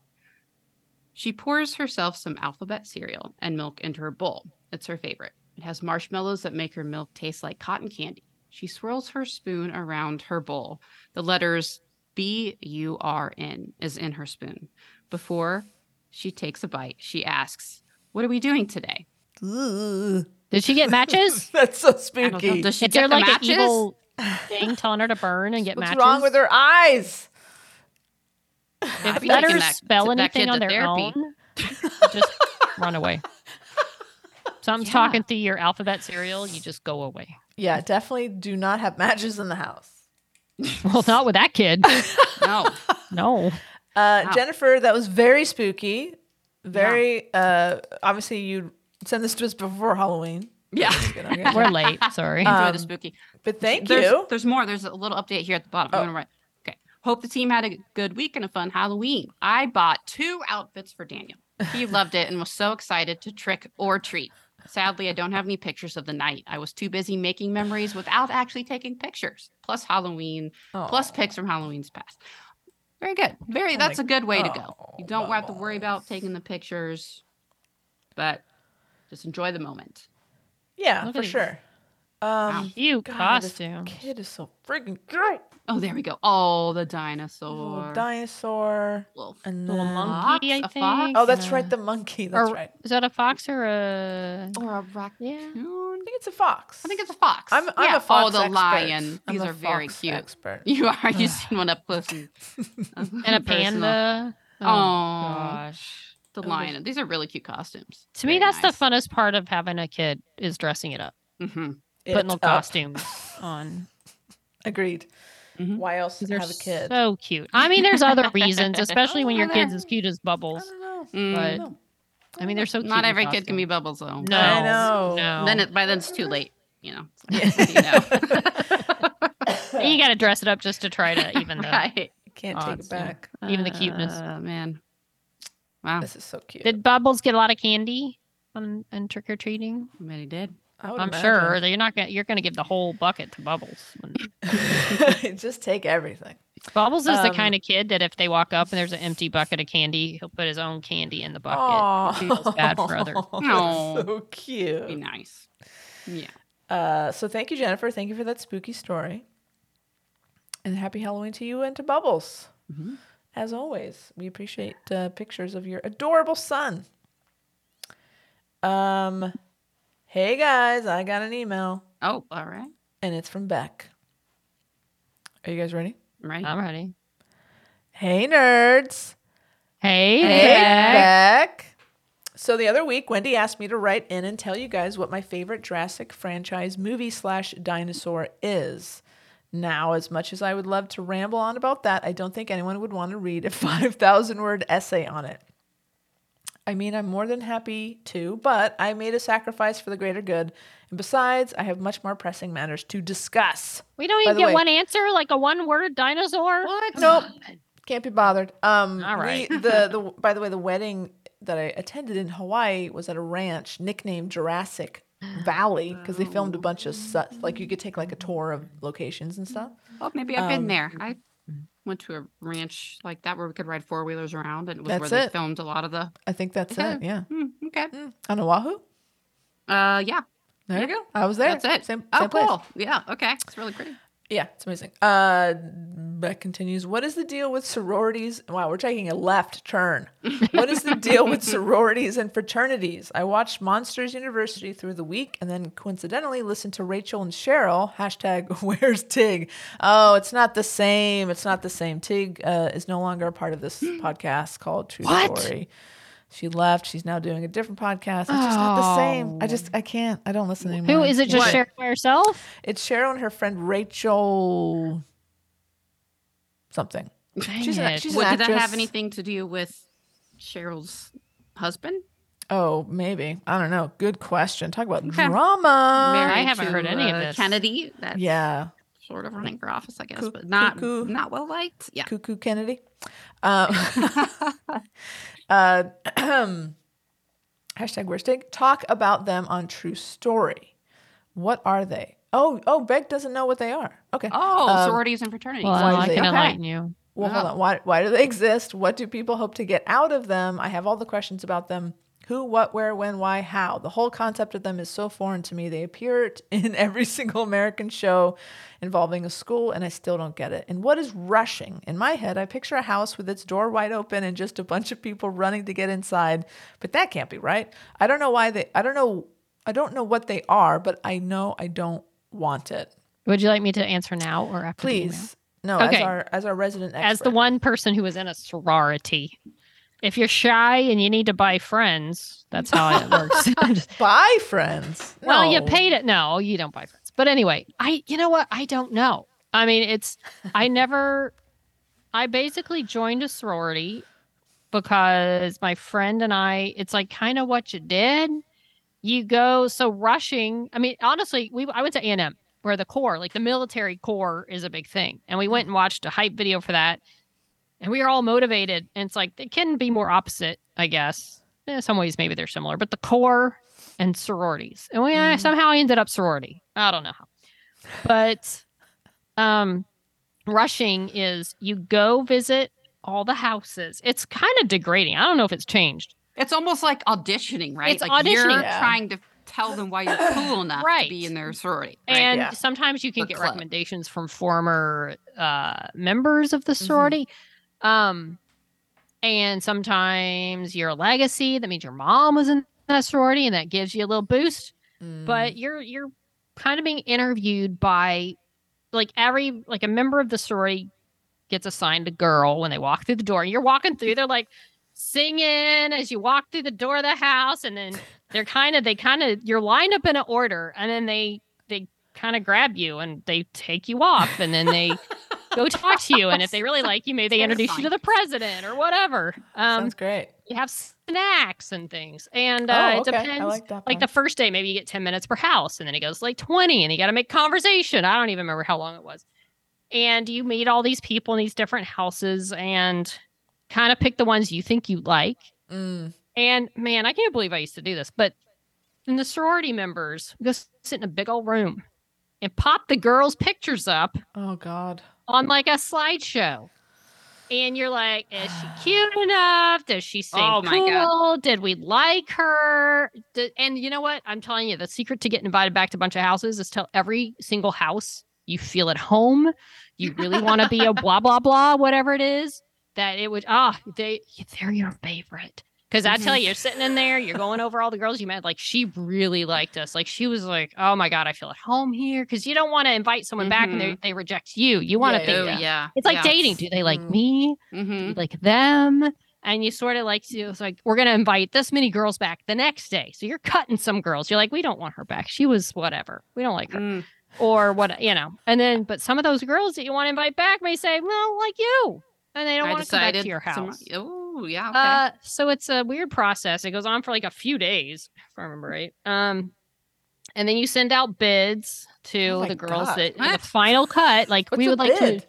Speaker 4: She pours herself some alphabet cereal and milk into her bowl. It's her favorite. It has marshmallows that make her milk taste like cotton candy. She swirls her spoon around her bowl. The letters B U R N is in her spoon. Before she takes a bite, she asks, What are we doing today?
Speaker 2: Ugh.
Speaker 3: Did she get matches?
Speaker 2: That's so
Speaker 4: I don't know.
Speaker 2: spooky.
Speaker 4: Does she
Speaker 3: Is
Speaker 4: get
Speaker 3: there
Speaker 4: the
Speaker 3: like
Speaker 4: matches?
Speaker 3: an evil thing telling her to burn and get
Speaker 2: What's
Speaker 3: matches?
Speaker 2: wrong with her eyes?
Speaker 4: I'd
Speaker 3: If
Speaker 4: be
Speaker 3: letters
Speaker 4: taking that-
Speaker 3: spell
Speaker 4: that
Speaker 3: anything
Speaker 4: kid
Speaker 3: on
Speaker 4: to
Speaker 3: their
Speaker 4: therapy.
Speaker 3: own, just run away. Something's talking through your alphabet cereal, you just go away.
Speaker 2: Yeah, definitely do not have matches in the house.
Speaker 3: Well, not with that kid.
Speaker 4: No.
Speaker 3: No.
Speaker 2: Uh,
Speaker 4: Wow.
Speaker 2: Jennifer, that was very spooky. Very uh, obviously you send this to us before Halloween.
Speaker 4: Yeah.
Speaker 2: You know, yeah.
Speaker 3: We're late. Sorry.
Speaker 4: Enjoy
Speaker 2: Um,
Speaker 4: the spooky.
Speaker 2: but thank
Speaker 4: there's,
Speaker 2: you. Oh.
Speaker 4: There's more. There's a little update here at the bottom. I'm gonna write. Okay. Hope the team had a good week and a fun Halloween. I bought two outfits for Daniel. He loved it and was so excited to trick or treat. Sadly, I don't have any pictures of the night. I was too busy making memories without actually taking pictures. Plus Halloween, plus
Speaker 2: Aw.
Speaker 4: pics from Halloween's past. Very good. Very.
Speaker 2: Oh
Speaker 4: that's
Speaker 2: my-
Speaker 4: a good way to go.
Speaker 2: oh,
Speaker 4: You don't have to worry about taking the pictures, but just enjoy the moment.
Speaker 2: Yeah,
Speaker 3: Look
Speaker 2: for
Speaker 3: at
Speaker 2: sure. Um
Speaker 3: You
Speaker 2: God, this
Speaker 3: costume.
Speaker 2: kid is so freaking great.
Speaker 4: Oh, there we go. Oh, the
Speaker 2: Little
Speaker 4: dinosaur.
Speaker 2: dinosaur.
Speaker 4: Wolf.
Speaker 2: And
Speaker 3: Little
Speaker 2: then-
Speaker 3: monkey, I
Speaker 4: fox, a fox.
Speaker 3: think.
Speaker 2: Oh, that's
Speaker 3: Uh,
Speaker 2: right, the monkey. That's
Speaker 3: or-
Speaker 2: right. I
Speaker 3: Is that a fox or a?
Speaker 4: Oh, or a raccoon.
Speaker 3: Yeah.
Speaker 2: think it's a fox.
Speaker 4: I think it's a fox.
Speaker 2: I'm, I'm
Speaker 4: Yeah.
Speaker 2: a fox.
Speaker 4: Oh, the
Speaker 2: expert.
Speaker 4: lion.
Speaker 2: I'm
Speaker 4: These
Speaker 2: a
Speaker 4: are very
Speaker 2: fox
Speaker 4: cute.
Speaker 2: Expert.
Speaker 4: You are. You've seen one up close. And,
Speaker 3: And a
Speaker 4: um, personal.
Speaker 3: panda.
Speaker 4: Oh,
Speaker 3: gosh.
Speaker 4: The lion. These are really cute costumes.
Speaker 3: To me, that's the funnest part of having a kid is dressing it up,
Speaker 4: the fun. hmm
Speaker 3: putting little
Speaker 2: It's up.
Speaker 3: costumes on.
Speaker 2: Agreed.
Speaker 4: Mhm.
Speaker 2: Why else
Speaker 3: 'Cause They're
Speaker 2: have a kid?
Speaker 3: so cute. I mean, there's other reasons, especially when your
Speaker 4: Other-
Speaker 3: kid's as cute as
Speaker 2: I
Speaker 3: Bubbles.
Speaker 2: don't know.
Speaker 4: Mm.
Speaker 3: But
Speaker 2: know.
Speaker 3: I mean, they're so cute.
Speaker 4: Not
Speaker 3: in
Speaker 4: every kid can be
Speaker 3: costume.
Speaker 4: Bubbles though.
Speaker 3: No,
Speaker 2: I know.
Speaker 3: No.
Speaker 4: Then it, by then it's too late. You know. you know.
Speaker 3: you got to dress it up just to try to even the
Speaker 4: right.
Speaker 2: Can't
Speaker 3: Oh,
Speaker 2: take
Speaker 3: it's-
Speaker 2: it back.
Speaker 3: Even the cuteness.
Speaker 4: Uh, man. Wow.
Speaker 2: This is so cute.
Speaker 3: Did Bubbles get a lot of candy on and trick or treating?
Speaker 4: I bet he did.
Speaker 2: I would
Speaker 3: I'm
Speaker 2: imagine.
Speaker 3: sure that you're not gonna you're gonna give the whole bucket to Bubbles. when-
Speaker 2: Just take everything.
Speaker 3: Bubbles is the
Speaker 2: Um,
Speaker 3: kind of kid that if they walk up and there's an empty bucket of candy, he'll put his own candy in the bucket.
Speaker 2: Oh,
Speaker 3: feels bad for other-
Speaker 4: Aw.
Speaker 2: so
Speaker 4: Be
Speaker 2: cute.
Speaker 4: nice. Yeah.
Speaker 2: Uh, so thank you, Jennifer. Thank you for that spooky story. And happy Halloween to you and to Bubbles.
Speaker 4: Mhm.
Speaker 2: As always, we appreciate uh, pictures of your adorable son. Um, hey guys, I got an email
Speaker 4: Oh, all right.
Speaker 2: and it's from Beck. Are you guys ready?
Speaker 4: Right.
Speaker 3: I'm ready.
Speaker 2: Hey nerds.
Speaker 3: Hey,
Speaker 2: Hey,
Speaker 3: Beck.
Speaker 2: Beck. So the other week, Wendy asked me to write in and tell you guys what my favorite Jurassic franchise movie slash dinosaur is. Now, as much as I would love to ramble on about that, I don't think anyone would want to read a 5,000 word essay on it. I mean, I'm more than happy to, but I made a sacrifice for the greater good. And besides, I have much more pressing matters to discuss.
Speaker 3: We don't
Speaker 2: By
Speaker 3: even
Speaker 2: the
Speaker 3: get
Speaker 2: way-
Speaker 3: one answer, like a one word dinosaur.
Speaker 4: What?
Speaker 2: Nope. Can't be bothered. Um,
Speaker 3: All
Speaker 2: we-
Speaker 3: right.
Speaker 2: the the by the way, the wedding that I attended in Hawaii was at a ranch nicknamed Jurassic Valley because they filmed a bunch of stuff. Like you could take like a tour of locations and stuff.
Speaker 4: Oh, maybe I've
Speaker 2: Um,
Speaker 4: been there. I went to a ranch like that where we could ride four wheelers around, and it was where
Speaker 2: That's
Speaker 4: they
Speaker 2: it.
Speaker 4: filmed a lot of the.
Speaker 2: I think that's it. Yeah,
Speaker 4: Hmm, okay.
Speaker 2: on Oahu.
Speaker 4: Uh, yeah.
Speaker 2: There you go. I was there.
Speaker 4: That's it.
Speaker 2: Same,
Speaker 4: oh,
Speaker 2: same place.
Speaker 4: cool. Yeah. Okay. It's really pretty.
Speaker 2: Yeah, it's amazing. Uh, Beck continues. What is the deal with sororities? Wow, we're taking a left turn. What is the deal with sororities and fraternities? I watched Monsters University through the week, and then coincidentally listened to Rachel and Cheryl. Hashtag Where's Tig? Oh, it's not the same. It's not the same. Tig uh, is no longer a part of this podcast called True
Speaker 3: What?
Speaker 2: Story. She left. She's now doing a different podcast. It's just not the same. I
Speaker 3: Oh.
Speaker 2: just I can't. I don't listen anymore.
Speaker 3: Who is it? Just
Speaker 4: What?
Speaker 3: shared by herself?
Speaker 2: It's Cheryl and her friend Rachel something.
Speaker 3: Dang
Speaker 2: She's an-
Speaker 3: it.
Speaker 2: she's-
Speaker 4: What, did that
Speaker 2: actress.
Speaker 4: have anything to do with Cheryl's husband?
Speaker 2: Oh, maybe. I don't know. Good question. Talk about
Speaker 4: Okay.
Speaker 2: drama.
Speaker 4: Married
Speaker 3: haven't
Speaker 4: to,
Speaker 3: heard any of
Speaker 4: uh,
Speaker 3: this.
Speaker 4: Kennedy, that's
Speaker 2: Yeah.
Speaker 4: sort of running for office, I guess,
Speaker 2: Coo-
Speaker 4: but not
Speaker 2: cuckoo.
Speaker 4: not well liked. Yeah.
Speaker 2: Cuckoo Kennedy. Um, uh, hashtag worst take. Talk about them on True Story. What are they? Oh, oh, Beck doesn't know what they are. Okay.
Speaker 4: Oh,
Speaker 2: Um,
Speaker 4: sororities and fraternities.
Speaker 3: well, I
Speaker 2: why is
Speaker 3: can
Speaker 2: it-
Speaker 3: enlighten you.
Speaker 2: Well, hold on. Why, why do they exist? What do people hope to get out of them? I have all the questions about them. Who, what, where, when, why, how. The whole concept of them is so foreign to me. They appeared in every single American show involving a school, and I still don't get it. And what is rushing? In my head, I picture a house with its door wide open and just a bunch of people running to get inside, but that can't be right. I don't know why they, I don't know, I don't know what they are, but I know I don't want it.
Speaker 3: Would you like me to answer now or after? the email?
Speaker 2: Please. No, as
Speaker 3: Okay.
Speaker 2: our as our resident expert.
Speaker 3: as the one person who was in a sorority. If you're shy and you need to buy friends, that's how it works. I'm just-
Speaker 2: buy friends.
Speaker 3: well, you
Speaker 2: No.
Speaker 3: paid it. No, you don't buy friends. But anyway, I you know what? I don't know. I mean, it's I never I basically joined a sorority because my friend and I it's like kind of what you did. You go so rushing. I mean, honestly, we I went to A&M where the corps, like the military corps is a big thing. And we went and watched a hype video for that. And we are all motivated. And it's like they can be more opposite, I guess. In some ways, maybe they're similar, but the corps and sororities. And we
Speaker 4: Mm-hmm.
Speaker 3: I somehow I ended up sorority. I don't know how. But um rushing is you go visit all the houses. It's kind of degrading. I don't know if it's changed.
Speaker 4: It's almost like auditioning, right?
Speaker 3: It's
Speaker 4: like
Speaker 3: auditioning.
Speaker 4: you're
Speaker 2: Yeah.
Speaker 4: trying to tell them why you're cool enough
Speaker 3: Right.
Speaker 4: to be in their sorority. right?
Speaker 3: And
Speaker 2: Yeah.
Speaker 3: sometimes you can
Speaker 4: The
Speaker 3: get
Speaker 4: club.
Speaker 3: recommendations from former uh, members of the
Speaker 4: Mm-hmm.
Speaker 3: sorority. Um, and sometimes your legacy, that means your mom was in that sorority and that gives you a little boost.
Speaker 2: Mm,
Speaker 3: but you're you're kind of being interviewed by like every like a member of the sorority gets assigned a girl when they walk through the door and you're walking through they're like singing as you walk through the door of the house and then they're kind of they kind of you're lined up in an order and then they they kind of grab you and they take you off and then they go talk to you and if they really like you maybe they introduce you to the president or whatever um
Speaker 2: sounds great.
Speaker 3: you have snacks and things and uh,
Speaker 2: oh,
Speaker 3: it
Speaker 2: okay.
Speaker 3: depends
Speaker 2: I like that.
Speaker 3: like the first day maybe you get 10 minutes per house and then it goes like 20 and you got to make conversation i don't even remember how long it was and you meet all these people in these different houses and kind of pick the ones you think you like
Speaker 2: the mm.
Speaker 3: and man i can't believe i used to do this but and the sorority members go sit in a big old room and pop the girls pictures up
Speaker 2: Oh God.
Speaker 3: on like a slideshow. And you're like, is she cute enough? Does she sing
Speaker 4: Oh my
Speaker 3: cool?
Speaker 4: God.
Speaker 3: Did we like her? D- and you know what? I'm telling you, the secret to getting invited back to a bunch of houses is tell every single house you feel at home. You really want to be a blah blah blah, whatever it is. That it would ah, they they're your favorite. Because I
Speaker 4: Mm-hmm.
Speaker 3: tell you, you're sitting in there, you're going over all the girls you met. Like she really liked us. Like she was like, oh my god, I feel at home here. Because you don't want to invite someone back and they, they reject you. You want to
Speaker 2: Yeah,
Speaker 3: think
Speaker 4: Oh
Speaker 3: that-
Speaker 4: Mm-hmm. yeah.
Speaker 3: it's like
Speaker 4: yeah. Mm-hmm.
Speaker 3: dating. Mm-hmm. Do they like
Speaker 2: Mm.
Speaker 3: me? Do
Speaker 4: Mhm.
Speaker 3: you like them? And you sort of like to, it's like, we're going to invite this many girls back the next day. So you're cutting some girls. You're like, we don't want her back. She was whatever. We don't like her
Speaker 4: Mm.
Speaker 3: or what, you know. And then, but some of those girls that you want to invite back may say, well, like you. And they don't
Speaker 4: I
Speaker 3: want to come back to
Speaker 4: decided
Speaker 3: your
Speaker 4: some-
Speaker 3: house.
Speaker 4: oh yeah. Okay.
Speaker 3: Uh, so it's a weird process. It goes on for like a few days, if I remember right. Um, and then you send out bids to
Speaker 2: Oh my
Speaker 3: the girls
Speaker 2: God.
Speaker 3: that
Speaker 4: What?
Speaker 3: the final cut. Like
Speaker 2: What's
Speaker 3: we
Speaker 2: a
Speaker 3: would like to,
Speaker 2: bid?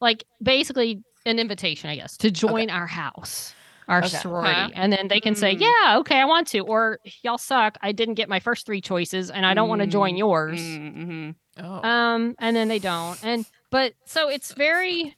Speaker 3: like basically an invitation, I guess, to join our house, our
Speaker 2: Okay. Hmm.
Speaker 3: sorority,
Speaker 4: Huh?
Speaker 3: and then they can say,
Speaker 4: Mm.
Speaker 3: "Yeah, okay, I want to," or "Y'all suck. I didn't get my first three choices, and I don't want to join
Speaker 2: Hmm.
Speaker 4: Mm.
Speaker 3: yours."
Speaker 4: Mm, mhm.
Speaker 2: Oh.
Speaker 3: um and then they don't and but so it's very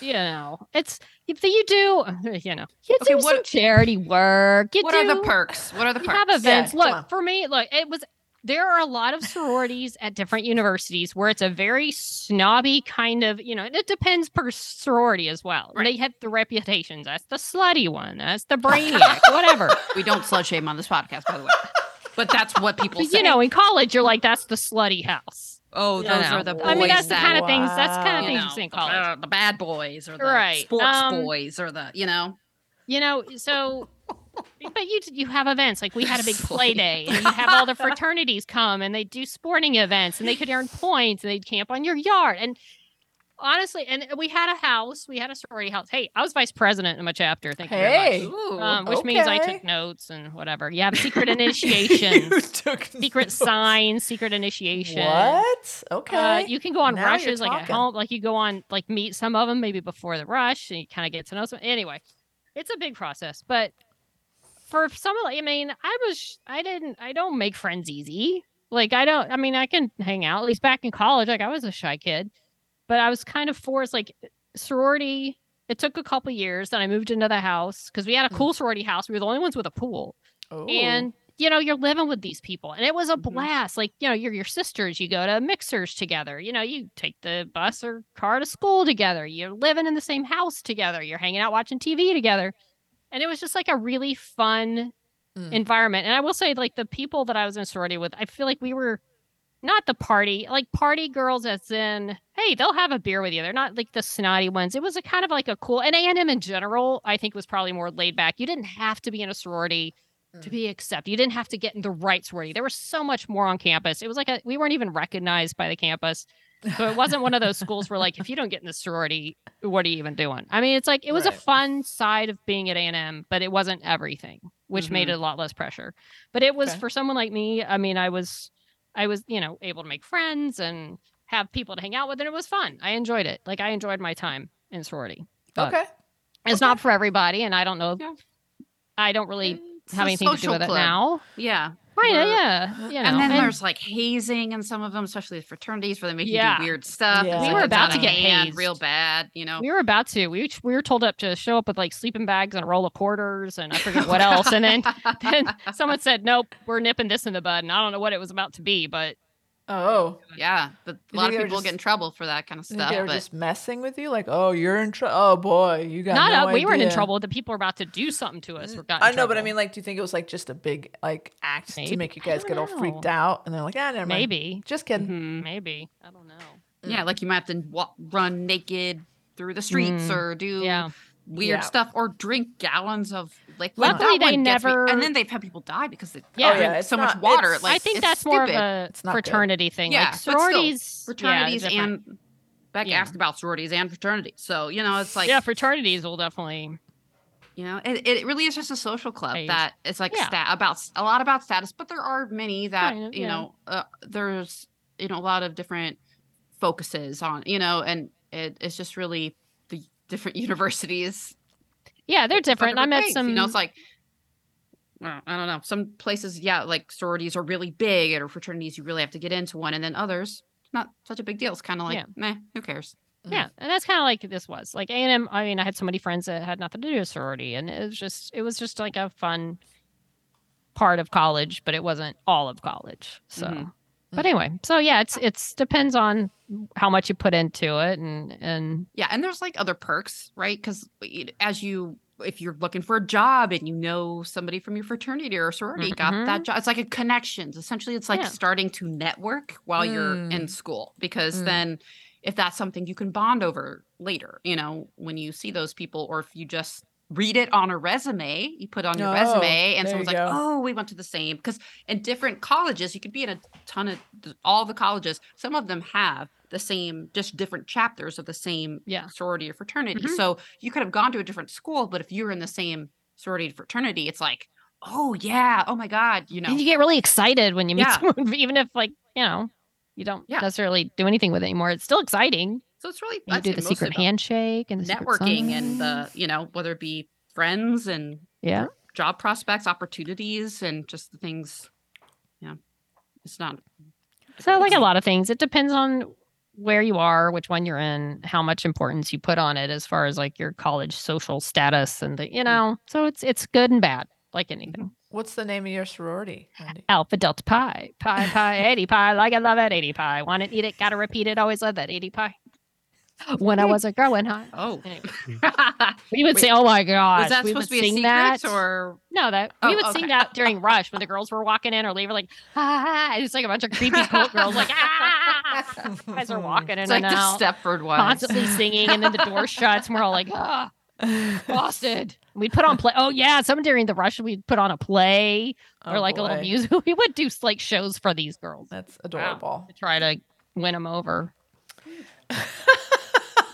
Speaker 3: you know it's if you do you know you
Speaker 4: Okay,
Speaker 3: do
Speaker 4: what-
Speaker 3: some charity work you
Speaker 4: What
Speaker 3: do
Speaker 4: are the perks? What are the
Speaker 3: you
Speaker 4: perks?
Speaker 3: have events
Speaker 2: come on.
Speaker 3: look for me look it was there are a lot of sororities at different universities where it's a very snobby kind of you know and it depends per sorority as well
Speaker 4: Right.
Speaker 3: they have the reputations that's the slutty one that's the brainiac whatever
Speaker 4: we don't slut shame on this podcast, by the way. But that's what people
Speaker 3: but
Speaker 4: say.
Speaker 3: you know in college you're like that's the slutty house
Speaker 4: oh,
Speaker 3: you
Speaker 4: those
Speaker 3: know.
Speaker 4: are the boys.
Speaker 3: i mean that's the
Speaker 4: that,
Speaker 3: kind of things that's the kind of
Speaker 2: Wow.
Speaker 4: you
Speaker 3: things
Speaker 4: know,
Speaker 3: you see in
Speaker 4: the-
Speaker 3: college
Speaker 4: uh, the bad boys or the
Speaker 3: Right.
Speaker 4: sports
Speaker 3: Um,
Speaker 4: boys or the you know.
Speaker 3: You know, so But you you have events like we had a big play day, and you have all the fraternities come and they do sporting events, and they could earn points, and they'd camp on your yard. And honestly, and we had a house, we had a sorority house. Hey, I was vice president in my chapter. Thank you very
Speaker 2: Hey.
Speaker 3: much.
Speaker 4: Ooh.
Speaker 3: Um, which means I
Speaker 2: okay.
Speaker 3: took notes and whatever. You have secret
Speaker 2: you
Speaker 3: initiations,
Speaker 2: took
Speaker 3: secret
Speaker 2: notes.
Speaker 3: signs, secret initiation.
Speaker 2: What? Okay.
Speaker 3: Uh, you can go on
Speaker 2: Now you're
Speaker 3: rushes like at
Speaker 2: talking.
Speaker 3: home, like you go on like meet some of them maybe before the rush, and you kind of get to know some. Anyway, it's a big process, but for some of like, I mean, I was I didn't I don't make friends easy. Like I don't. I mean, I can hang out. At least back in college, like I was a shy kid, but I was kind of forced. Like sorority, it took a couple years. Then I moved into the house because we had a
Speaker 2: Mm-hmm.
Speaker 3: cool sorority house. We were the only ones with a pool
Speaker 2: Ooh.
Speaker 3: and you know you're living with these people and it was a blast like you know you're your sisters you go to mixers together you know you take the bus or car to school together you're living in the same house together you're hanging out watching tv together and it was just like a really fun
Speaker 2: Mm.
Speaker 3: environment and i will say like the people that i was in sorority with i feel like we were not the party like party girls as in hey they'll have a beer with you they're not like the snotty ones it was a kind of like a cool and a&m in general i think was probably more laid back you didn't have to be in a sorority to be accepted. You didn't have to get in the right sorority. There was so much more on campus. It was like a, we weren't even recognized by the campus. So it wasn't one of those schools where like if you don't get in the sorority, what are you even doing? I mean, it's like it was a
Speaker 2: Right.
Speaker 3: fun side of being at A&M, but it wasn't everything, which
Speaker 4: Mm-hmm.
Speaker 3: made it a lot less pressure. But it was
Speaker 2: Okay.
Speaker 3: for someone like me, I mean, I was I was, you know, able to make friends and have people to hang out with and it was fun. I enjoyed it. Like I enjoyed my time in sorority. But
Speaker 2: okay.
Speaker 3: It's not for everybody and I don't know
Speaker 4: Yeah.
Speaker 3: I don't really
Speaker 4: It's
Speaker 3: have
Speaker 4: a
Speaker 3: anything to do
Speaker 4: social
Speaker 3: with it
Speaker 4: club.
Speaker 3: now.
Speaker 4: Yeah.
Speaker 3: Right,
Speaker 4: We're- uh,
Speaker 3: yeah, yeah. You know.
Speaker 4: and then there's like hazing in some of them, especially the fraternities where they make
Speaker 3: Yeah.
Speaker 4: you do weird stuff.
Speaker 2: Yeah.
Speaker 4: It's,
Speaker 2: We
Speaker 4: like,
Speaker 2: were
Speaker 4: it's
Speaker 2: about
Speaker 4: out
Speaker 2: to
Speaker 4: of
Speaker 3: get
Speaker 4: hand
Speaker 3: hazed.
Speaker 4: real bad, you know.
Speaker 3: we were about to. We, we were told up to show up with like sleeping bags and a roll of quarters and I forget what else. And then then someone said, "Nope, we're nipping this in the bud." And I don't know what it was about to be, but
Speaker 2: Oh.
Speaker 4: yeah, but a
Speaker 2: You
Speaker 4: lot
Speaker 2: think they
Speaker 4: of
Speaker 2: were
Speaker 4: people get in
Speaker 2: just-
Speaker 4: trouble for that kind of
Speaker 2: You think
Speaker 4: stuff.
Speaker 2: they were
Speaker 4: But
Speaker 2: just messing with you, like, oh, you're in trouble. Oh boy, you got
Speaker 3: not
Speaker 2: no
Speaker 3: uh, we weren't in
Speaker 2: idea.
Speaker 3: trouble. The people were about to do something to us. We're got in
Speaker 2: I know, but I
Speaker 3: trouble.
Speaker 2: mean, like, do you think it was like just a big like act
Speaker 3: Maybe.
Speaker 2: to make you
Speaker 3: I
Speaker 2: guys
Speaker 3: don't
Speaker 2: get all freaked
Speaker 3: know.
Speaker 2: out, and they're like, ah, never mind.
Speaker 3: maybe,
Speaker 2: Just kidding.
Speaker 3: Mm-hmm. maybe I don't know.
Speaker 2: mm.
Speaker 4: yeah, like you might have to walk, run naked through the streets
Speaker 3: Mm.
Speaker 4: or do
Speaker 3: Yeah.
Speaker 4: weird
Speaker 2: Yeah.
Speaker 4: stuff or drink gallons of like
Speaker 3: Luckily, they never-
Speaker 4: and then they've had people die because they
Speaker 3: Yeah.
Speaker 4: drink
Speaker 2: Oh, Yeah, it's
Speaker 4: so
Speaker 2: not-
Speaker 4: much water.
Speaker 2: it's-
Speaker 4: like,
Speaker 3: I think
Speaker 4: it's
Speaker 3: that's more
Speaker 4: stupid.
Speaker 3: of a
Speaker 2: It's not good.
Speaker 3: fraternity thing.
Speaker 4: Yeah,
Speaker 3: like
Speaker 4: but still,
Speaker 3: sororities, yeah,
Speaker 4: fraternities
Speaker 3: different.
Speaker 4: and Beck
Speaker 3: Yeah.
Speaker 4: asked about sororities and fraternities. So, you know, it's like
Speaker 3: yeah, fraternities will definitely
Speaker 4: You know, it, it really is just a social club
Speaker 3: Right.
Speaker 4: that it's like
Speaker 3: Yeah.
Speaker 4: sta- about a lot about status, but there are many that
Speaker 3: Kind of,
Speaker 4: you
Speaker 3: yeah.
Speaker 4: know uh, there's you know a lot of different focuses on you know, and it, it's just really the different universities.
Speaker 3: yeah, they're
Speaker 4: for
Speaker 3: different. I
Speaker 4: different
Speaker 3: met
Speaker 4: things,
Speaker 3: some
Speaker 4: you know, it's like uh, I don't know, some places yeah, like sororities are really big, and or fraternities you really have to get into one, and then others not such a big deal. It's kind of like
Speaker 3: Yeah.
Speaker 4: meh, who cares?
Speaker 2: Mm.
Speaker 3: Yeah,
Speaker 4: Mm-hmm.
Speaker 3: and that's kind of like this was like A and M. I mean, I had so many friends that had nothing to do with sorority, and it was just it was just like a fun part of college, but it wasn't all of college. So,
Speaker 4: Mhm.
Speaker 3: but anyway, so yeah, it's it's depends on how much you put into it, and and
Speaker 4: Yeah, and there's like other perks, right? Because as you, if you're looking for a job and you know somebody from your fraternity or sorority got
Speaker 2: Mm-hmm.
Speaker 4: that job, it's like a connections. Essentially, it's like
Speaker 3: Yeah.
Speaker 4: starting to network while you're in
Speaker 2: Mm.
Speaker 4: school because
Speaker 2: Mm.
Speaker 4: then if that's something you can bond over later, you know, when you see those people, or if you just read it on a resume, you put on your
Speaker 2: Oh,
Speaker 4: resume, and
Speaker 2: there
Speaker 4: someone's
Speaker 2: you
Speaker 4: like,
Speaker 2: go.
Speaker 4: "Oh, we went to the same." Because in different colleges, you could be in a ton of all the colleges. Some of them have the same, just different chapters of the same
Speaker 3: Yeah.
Speaker 4: sorority or fraternity.
Speaker 3: Mhm.
Speaker 4: So you could have gone to a different school, but if you're in the same sorority or fraternity, it's like, oh yeah, oh my god, you know,
Speaker 3: and you get really excited when you meet
Speaker 4: Yeah.
Speaker 3: someone, even if like you know you don't
Speaker 4: Yeah.
Speaker 3: necessarily do anything with it anymore. It's still exciting.
Speaker 4: so it's really
Speaker 3: You
Speaker 4: I'd
Speaker 3: do
Speaker 4: say
Speaker 3: the
Speaker 4: mostly
Speaker 3: secret
Speaker 4: about
Speaker 3: handshake and the secret
Speaker 4: networking
Speaker 3: sign.
Speaker 4: and the you know whether it be friends and
Speaker 3: yeah.
Speaker 4: job prospects, opportunities, and just the things. Yeah, it's not
Speaker 3: So, like a lot of things, it depends on where you are, which one you're in, how much importance you put on it as far as like your college social status and the, you
Speaker 4: Mm.
Speaker 3: know, so it's it's good and bad, like
Speaker 4: Mm-hmm.
Speaker 3: anything.
Speaker 2: What's the name of your sorority? Wendy?
Speaker 3: Alpha Delta Pi, Pi Pi, 80 Pi, like I love that 80 Pi. Want to eat it, gotta repeat it, always love that 80 Pi. When I was a girl, when high.
Speaker 4: oh.
Speaker 3: Anyway,
Speaker 4: Was
Speaker 3: we would
Speaker 4: Wait,
Speaker 3: say, "Oh my gosh!"
Speaker 4: that
Speaker 3: we
Speaker 4: supposed to
Speaker 3: would
Speaker 4: be a
Speaker 3: sing
Speaker 4: secret
Speaker 3: that,
Speaker 4: or
Speaker 3: no? That we
Speaker 4: Oh,
Speaker 3: would sing
Speaker 4: okay.
Speaker 3: that during rush when the girls were walking in or leaving, like ah, ah, ah," and it's like a bunch of creepy cult girls, like ah, guys are walking in
Speaker 4: it's
Speaker 3: and
Speaker 4: like the
Speaker 3: out.
Speaker 4: Stepford one?
Speaker 3: constantly singing, and then the door shuts, and we're all like, ah, exhausted. We'd put on play. Oh yeah, some during the rush we'd put on a play or
Speaker 2: Oh,
Speaker 3: like a little
Speaker 2: boy.
Speaker 3: music. We would do like shows for these girls
Speaker 2: That's adorable.
Speaker 3: to try to win them over.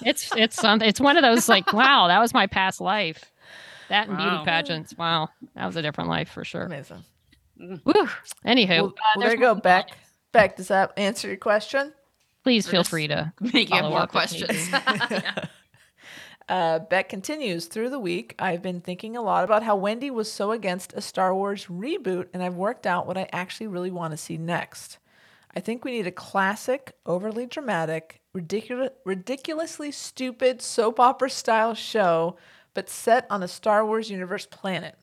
Speaker 3: it's it's something. It's one of those like wow, that was my past life. That and beauty
Speaker 4: Wow.
Speaker 3: pageants. Wow, that was a different life for sure.
Speaker 2: Amazing.
Speaker 3: Woo. Anywho, uh,
Speaker 2: Well, well, there
Speaker 3: there's
Speaker 2: you go,
Speaker 3: more-
Speaker 2: Beck. Beck, does that answer your question?
Speaker 3: Please feel free to
Speaker 4: Making up
Speaker 3: Follow
Speaker 4: more
Speaker 3: up with me.
Speaker 4: questions.
Speaker 2: Uh, Beck continues through the week. I've been thinking a lot about how Wendy was so against a Star Wars reboot, and I've worked out what I actually really want to see next. I think we need a classic, overly dramatic, ridiculous, ridiculously stupid soap opera style show, but set on a Star Wars universe planet.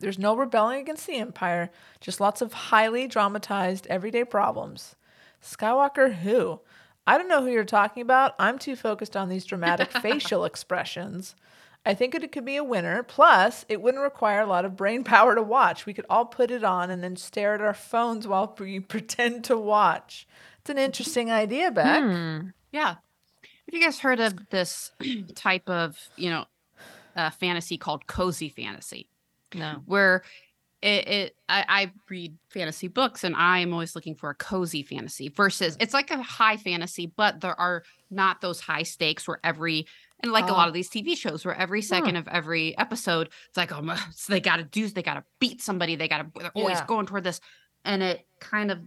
Speaker 2: There's no rebelling against the Empire, just lots of highly dramatized everyday problems. Skywalker, who? I don't know who you're talking about. I'm too focused on these dramatic facial expressions. I think it could be a winner. Plus, it wouldn't require a lot of brain power to watch. We could all put it on and then stare at our phones while we pretend to watch. It's an interesting idea, Beck.
Speaker 4: Hmm.
Speaker 3: Hmm.
Speaker 4: yeah. Have you guys heard of this type of, you know, uh, fantasy called cozy fantasy?
Speaker 3: no.
Speaker 4: where it, it I, I read fantasy books and I am always looking for a cozy fantasy versus it's like a high fantasy, but there are not those high stakes where every and like a lot of these TV shows where every second of every episode it's like oh my, so they got to do they got to beat somebody they got to they're always
Speaker 2: Yeah.
Speaker 4: going toward this and it kind of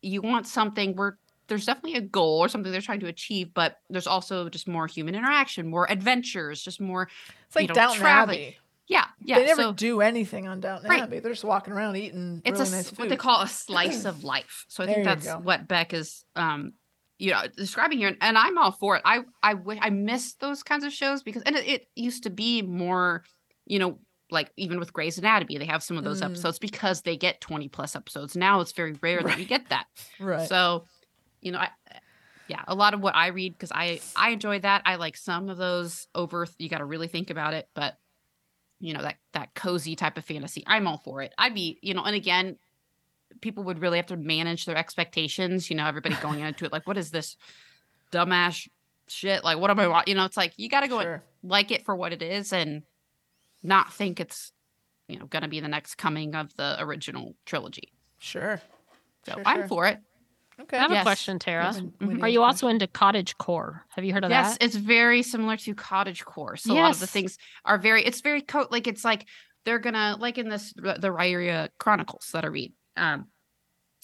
Speaker 4: you want something where there's definitely a goal or something they're trying to achieve but there's also just more human interaction more adventures just more
Speaker 2: It's like
Speaker 4: you know,
Speaker 2: Downton
Speaker 4: traveling.
Speaker 2: Abbey.
Speaker 4: yeah yeah
Speaker 2: they never
Speaker 4: so-
Speaker 2: do anything on Downton
Speaker 4: Right.
Speaker 2: Abbey. They're just walking around eating.
Speaker 4: it's
Speaker 2: really
Speaker 4: a,
Speaker 2: nice
Speaker 4: s- what they
Speaker 2: food.
Speaker 4: call a slice of life. So I think
Speaker 2: There you
Speaker 4: that's
Speaker 2: go.
Speaker 4: what Beck is, um, you know, describing here. And, and I'm all for it. I I wish I miss those kinds of shows because and it, it used to be more, you know, like even with Grey's Anatomy, they have some of those
Speaker 2: Mm.
Speaker 4: episodes because they get 20 plus episodes. Now it's very rare that we get that.
Speaker 2: right.
Speaker 4: So, you know, I yeah, a lot of what I read because I I enjoy that. I like some of those over. You got to really think about it, but you know that that cozy type of fantasy. I'm all for it. I'd be you know, and again, people would really have to manage their expectations. You know, everybody going into it like, what is this dumbass shit? Like, what am I? wa-" You know, it's like you got to go and
Speaker 2: Sure.
Speaker 4: like it for what it is and not think it's you know going to be the next coming of the original trilogy.
Speaker 2: Sure.
Speaker 4: So
Speaker 2: Sure,
Speaker 4: I'm
Speaker 2: sure.
Speaker 4: for it.
Speaker 2: Okay.
Speaker 3: I have
Speaker 4: Yes.
Speaker 3: a question, Tara.
Speaker 2: Win- Winnie
Speaker 3: Are
Speaker 2: the
Speaker 3: you
Speaker 2: Pooh.
Speaker 3: also into cottage core? Have you heard of
Speaker 4: yes
Speaker 3: that?
Speaker 4: it's very similar to cottage core so a lot of the
Speaker 3: Yes.
Speaker 4: things are very it's very co- like it's like they're gonna like in this the the Rhyria chronicles that i read um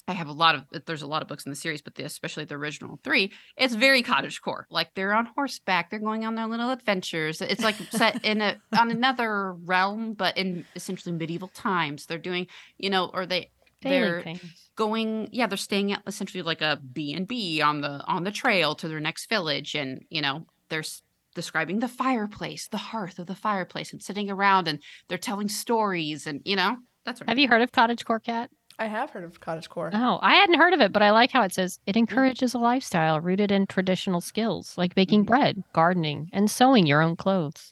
Speaker 4: i have a lot of there's a lot of books in the series but the, especially the original three it's very cottage core like they're on horseback they're going on their little adventures it's like set in a on another realm but in essentially medieval times they're doing you know or they
Speaker 3: Daily
Speaker 4: they're
Speaker 3: things.
Speaker 4: going yeah they're staying at essentially like a b&b on the on the trail to their next village and you know they're s- describing the fireplace the hearth of the fireplace and sitting around and they're telling stories and you know that's what
Speaker 3: Have you heard of cottage core cat?
Speaker 2: I have heard of cottage core.
Speaker 3: Oh, I hadn't heard of it, but I like how it says it encourages a lifestyle rooted in traditional skills like
Speaker 4: Mm-hmm.
Speaker 3: baking bread, gardening, and sewing your own clothes.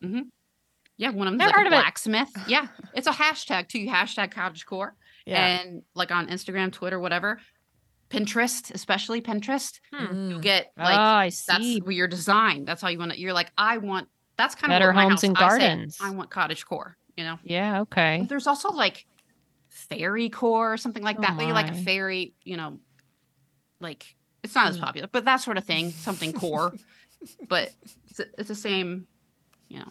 Speaker 4: yeah one of them
Speaker 3: Never
Speaker 4: like a
Speaker 3: heard of it.
Speaker 4: blacksmith yeah it's a hashtag too hashtag cottagecore
Speaker 2: yeah.
Speaker 4: and like on instagram twitter whatever pinterest especially pinterest you
Speaker 2: Mm.
Speaker 4: get like
Speaker 3: oh, I
Speaker 4: that's
Speaker 3: see.
Speaker 4: where your design that's how you want to you're like i want that's kind
Speaker 3: Better
Speaker 4: of what my
Speaker 3: homes
Speaker 4: house-
Speaker 3: and
Speaker 4: I say,
Speaker 3: gardens.
Speaker 4: i want cottage core you know
Speaker 3: Yeah, okay.
Speaker 4: But there's also like fairy core or something like
Speaker 3: Oh
Speaker 4: that. Maybe like a
Speaker 3: my. Mm.
Speaker 4: fairy, you know, like it's not as popular, but that sort of thing, something core. but it's, it's the same, you know.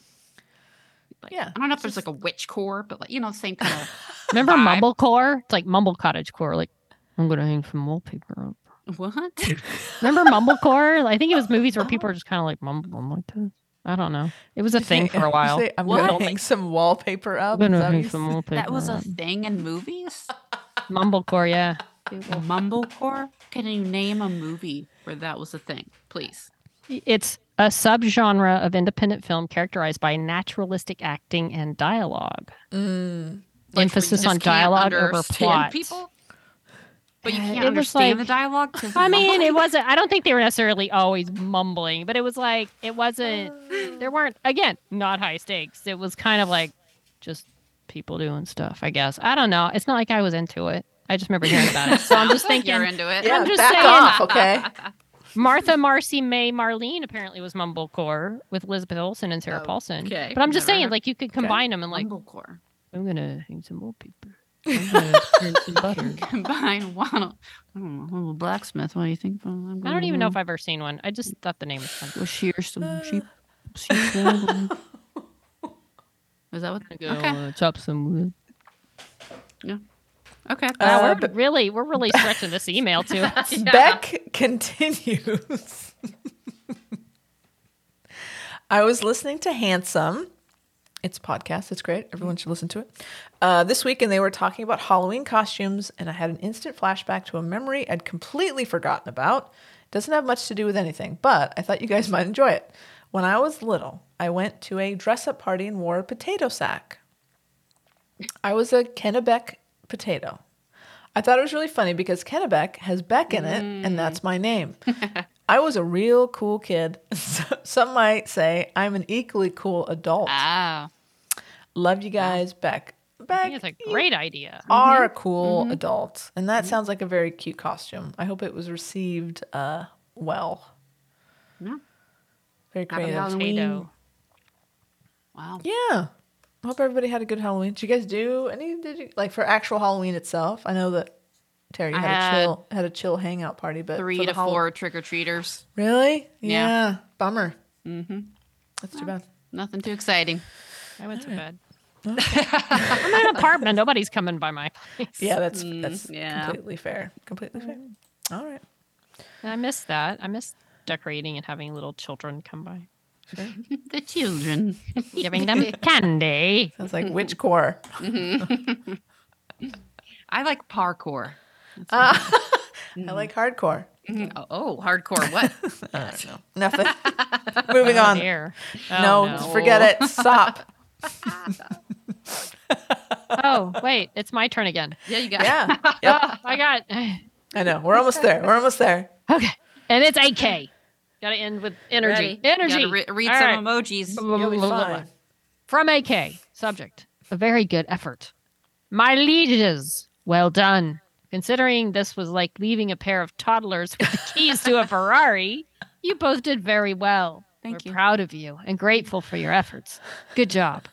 Speaker 4: Like,
Speaker 2: Yeah,
Speaker 4: I don't know if there's like a witch core, but like you know, same kind
Speaker 3: Remember
Speaker 4: vibe.
Speaker 3: mumblecore? It's like mumble cottage core. Like I'm gonna hang some wallpaper up.
Speaker 4: of what?
Speaker 3: Remember mumblecore? I think it was movies where people were just kind of like mumbling like this. I don't know. It was a thing for a while.
Speaker 2: Say, I'm
Speaker 4: What?
Speaker 2: gonna hang some wallpaper
Speaker 3: I'm
Speaker 2: up. Is
Speaker 3: gonna
Speaker 2: that what
Speaker 3: hang
Speaker 2: you
Speaker 3: some
Speaker 2: said?
Speaker 3: wallpaper.
Speaker 4: that was a
Speaker 3: up.
Speaker 4: thing in movies.
Speaker 3: mumblecore. Yeah.
Speaker 4: Mumblecore. Can you name a movie where that was a thing, please?
Speaker 3: It's a subgenre of independent film characterized by naturalistic acting and dialogue.
Speaker 2: Mm.
Speaker 4: Like, where you
Speaker 3: Emphasis on
Speaker 4: just can't
Speaker 3: dialogue over
Speaker 4: understand
Speaker 3: plot.
Speaker 4: People, but you
Speaker 2: Uh,
Speaker 4: can't
Speaker 3: it was
Speaker 4: understand the
Speaker 3: like-
Speaker 4: dialogue. 'cause
Speaker 3: I
Speaker 4: of
Speaker 3: mean,
Speaker 4: mumbling?
Speaker 3: it wasn't. I don't think they were necessarily always mumbling, but it was like it wasn't. There weren't again not high stakes. It was kind of like just people doing stuff. I guess I don't know. It's not like I was into it. I just remember hearing about it, so I'm just
Speaker 4: Sounds like
Speaker 3: thinking.
Speaker 4: you're into it.
Speaker 2: Yeah,
Speaker 3: just
Speaker 2: back
Speaker 3: saying-
Speaker 2: off, okay?
Speaker 3: Martha, Marcy, May, Marlene apparently was Mumblecore with Elizabeth Olsen and Sarah
Speaker 4: Oh,
Speaker 3: Paulson.
Speaker 4: okay.
Speaker 3: But I'm just
Speaker 4: Never
Speaker 3: saying,
Speaker 4: heard.
Speaker 3: like, you could combine them and, like,
Speaker 4: Mumblecore.
Speaker 3: I'm going to hang some wallpaper. I'm going to print some butter.
Speaker 4: Combine Waddle. I don't know. little blacksmith. What do you think? I'm
Speaker 3: I don't even know if I've ever seen one. I just thought the name was fun.
Speaker 4: Go shear
Speaker 2: Uh.
Speaker 4: some sheep. sheep down. Is that what?
Speaker 3: Go uh, chop some wood.
Speaker 4: Okay.
Speaker 2: Uh,
Speaker 3: Wow, we're
Speaker 2: but-
Speaker 3: really, we're really stretching this email too.
Speaker 2: Beck continues. I was listening to Handsome. It's a podcast. It's great. Everyone should listen to it. Uh, this week, and they were talking about Halloween costumes, and I had an instant flashback to a memory I'd completely forgotten about. It doesn't have much to do with anything, but I thought you guys might enjoy it. When I was little, I went to a dress up party and wore a potato sack. I was a Kennebec potato. I thought it was really funny because Kennebec has Beck in it, and that's my name. I was a real cool kid. So- Some might say I'm an equally cool adult.
Speaker 4: Ah.
Speaker 2: Love you guys, Beck.
Speaker 3: I
Speaker 2: Beck,
Speaker 3: think it's a
Speaker 2: you
Speaker 3: great idea.
Speaker 2: are a
Speaker 4: mm-hmm.
Speaker 2: cool adult, and that sounds like a very cute costume. I hope it was received uh, well.
Speaker 4: Yeah.
Speaker 2: Very
Speaker 4: Happy
Speaker 2: creative.
Speaker 4: Halloween.
Speaker 3: Potato.
Speaker 4: Wow.
Speaker 2: Yeah. I hope everybody had a good Halloween. Did you guys do any? Did you like for actual Halloween itself? I know that Terry
Speaker 4: I
Speaker 2: had, a
Speaker 4: had
Speaker 2: chill had a chill hangout party, but
Speaker 4: Three
Speaker 2: for the
Speaker 4: to
Speaker 2: Hall-
Speaker 4: four trick or treaters.
Speaker 2: Really?
Speaker 4: Yeah.
Speaker 2: Bummer. Mm-hmm. That's too bad.
Speaker 4: Nothing too exciting.
Speaker 3: I went to bed. I'm in an apartment. Nobody's coming by my place.
Speaker 2: Yeah, that's that's
Speaker 4: Mm, yeah. Mm-hmm.
Speaker 2: completely fair. Completely fair. All right.
Speaker 3: And I miss that. I miss decorating and having little children come by,
Speaker 4: The children.
Speaker 3: giving them candy.
Speaker 2: Sounds
Speaker 4: Mm-hmm.
Speaker 2: like witch core.
Speaker 4: I like parkour. Mm-hmm.
Speaker 2: I like hardcore.
Speaker 4: Oh, oh, hardcore. What?
Speaker 2: Nothing. Moving on.
Speaker 3: There. Oh,
Speaker 2: no, forget it. Stop.
Speaker 3: Oh, wait. It's my turn again.
Speaker 4: yeah, you got
Speaker 2: Yeah. Yep.
Speaker 3: Oh, I got
Speaker 2: I know. We're almost there. We're almost there.
Speaker 3: Okay. And it's AK. Got to end with energy.
Speaker 4: Ready.
Speaker 3: Energy.
Speaker 4: Gotta re- read
Speaker 3: All
Speaker 4: some
Speaker 3: right.
Speaker 4: emojis.
Speaker 2: You'll be fine.
Speaker 3: From AK. Subject. A very good effort. My lieges. Well done. Considering this was like leaving a pair of toddlers with the keys to a Ferrari, you both did very well.
Speaker 4: Thank
Speaker 3: We're
Speaker 4: you.
Speaker 3: proud of you and grateful for your efforts. Good job.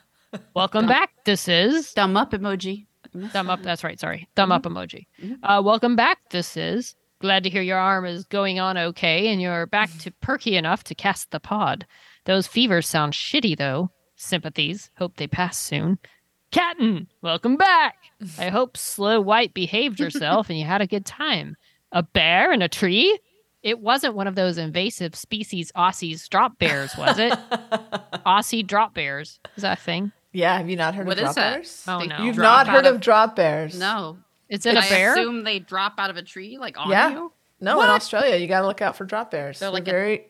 Speaker 3: Welcome back. This is
Speaker 4: Thumb up emoji.
Speaker 3: Thumb
Speaker 4: Mm-hmm.
Speaker 3: up. That's right. Sorry. Thumb up emoji. Uh, welcome back. This is glad to hear your arm is going on okay and you're back to perky enough to cast the pod. Those fevers sound shitty though. Sympathies. Hope they pass soon. Catton, welcome back. I hope Slow White behaved herself and you had a good time. A bear and a tree? It wasn't one of those invasive species Aussies drop bears, was it? Aussie drop bears. Is that a thing?
Speaker 2: Yeah. Have you not heard
Speaker 4: What
Speaker 2: of drop
Speaker 4: is that?
Speaker 2: bears?
Speaker 3: Oh,
Speaker 4: They
Speaker 3: no.
Speaker 2: You've
Speaker 4: drop
Speaker 2: not heard
Speaker 4: out
Speaker 2: of drop bears?
Speaker 4: No.
Speaker 3: Is it a
Speaker 4: I
Speaker 3: bear?
Speaker 4: assume they drop out of a tree, like on
Speaker 2: Yeah.
Speaker 4: you.
Speaker 2: No, in Australia, you got to look out for drop bears. They're,
Speaker 4: They're like a-
Speaker 2: very.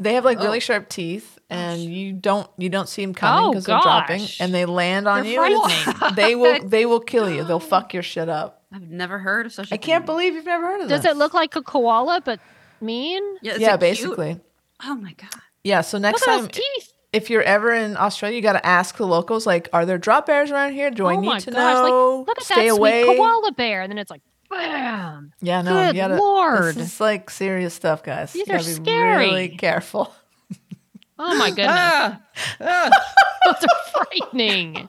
Speaker 2: They have like really sharp teeth, and you don't you don't see them coming
Speaker 3: Oh,
Speaker 2: because they're dropping,
Speaker 3: gosh.
Speaker 2: and they land on
Speaker 3: They're
Speaker 2: you. and
Speaker 3: frightening.
Speaker 2: They will they will kill you. They'll fuck your shit up.
Speaker 4: I've never heard of such. I
Speaker 2: I can't believe you've never heard of
Speaker 3: Does
Speaker 2: this.
Speaker 3: it look like a koala but mean?
Speaker 4: Yeah, is
Speaker 2: yeah,
Speaker 4: it cute?
Speaker 2: basically.
Speaker 4: Oh my god.
Speaker 2: Yeah. So
Speaker 3: Look
Speaker 2: next
Speaker 3: at
Speaker 2: time,
Speaker 3: those teeth.
Speaker 2: if you're ever in Australia, you got to ask the locals. Like, are there drop bears around here? Do I
Speaker 3: oh
Speaker 2: need
Speaker 3: my
Speaker 2: to
Speaker 3: gosh!
Speaker 2: know?
Speaker 3: Like, look at
Speaker 2: Stay
Speaker 3: that
Speaker 2: away.
Speaker 3: sweet koala bear, and then it's like, bam!
Speaker 2: Yeah, no,
Speaker 3: Good
Speaker 2: you gotta,
Speaker 3: Lord.
Speaker 2: this is like serious stuff, guys.
Speaker 3: These
Speaker 2: you
Speaker 3: are
Speaker 2: gotta be
Speaker 3: scary.
Speaker 2: really careful.
Speaker 3: Oh my goodness!
Speaker 2: Ah.
Speaker 4: Ah.
Speaker 3: Those are frightening.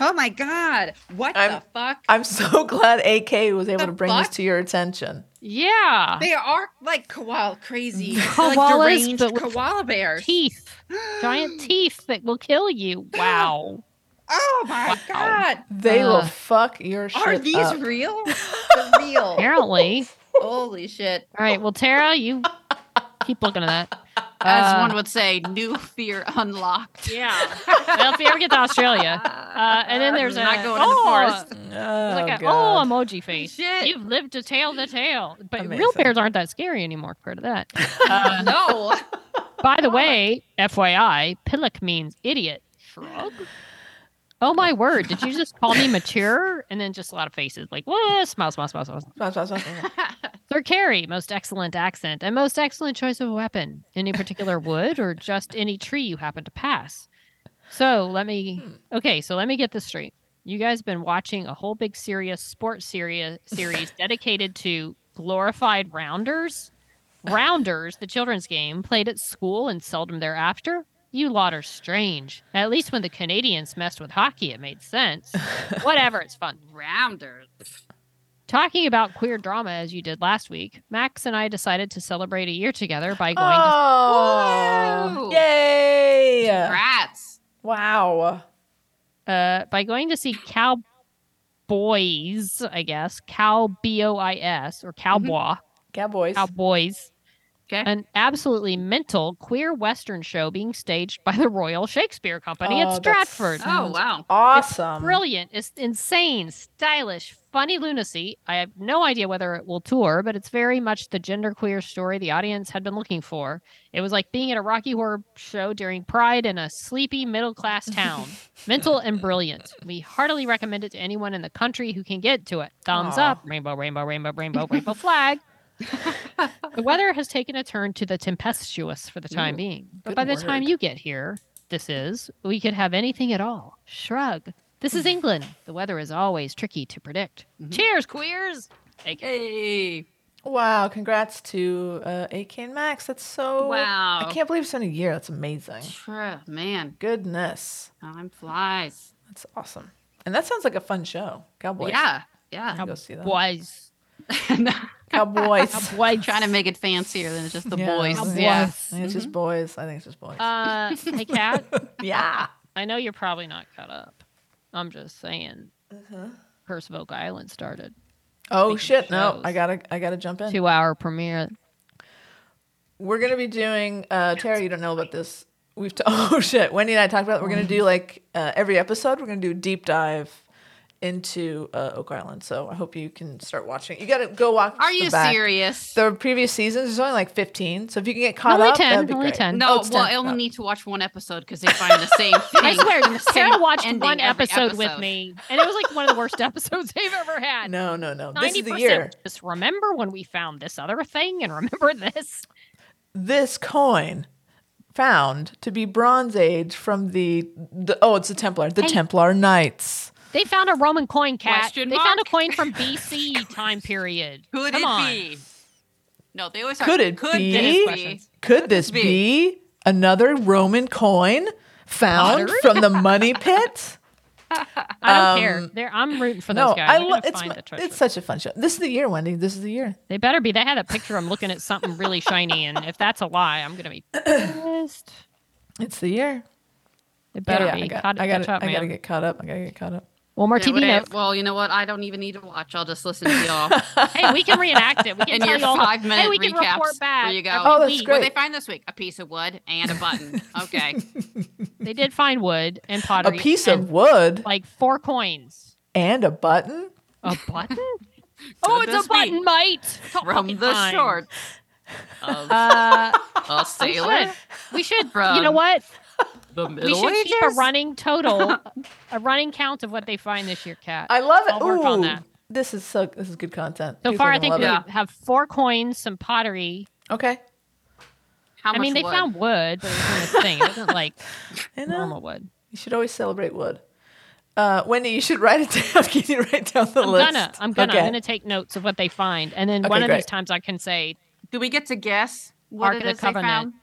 Speaker 4: Oh my god. What
Speaker 2: I'm-
Speaker 4: the fuck?
Speaker 2: I'm so glad AK was able
Speaker 4: The
Speaker 2: to bring this
Speaker 4: fuck?
Speaker 2: to your attention.
Speaker 3: Yeah,
Speaker 4: they are like koala crazy. They're
Speaker 3: Koalas,
Speaker 4: like deranged
Speaker 3: but with
Speaker 4: koala bears.
Speaker 3: teeth, giant teeth that will kill you. Wow!
Speaker 4: Oh my god.
Speaker 2: They will
Speaker 3: Ugh.
Speaker 2: fuck your shit
Speaker 4: Are these
Speaker 2: up.
Speaker 4: real? They're real.
Speaker 3: Apparently,
Speaker 4: Holy shit.
Speaker 3: all right. Well, Tara, you keep looking at that.
Speaker 4: As
Speaker 3: Uh,
Speaker 4: one would say, new fear unlocked.
Speaker 3: Yeah. well, if you ever get to Australia, uh, and then there's a
Speaker 4: Not going in the
Speaker 3: oh,
Speaker 4: forest.
Speaker 2: Oh,
Speaker 3: There's like a oh
Speaker 2: God.
Speaker 3: emoji face.
Speaker 4: Shit.
Speaker 3: You've lived to tell the tale. But real
Speaker 2: Amazing.
Speaker 3: bears aren't that scary anymore compared to that.
Speaker 4: no.
Speaker 3: By the way, FYI, pillock means idiot. Shrug. Oh my word! Did you just call me mature? And then just a lot of faces like what? Smile, smile, smile, smile.
Speaker 2: Smile, smile, smile.
Speaker 3: Sir Carey, most excellent accent and most excellent choice of weapon. Any particular wood or just any tree you happen to pass? So let me. Okay, so let me get this straight. You guys been watching a whole big serious sports series series dedicated to glorified rounders. Rounders, the children's game, played at school and seldom thereafter? You lot are strange. At least when the Canadians messed with hockey, it made sense. Whatever, it's fun.
Speaker 4: Rounders.
Speaker 3: Talking about queer drama as you did last week, Max and I decided to celebrate a year together by going to.
Speaker 2: Oh,
Speaker 4: Woo!
Speaker 2: yay!
Speaker 4: Congrats.
Speaker 2: Wow. Oh.
Speaker 3: uh, by going to see Cowboys, I guess, Cow B O I S or
Speaker 2: Mm-hmm.
Speaker 3: Cowboy,
Speaker 2: Cowboys.
Speaker 3: Cowboys,
Speaker 4: Okay.
Speaker 3: an absolutely mental queer Western show being staged by the Royal Shakespeare Company
Speaker 2: Oh,
Speaker 3: at
Speaker 2: that's-
Speaker 3: Stratford.
Speaker 4: oh, wow.
Speaker 2: awesome.
Speaker 3: Brilliant. It's insane, stylish, funny lunacy. I have no idea whether it will tour, but it's very much the genderqueer story the audience had been looking for. It was like being at a Rocky Horror show during Pride in a sleepy middle class town. Mental and brilliant. We heartily recommend it to anyone in the country who can get to it. Thumbs
Speaker 2: Aw.
Speaker 3: up, rainbow, rainbow, rainbow, rainbow, rainbow flag. the weather has taken a turn to the tempestuous for the time being. But
Speaker 2: good
Speaker 3: by the time
Speaker 2: word.
Speaker 3: you get here, this is, we could have anything at all. Shrug. This is England. The weather is always tricky to predict. Cheers, queers! Take it.
Speaker 4: Hey.
Speaker 2: Wow. Congrats to uh, AK and Max. That's so.
Speaker 4: Wow.
Speaker 2: I can't believe it's been a year. That's amazing.
Speaker 4: True. Man,
Speaker 2: Goodness.
Speaker 4: time flies.
Speaker 2: That's awesome. And that sounds like a fun show. Cowboys.
Speaker 4: Yeah. Yeah.
Speaker 2: I'll go see that.
Speaker 3: Boys.
Speaker 2: Cowboys.
Speaker 3: Boys.
Speaker 4: Trying to make it fancier than just the
Speaker 2: Yeah.
Speaker 4: boys.
Speaker 2: Cowboys.
Speaker 4: Yeah.
Speaker 2: I think it's just boys. I think it's just boys.
Speaker 3: Uh, hey, Kat,
Speaker 2: yeah.
Speaker 3: I know you're probably not caught up. I'm just saying. Curse of Oak Island started. Speaking
Speaker 2: Oh
Speaker 3: of
Speaker 2: shit! No, I
Speaker 3: shows.
Speaker 2: gotta, I gotta jump in.
Speaker 3: Two hour premiere.
Speaker 2: We're gonna be doing. Uh, Tara, you don't know about this. We've. T- oh shit! Wendy and I talked about. It. We're gonna do like uh, every episode. We're gonna do a deep dive into uh, Oak Island. So I hope you can start watching. You gotta go watch.
Speaker 4: Are
Speaker 2: the
Speaker 4: you
Speaker 2: back.
Speaker 4: serious?
Speaker 2: The previous seasons there's only like 15, so if you can get caught
Speaker 3: Only
Speaker 2: up,
Speaker 3: 10,
Speaker 2: that'd be
Speaker 3: only
Speaker 2: great.
Speaker 3: 10.
Speaker 2: Oh,
Speaker 4: No,
Speaker 2: it's
Speaker 4: well,
Speaker 2: 10.
Speaker 4: I only
Speaker 2: Oh.
Speaker 4: need to watch one episode because they find the same thing.
Speaker 3: I swear, Sarah
Speaker 4: same
Speaker 3: watched
Speaker 4: ending
Speaker 3: one
Speaker 4: every
Speaker 3: episode, with
Speaker 4: episode.
Speaker 3: me, and it was like one of the worst episodes they've ever had.
Speaker 2: No, no, no. This
Speaker 3: Ninety
Speaker 2: is the
Speaker 3: percent.
Speaker 2: year.
Speaker 3: Just remember when we found this other thing, and remember this.
Speaker 2: this coin found to be Bronze Age from the, the oh, it's the Templar, the Templar Knights.
Speaker 3: They found a Roman coin, cat.
Speaker 4: Question
Speaker 3: they found a
Speaker 4: mark?
Speaker 3: coin from BC time period.
Speaker 4: Could
Speaker 3: Come
Speaker 4: it
Speaker 3: on.
Speaker 4: be? No, they always
Speaker 2: Could
Speaker 4: are,
Speaker 2: it
Speaker 4: could
Speaker 2: be?
Speaker 4: This be?
Speaker 3: Questions.
Speaker 2: Could this
Speaker 4: be?
Speaker 2: be another Roman coin found from the money pit?
Speaker 3: I don't care. They're, I'm rooting for those
Speaker 2: Um, no,
Speaker 3: guys. I
Speaker 2: I
Speaker 3: am
Speaker 2: lo-
Speaker 3: gonna
Speaker 2: it's
Speaker 3: find
Speaker 2: my-
Speaker 3: the treasure.
Speaker 2: it's such a fun show. This is the year, Wendy. This is the year.
Speaker 3: They better be. They had a picture. I'm looking at something really shiny, and if that's a lie, I'm gonna be pissed.
Speaker 2: It's the year.
Speaker 3: It better
Speaker 2: yeah,
Speaker 3: be.
Speaker 2: I, got,
Speaker 3: Caught-
Speaker 2: I,
Speaker 3: catch
Speaker 2: gotta,
Speaker 3: up,
Speaker 2: I gotta
Speaker 3: man.
Speaker 2: get caught up. I gotta get caught up.
Speaker 3: One more
Speaker 4: Yeah,
Speaker 3: TV
Speaker 4: whatever.
Speaker 3: note.
Speaker 4: Well, you know what? I don't even need to watch. I'll just listen to y'all.
Speaker 3: hey, we can reenact it. We can
Speaker 4: in
Speaker 3: tell
Speaker 4: your
Speaker 3: you all the-
Speaker 4: five minute
Speaker 3: Hey, we can
Speaker 4: recaps.
Speaker 3: report back.
Speaker 4: There you go.
Speaker 3: every
Speaker 2: Oh, that's
Speaker 3: week.
Speaker 4: What
Speaker 2: great.
Speaker 4: did they find this week? A piece of wood and a button. Okay.
Speaker 3: They did find wood and
Speaker 2: A
Speaker 3: pottery.
Speaker 2: piece
Speaker 3: and,
Speaker 2: of wood
Speaker 3: like four coins.
Speaker 2: and a button.
Speaker 3: A button? oh, it's
Speaker 4: this
Speaker 3: a button,
Speaker 4: week.
Speaker 3: mate.
Speaker 4: From the
Speaker 3: Fine.
Speaker 4: shorts of
Speaker 3: Uh,
Speaker 4: a
Speaker 3: we
Speaker 4: sailor.
Speaker 3: should. We should. you
Speaker 4: From
Speaker 3: know what?
Speaker 4: The
Speaker 3: We
Speaker 4: Middle
Speaker 3: should keep a
Speaker 4: Ages?
Speaker 3: running total, a running count of what they find this year, Kat.
Speaker 2: I love it.
Speaker 3: I'll work on
Speaker 2: Ooh,
Speaker 3: that.
Speaker 2: this is so. This is good content.
Speaker 3: so
Speaker 2: People
Speaker 3: far,
Speaker 2: are
Speaker 3: I
Speaker 2: gonna
Speaker 3: think
Speaker 2: love
Speaker 3: we
Speaker 2: it.
Speaker 4: Yeah.
Speaker 3: have four coins, some pottery.
Speaker 2: Okay.
Speaker 4: How
Speaker 3: I
Speaker 4: much
Speaker 3: mean, they
Speaker 4: wood?
Speaker 3: found wood, but it was in this thing. It wasn't like
Speaker 2: I know.
Speaker 3: normal wood.
Speaker 2: You should always celebrate wood. Uh, Wendy, you should write it down. Can you write down the
Speaker 3: I'm
Speaker 2: list?
Speaker 3: gonna, I'm gonna,
Speaker 2: Okay.
Speaker 3: I'm gonna take notes of what they find, and then
Speaker 2: Okay,
Speaker 3: one of
Speaker 2: great.
Speaker 3: these times I can say,
Speaker 4: Do we get to guess what
Speaker 3: Ark
Speaker 4: it
Speaker 3: of the
Speaker 4: is they
Speaker 3: Covenant.
Speaker 4: found?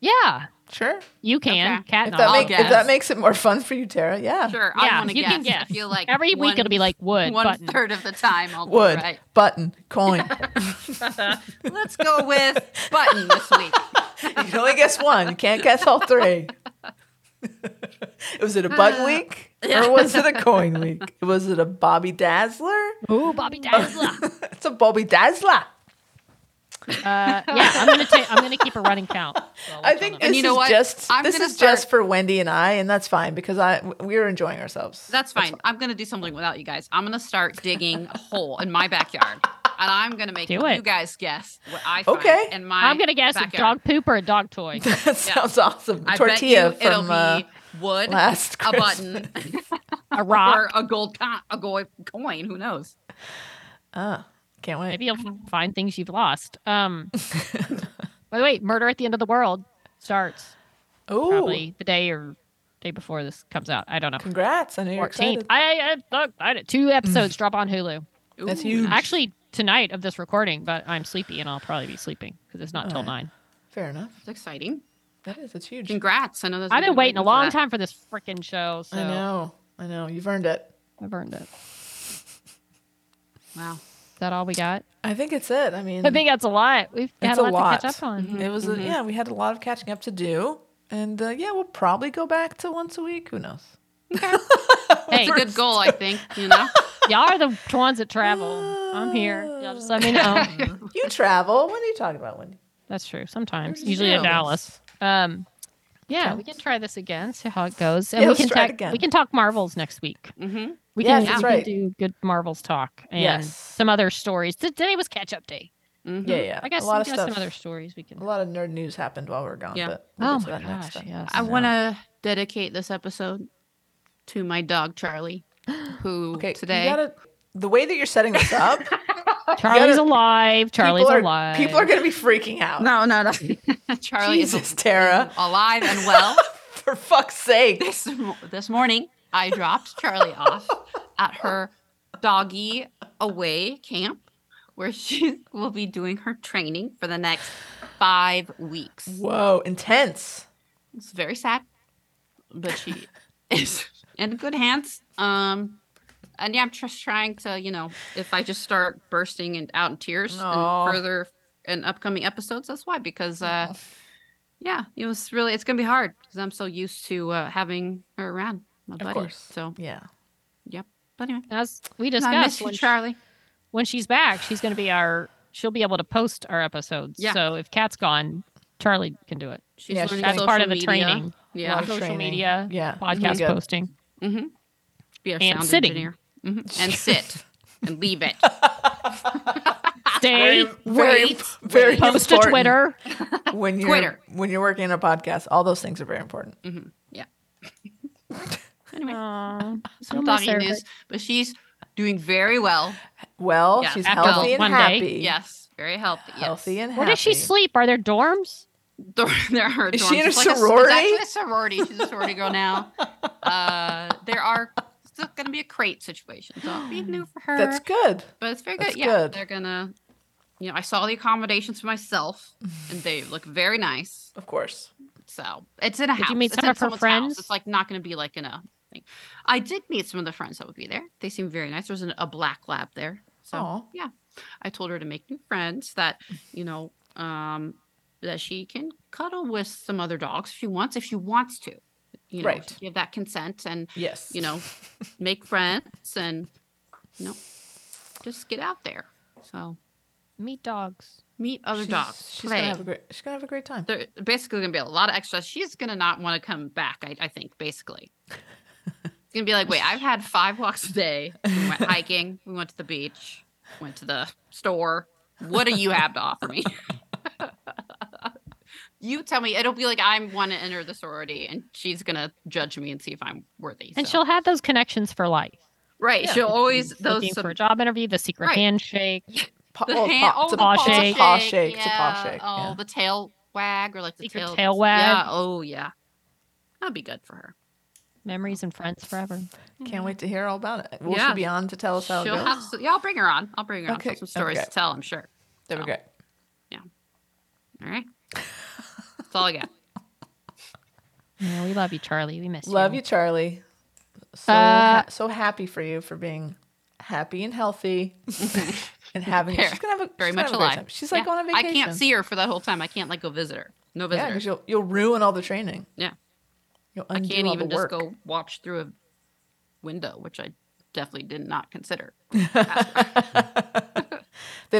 Speaker 3: yeah,
Speaker 2: Sure.
Speaker 3: you can,
Speaker 4: Okay.
Speaker 3: Cat.
Speaker 2: If
Speaker 3: and
Speaker 2: that,
Speaker 3: I.
Speaker 4: I'll
Speaker 2: make, if
Speaker 4: guess.
Speaker 2: that makes it more fun for you, Tara, yeah.
Speaker 4: Sure. I
Speaker 3: yeah,
Speaker 4: want to
Speaker 3: you
Speaker 4: guess.
Speaker 3: can guess.
Speaker 4: I feel like
Speaker 3: every
Speaker 4: one,
Speaker 3: week it'll be like wood,
Speaker 4: one
Speaker 3: button.
Speaker 4: third of the time. I'll be
Speaker 2: Wood,
Speaker 4: right.
Speaker 2: button, coin.
Speaker 4: Let's go with button this week.
Speaker 2: you can only guess one. You can't guess all three. was it a
Speaker 4: Uh,
Speaker 2: button week or was it a coin week? Was it a Bobby Dazzler?
Speaker 3: Ooh, Bobby Dazzler.
Speaker 2: It's a Bobby Dazzler.
Speaker 3: Uh, yeah, I'm gonna take. I'm gonna keep a running count. So
Speaker 2: I
Speaker 3: we'll
Speaker 2: think
Speaker 3: tell them.
Speaker 2: this
Speaker 4: you know
Speaker 2: is
Speaker 4: what?
Speaker 2: just
Speaker 4: I'm
Speaker 2: this
Speaker 4: gonna
Speaker 2: is just
Speaker 4: start-
Speaker 2: for Wendy and I, and that's fine because I we're enjoying ourselves.
Speaker 4: That's fine. I'm gonna do something without you guys. I'm gonna start digging a hole in my backyard, and I'm gonna make
Speaker 3: Do
Speaker 4: you
Speaker 3: it.
Speaker 4: guys guess what I find
Speaker 2: Okay.
Speaker 4: in my.
Speaker 3: I'm gonna guess a
Speaker 4: backyard.
Speaker 3: dog poop or a dog toy.
Speaker 2: That sounds awesome.
Speaker 4: I bet
Speaker 2: Tortilla
Speaker 4: you it'll
Speaker 2: from uh,
Speaker 4: be wood,
Speaker 2: last
Speaker 4: a
Speaker 2: Christmas.
Speaker 4: button,
Speaker 3: A
Speaker 4: or
Speaker 3: rock.
Speaker 4: a gold con- a gold coin. Who knows?
Speaker 2: Can't wait.
Speaker 3: Maybe you'll find things you've lost. Um. by the way, Murder at the End of the World starts
Speaker 2: Oh,
Speaker 3: probably the day or day before this comes out. I don't know.
Speaker 2: congrats! I know you're
Speaker 3: 14th.
Speaker 2: excited. Mm.
Speaker 3: I, I, I, I two episodes drop on Hulu.
Speaker 2: That's huge.
Speaker 3: Actually, tonight of this recording, but I'm sleepy and I'll probably be sleeping because it's not till nine.
Speaker 2: Fair enough.
Speaker 4: It's exciting.
Speaker 2: That is. It's huge.
Speaker 4: Congrats. I know that's
Speaker 3: I've been waiting a long time for this freaking show, so
Speaker 2: I know. I know. You've earned it.
Speaker 3: I've earned it. Is
Speaker 4: Wow.
Speaker 3: that all we got?
Speaker 2: I think it's it. I mean,
Speaker 3: I think that's a lot. We've got
Speaker 2: Mm. it's
Speaker 3: a
Speaker 2: a
Speaker 3: lot,
Speaker 2: lot.
Speaker 3: to catch up on.
Speaker 2: it was. A, yeah, we had a lot of catching up to do, and uh, yeah, we'll probably go back to once a week. Who knows?
Speaker 3: Hey,
Speaker 4: It's a good goal, I think, you know.
Speaker 3: y'all are the ones that travel. I'm here. Y'all just let me know.
Speaker 2: You travel. What are you talking about, Wendy?
Speaker 3: That's true.
Speaker 2: Where'd
Speaker 3: Sometimes,
Speaker 2: you
Speaker 3: usually in
Speaker 2: go?
Speaker 3: Dallas. Um, yeah, we
Speaker 2: Dallas.
Speaker 3: can try this again. See how it goes. And
Speaker 2: Yeah,
Speaker 3: we
Speaker 2: let's
Speaker 3: can
Speaker 2: try it
Speaker 3: talk-
Speaker 2: again.
Speaker 3: We can talk Marvels next week.
Speaker 4: mm-hmm.
Speaker 3: We
Speaker 2: Yes,
Speaker 3: can,
Speaker 2: that's
Speaker 3: we
Speaker 2: right.
Speaker 3: can do good Marvels talk and
Speaker 2: Yes.
Speaker 3: some other stories. T- Today was catch up day.
Speaker 4: Mm-hmm.
Speaker 2: Yeah, yeah.
Speaker 3: I guess
Speaker 2: a lot
Speaker 3: we
Speaker 2: of
Speaker 3: got
Speaker 2: stuff.
Speaker 3: some other stories we can.
Speaker 2: A lot of nerd news happened while we were gone.
Speaker 4: Yeah.
Speaker 2: But we'll
Speaker 3: Oh
Speaker 2: get to
Speaker 3: my
Speaker 2: that next
Speaker 3: gosh!
Speaker 2: time.
Speaker 3: Yes.
Speaker 4: I want to dedicate this episode to my dog Charlie, who
Speaker 2: Okay.
Speaker 4: today
Speaker 2: You gotta, the way that you're setting this up,
Speaker 3: Charlie's
Speaker 2: gotta-
Speaker 3: alive. Charlie's
Speaker 2: people are,
Speaker 3: alive.
Speaker 2: People are gonna be freaking out.
Speaker 4: No, no, no. Charlie
Speaker 2: Jesus,
Speaker 4: is
Speaker 2: Tara.
Speaker 4: alive and well.
Speaker 2: For fuck's sake.
Speaker 4: this mo- this morning, I dropped Charlie off at her doggy away camp, where she will be doing her training for the next five weeks.
Speaker 2: Whoa, intense.
Speaker 4: It's very sad, but she is in good hands. Um, and yeah, I'm just trying to, you know, if I just start bursting and out in tears
Speaker 2: Aw.
Speaker 4: and further in upcoming episodes, that's why. Because, uh, yeah, it was really it's gonna be hard because I'm so used to uh, having her around my buddy.
Speaker 2: Of course.
Speaker 4: So
Speaker 2: Yeah.
Speaker 4: yep. But anyway,
Speaker 3: As we
Speaker 4: I miss
Speaker 3: discussed,
Speaker 4: you,
Speaker 3: when,
Speaker 4: Charlie.
Speaker 3: when she's back, she's going to be our. She'll be able to post our episodes.
Speaker 4: Yeah.
Speaker 3: So if Kat's gone, Charlie can do it.
Speaker 4: She's
Speaker 2: Yeah,
Speaker 4: learning
Speaker 2: that's
Speaker 3: That's
Speaker 4: social
Speaker 3: part of the
Speaker 4: media.
Speaker 3: training.
Speaker 2: A lot
Speaker 4: Yeah,
Speaker 2: of
Speaker 3: Social
Speaker 2: training.
Speaker 3: media,
Speaker 2: Yeah.
Speaker 3: podcast
Speaker 2: Really good.
Speaker 3: posting.
Speaker 4: mm-hmm. be a
Speaker 3: And
Speaker 4: sound
Speaker 3: sitting.
Speaker 4: engineer hmm and sit and leave it.
Speaker 3: Stay.
Speaker 2: Very,
Speaker 4: Wait,
Speaker 2: very
Speaker 3: Post to
Speaker 2: important.
Speaker 3: Twitter.
Speaker 2: When you're
Speaker 4: Twitter.
Speaker 2: when you're working on a podcast, all those things are very important.
Speaker 4: Yeah.
Speaker 3: Aw,
Speaker 4: some
Speaker 3: miss
Speaker 4: doggy
Speaker 3: her,
Speaker 4: news, but she's doing very well.
Speaker 2: Well,
Speaker 4: Yeah,
Speaker 2: she's
Speaker 4: after
Speaker 2: healthy and
Speaker 3: one day.
Speaker 2: happy.
Speaker 4: Yes, very healthy. Yes.
Speaker 2: Healthy and
Speaker 3: but
Speaker 2: happy.
Speaker 3: Where does she sleep? Are there dorms?
Speaker 4: There there are
Speaker 2: Is
Speaker 4: dorms.
Speaker 2: she in a
Speaker 4: It's like s-
Speaker 2: sorority?
Speaker 4: it's actually a sorority. She's a sorority girl now. Uh, there are still going to be a crate situation. So it'll be new for her.
Speaker 2: That's good.
Speaker 4: but it's very good.
Speaker 2: that's
Speaker 4: yeah,
Speaker 2: good.
Speaker 4: they're gonna. You know, I saw the accommodations for myself, and they look very nice.
Speaker 2: Of course.
Speaker 4: So it's in a
Speaker 3: Did you
Speaker 4: house.
Speaker 3: meet
Speaker 4: it's
Speaker 3: some
Speaker 4: in
Speaker 3: of her
Speaker 4: someone's
Speaker 3: friends?
Speaker 4: House. It's like not going to be like in a thing. I did meet some of the friends that would be there. They seemed very nice. There's an, a black lab there. So
Speaker 2: Aw.
Speaker 4: yeah, I told her to make new friends. That you know, um, that she can cuddle with some other dogs if she wants. If she wants to, you know,
Speaker 2: Right.
Speaker 4: to give that consent and
Speaker 2: Yes.
Speaker 4: you know, make friends and you know, just get out there. So
Speaker 3: Meet dogs.
Speaker 4: meet other
Speaker 2: she's,
Speaker 4: dogs.
Speaker 2: She's
Speaker 4: play
Speaker 2: gonna have a great she's gonna have a great time.
Speaker 4: there basically gonna be a lot of extra. She's gonna not want to come back. I, I think basically, it's gonna be like, wait, I've had five walks a day. We went hiking. We went to the beach. Went to the store. What do you have to offer me? you tell me. It'll be like I want to enter the sorority, and she's gonna judge me and see if I'm worthy.
Speaker 3: And
Speaker 4: so-
Speaker 3: she'll have those connections for life.
Speaker 4: right. she'll always
Speaker 3: She's
Speaker 4: those
Speaker 3: looking
Speaker 4: some,
Speaker 3: for a job interview, the secret
Speaker 4: Right.
Speaker 3: handshake.
Speaker 2: Pa-
Speaker 4: the
Speaker 2: well,
Speaker 4: hand-
Speaker 2: pa-
Speaker 4: oh,
Speaker 2: it's a
Speaker 4: the paw shake.
Speaker 2: Paw shake. It's a paw
Speaker 4: yeah.
Speaker 2: shake.
Speaker 4: Oh,
Speaker 2: yeah.
Speaker 4: the tail wag or like the
Speaker 3: Secret
Speaker 4: tail
Speaker 3: tail wag.
Speaker 4: Yeah. Oh yeah, that'd be good for her.
Speaker 3: Memories and friends forever.
Speaker 2: Can't wait to hear all about it. Will
Speaker 4: Yeah.
Speaker 2: she be on to tell us how it
Speaker 4: She'll
Speaker 2: goes?
Speaker 4: have s- yeah, I'll bring her on. I'll bring her on.
Speaker 2: Okay,
Speaker 4: She'll have some stories
Speaker 2: okay.
Speaker 4: to tell, I'm sure.
Speaker 2: That'd be great.
Speaker 4: All right. That's all I got.
Speaker 3: Yeah, we love you, Charlie. We miss you.
Speaker 2: Love you, Charlie. So
Speaker 3: Uh,
Speaker 2: ha- so happy for you for being happy and healthy and having.
Speaker 4: Very-
Speaker 2: she's gonna have a
Speaker 4: Very
Speaker 2: she's gonna
Speaker 4: much
Speaker 2: have a great
Speaker 4: alive.
Speaker 2: time. She's like
Speaker 4: Yeah.
Speaker 2: going on vacation.
Speaker 4: I can't see her for that whole time. I can't like go visit her. No
Speaker 2: Yeah, because
Speaker 4: visitors.
Speaker 2: you'll you'll ruin all the training.
Speaker 4: Yeah.
Speaker 2: You'll
Speaker 4: I
Speaker 2: undo
Speaker 4: can't
Speaker 2: all
Speaker 4: even
Speaker 2: the
Speaker 4: just
Speaker 2: work.
Speaker 4: go watch through a window, which I definitely did not consider.
Speaker 2: They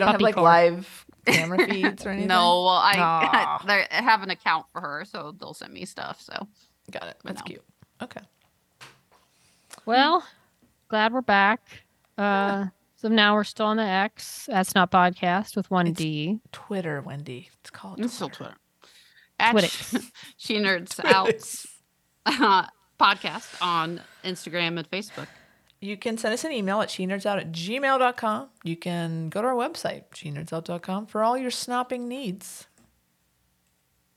Speaker 2: don't have
Speaker 3: puppy
Speaker 2: like
Speaker 3: car.
Speaker 2: live camera feeds or anything.
Speaker 4: No, well, I, I have an account for her, so they'll send me stuff. So
Speaker 2: got it. That's
Speaker 4: No.
Speaker 2: cute. Okay.
Speaker 3: Well, glad we're back. Uh, So now we're still on the X. That's not podcast with one D.
Speaker 2: Twitter, Wendy. It's called.
Speaker 4: it's still Twitter. At
Speaker 3: Twitix.
Speaker 4: she nerds
Speaker 2: Twitix.
Speaker 4: out podcast on Instagram and Facebook.
Speaker 2: You can send us an email at sheenerdsout at gmail.com. You can go to our website, sheenerdsout.com, for all your snopping needs.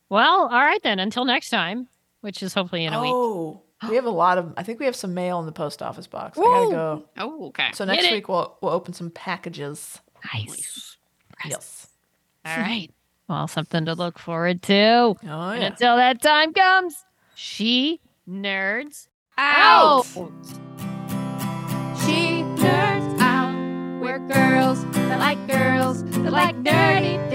Speaker 3: Well, all right then. Until next time, which is hopefully in a week.
Speaker 2: Oh, we have a lot of, I think we have some mail in the post office box. I gotta go.
Speaker 4: Oh, okay.
Speaker 2: So next
Speaker 3: Get it.
Speaker 2: week, we'll, we'll open some packages.
Speaker 3: Nice.
Speaker 2: Yes.
Speaker 3: All right. Well, something to look forward to.
Speaker 2: Oh
Speaker 3: And
Speaker 2: yeah.
Speaker 3: until that time comes, she nerds
Speaker 1: Out.
Speaker 3: out.
Speaker 1: She nerds out. We're girls that like girls that like nerdy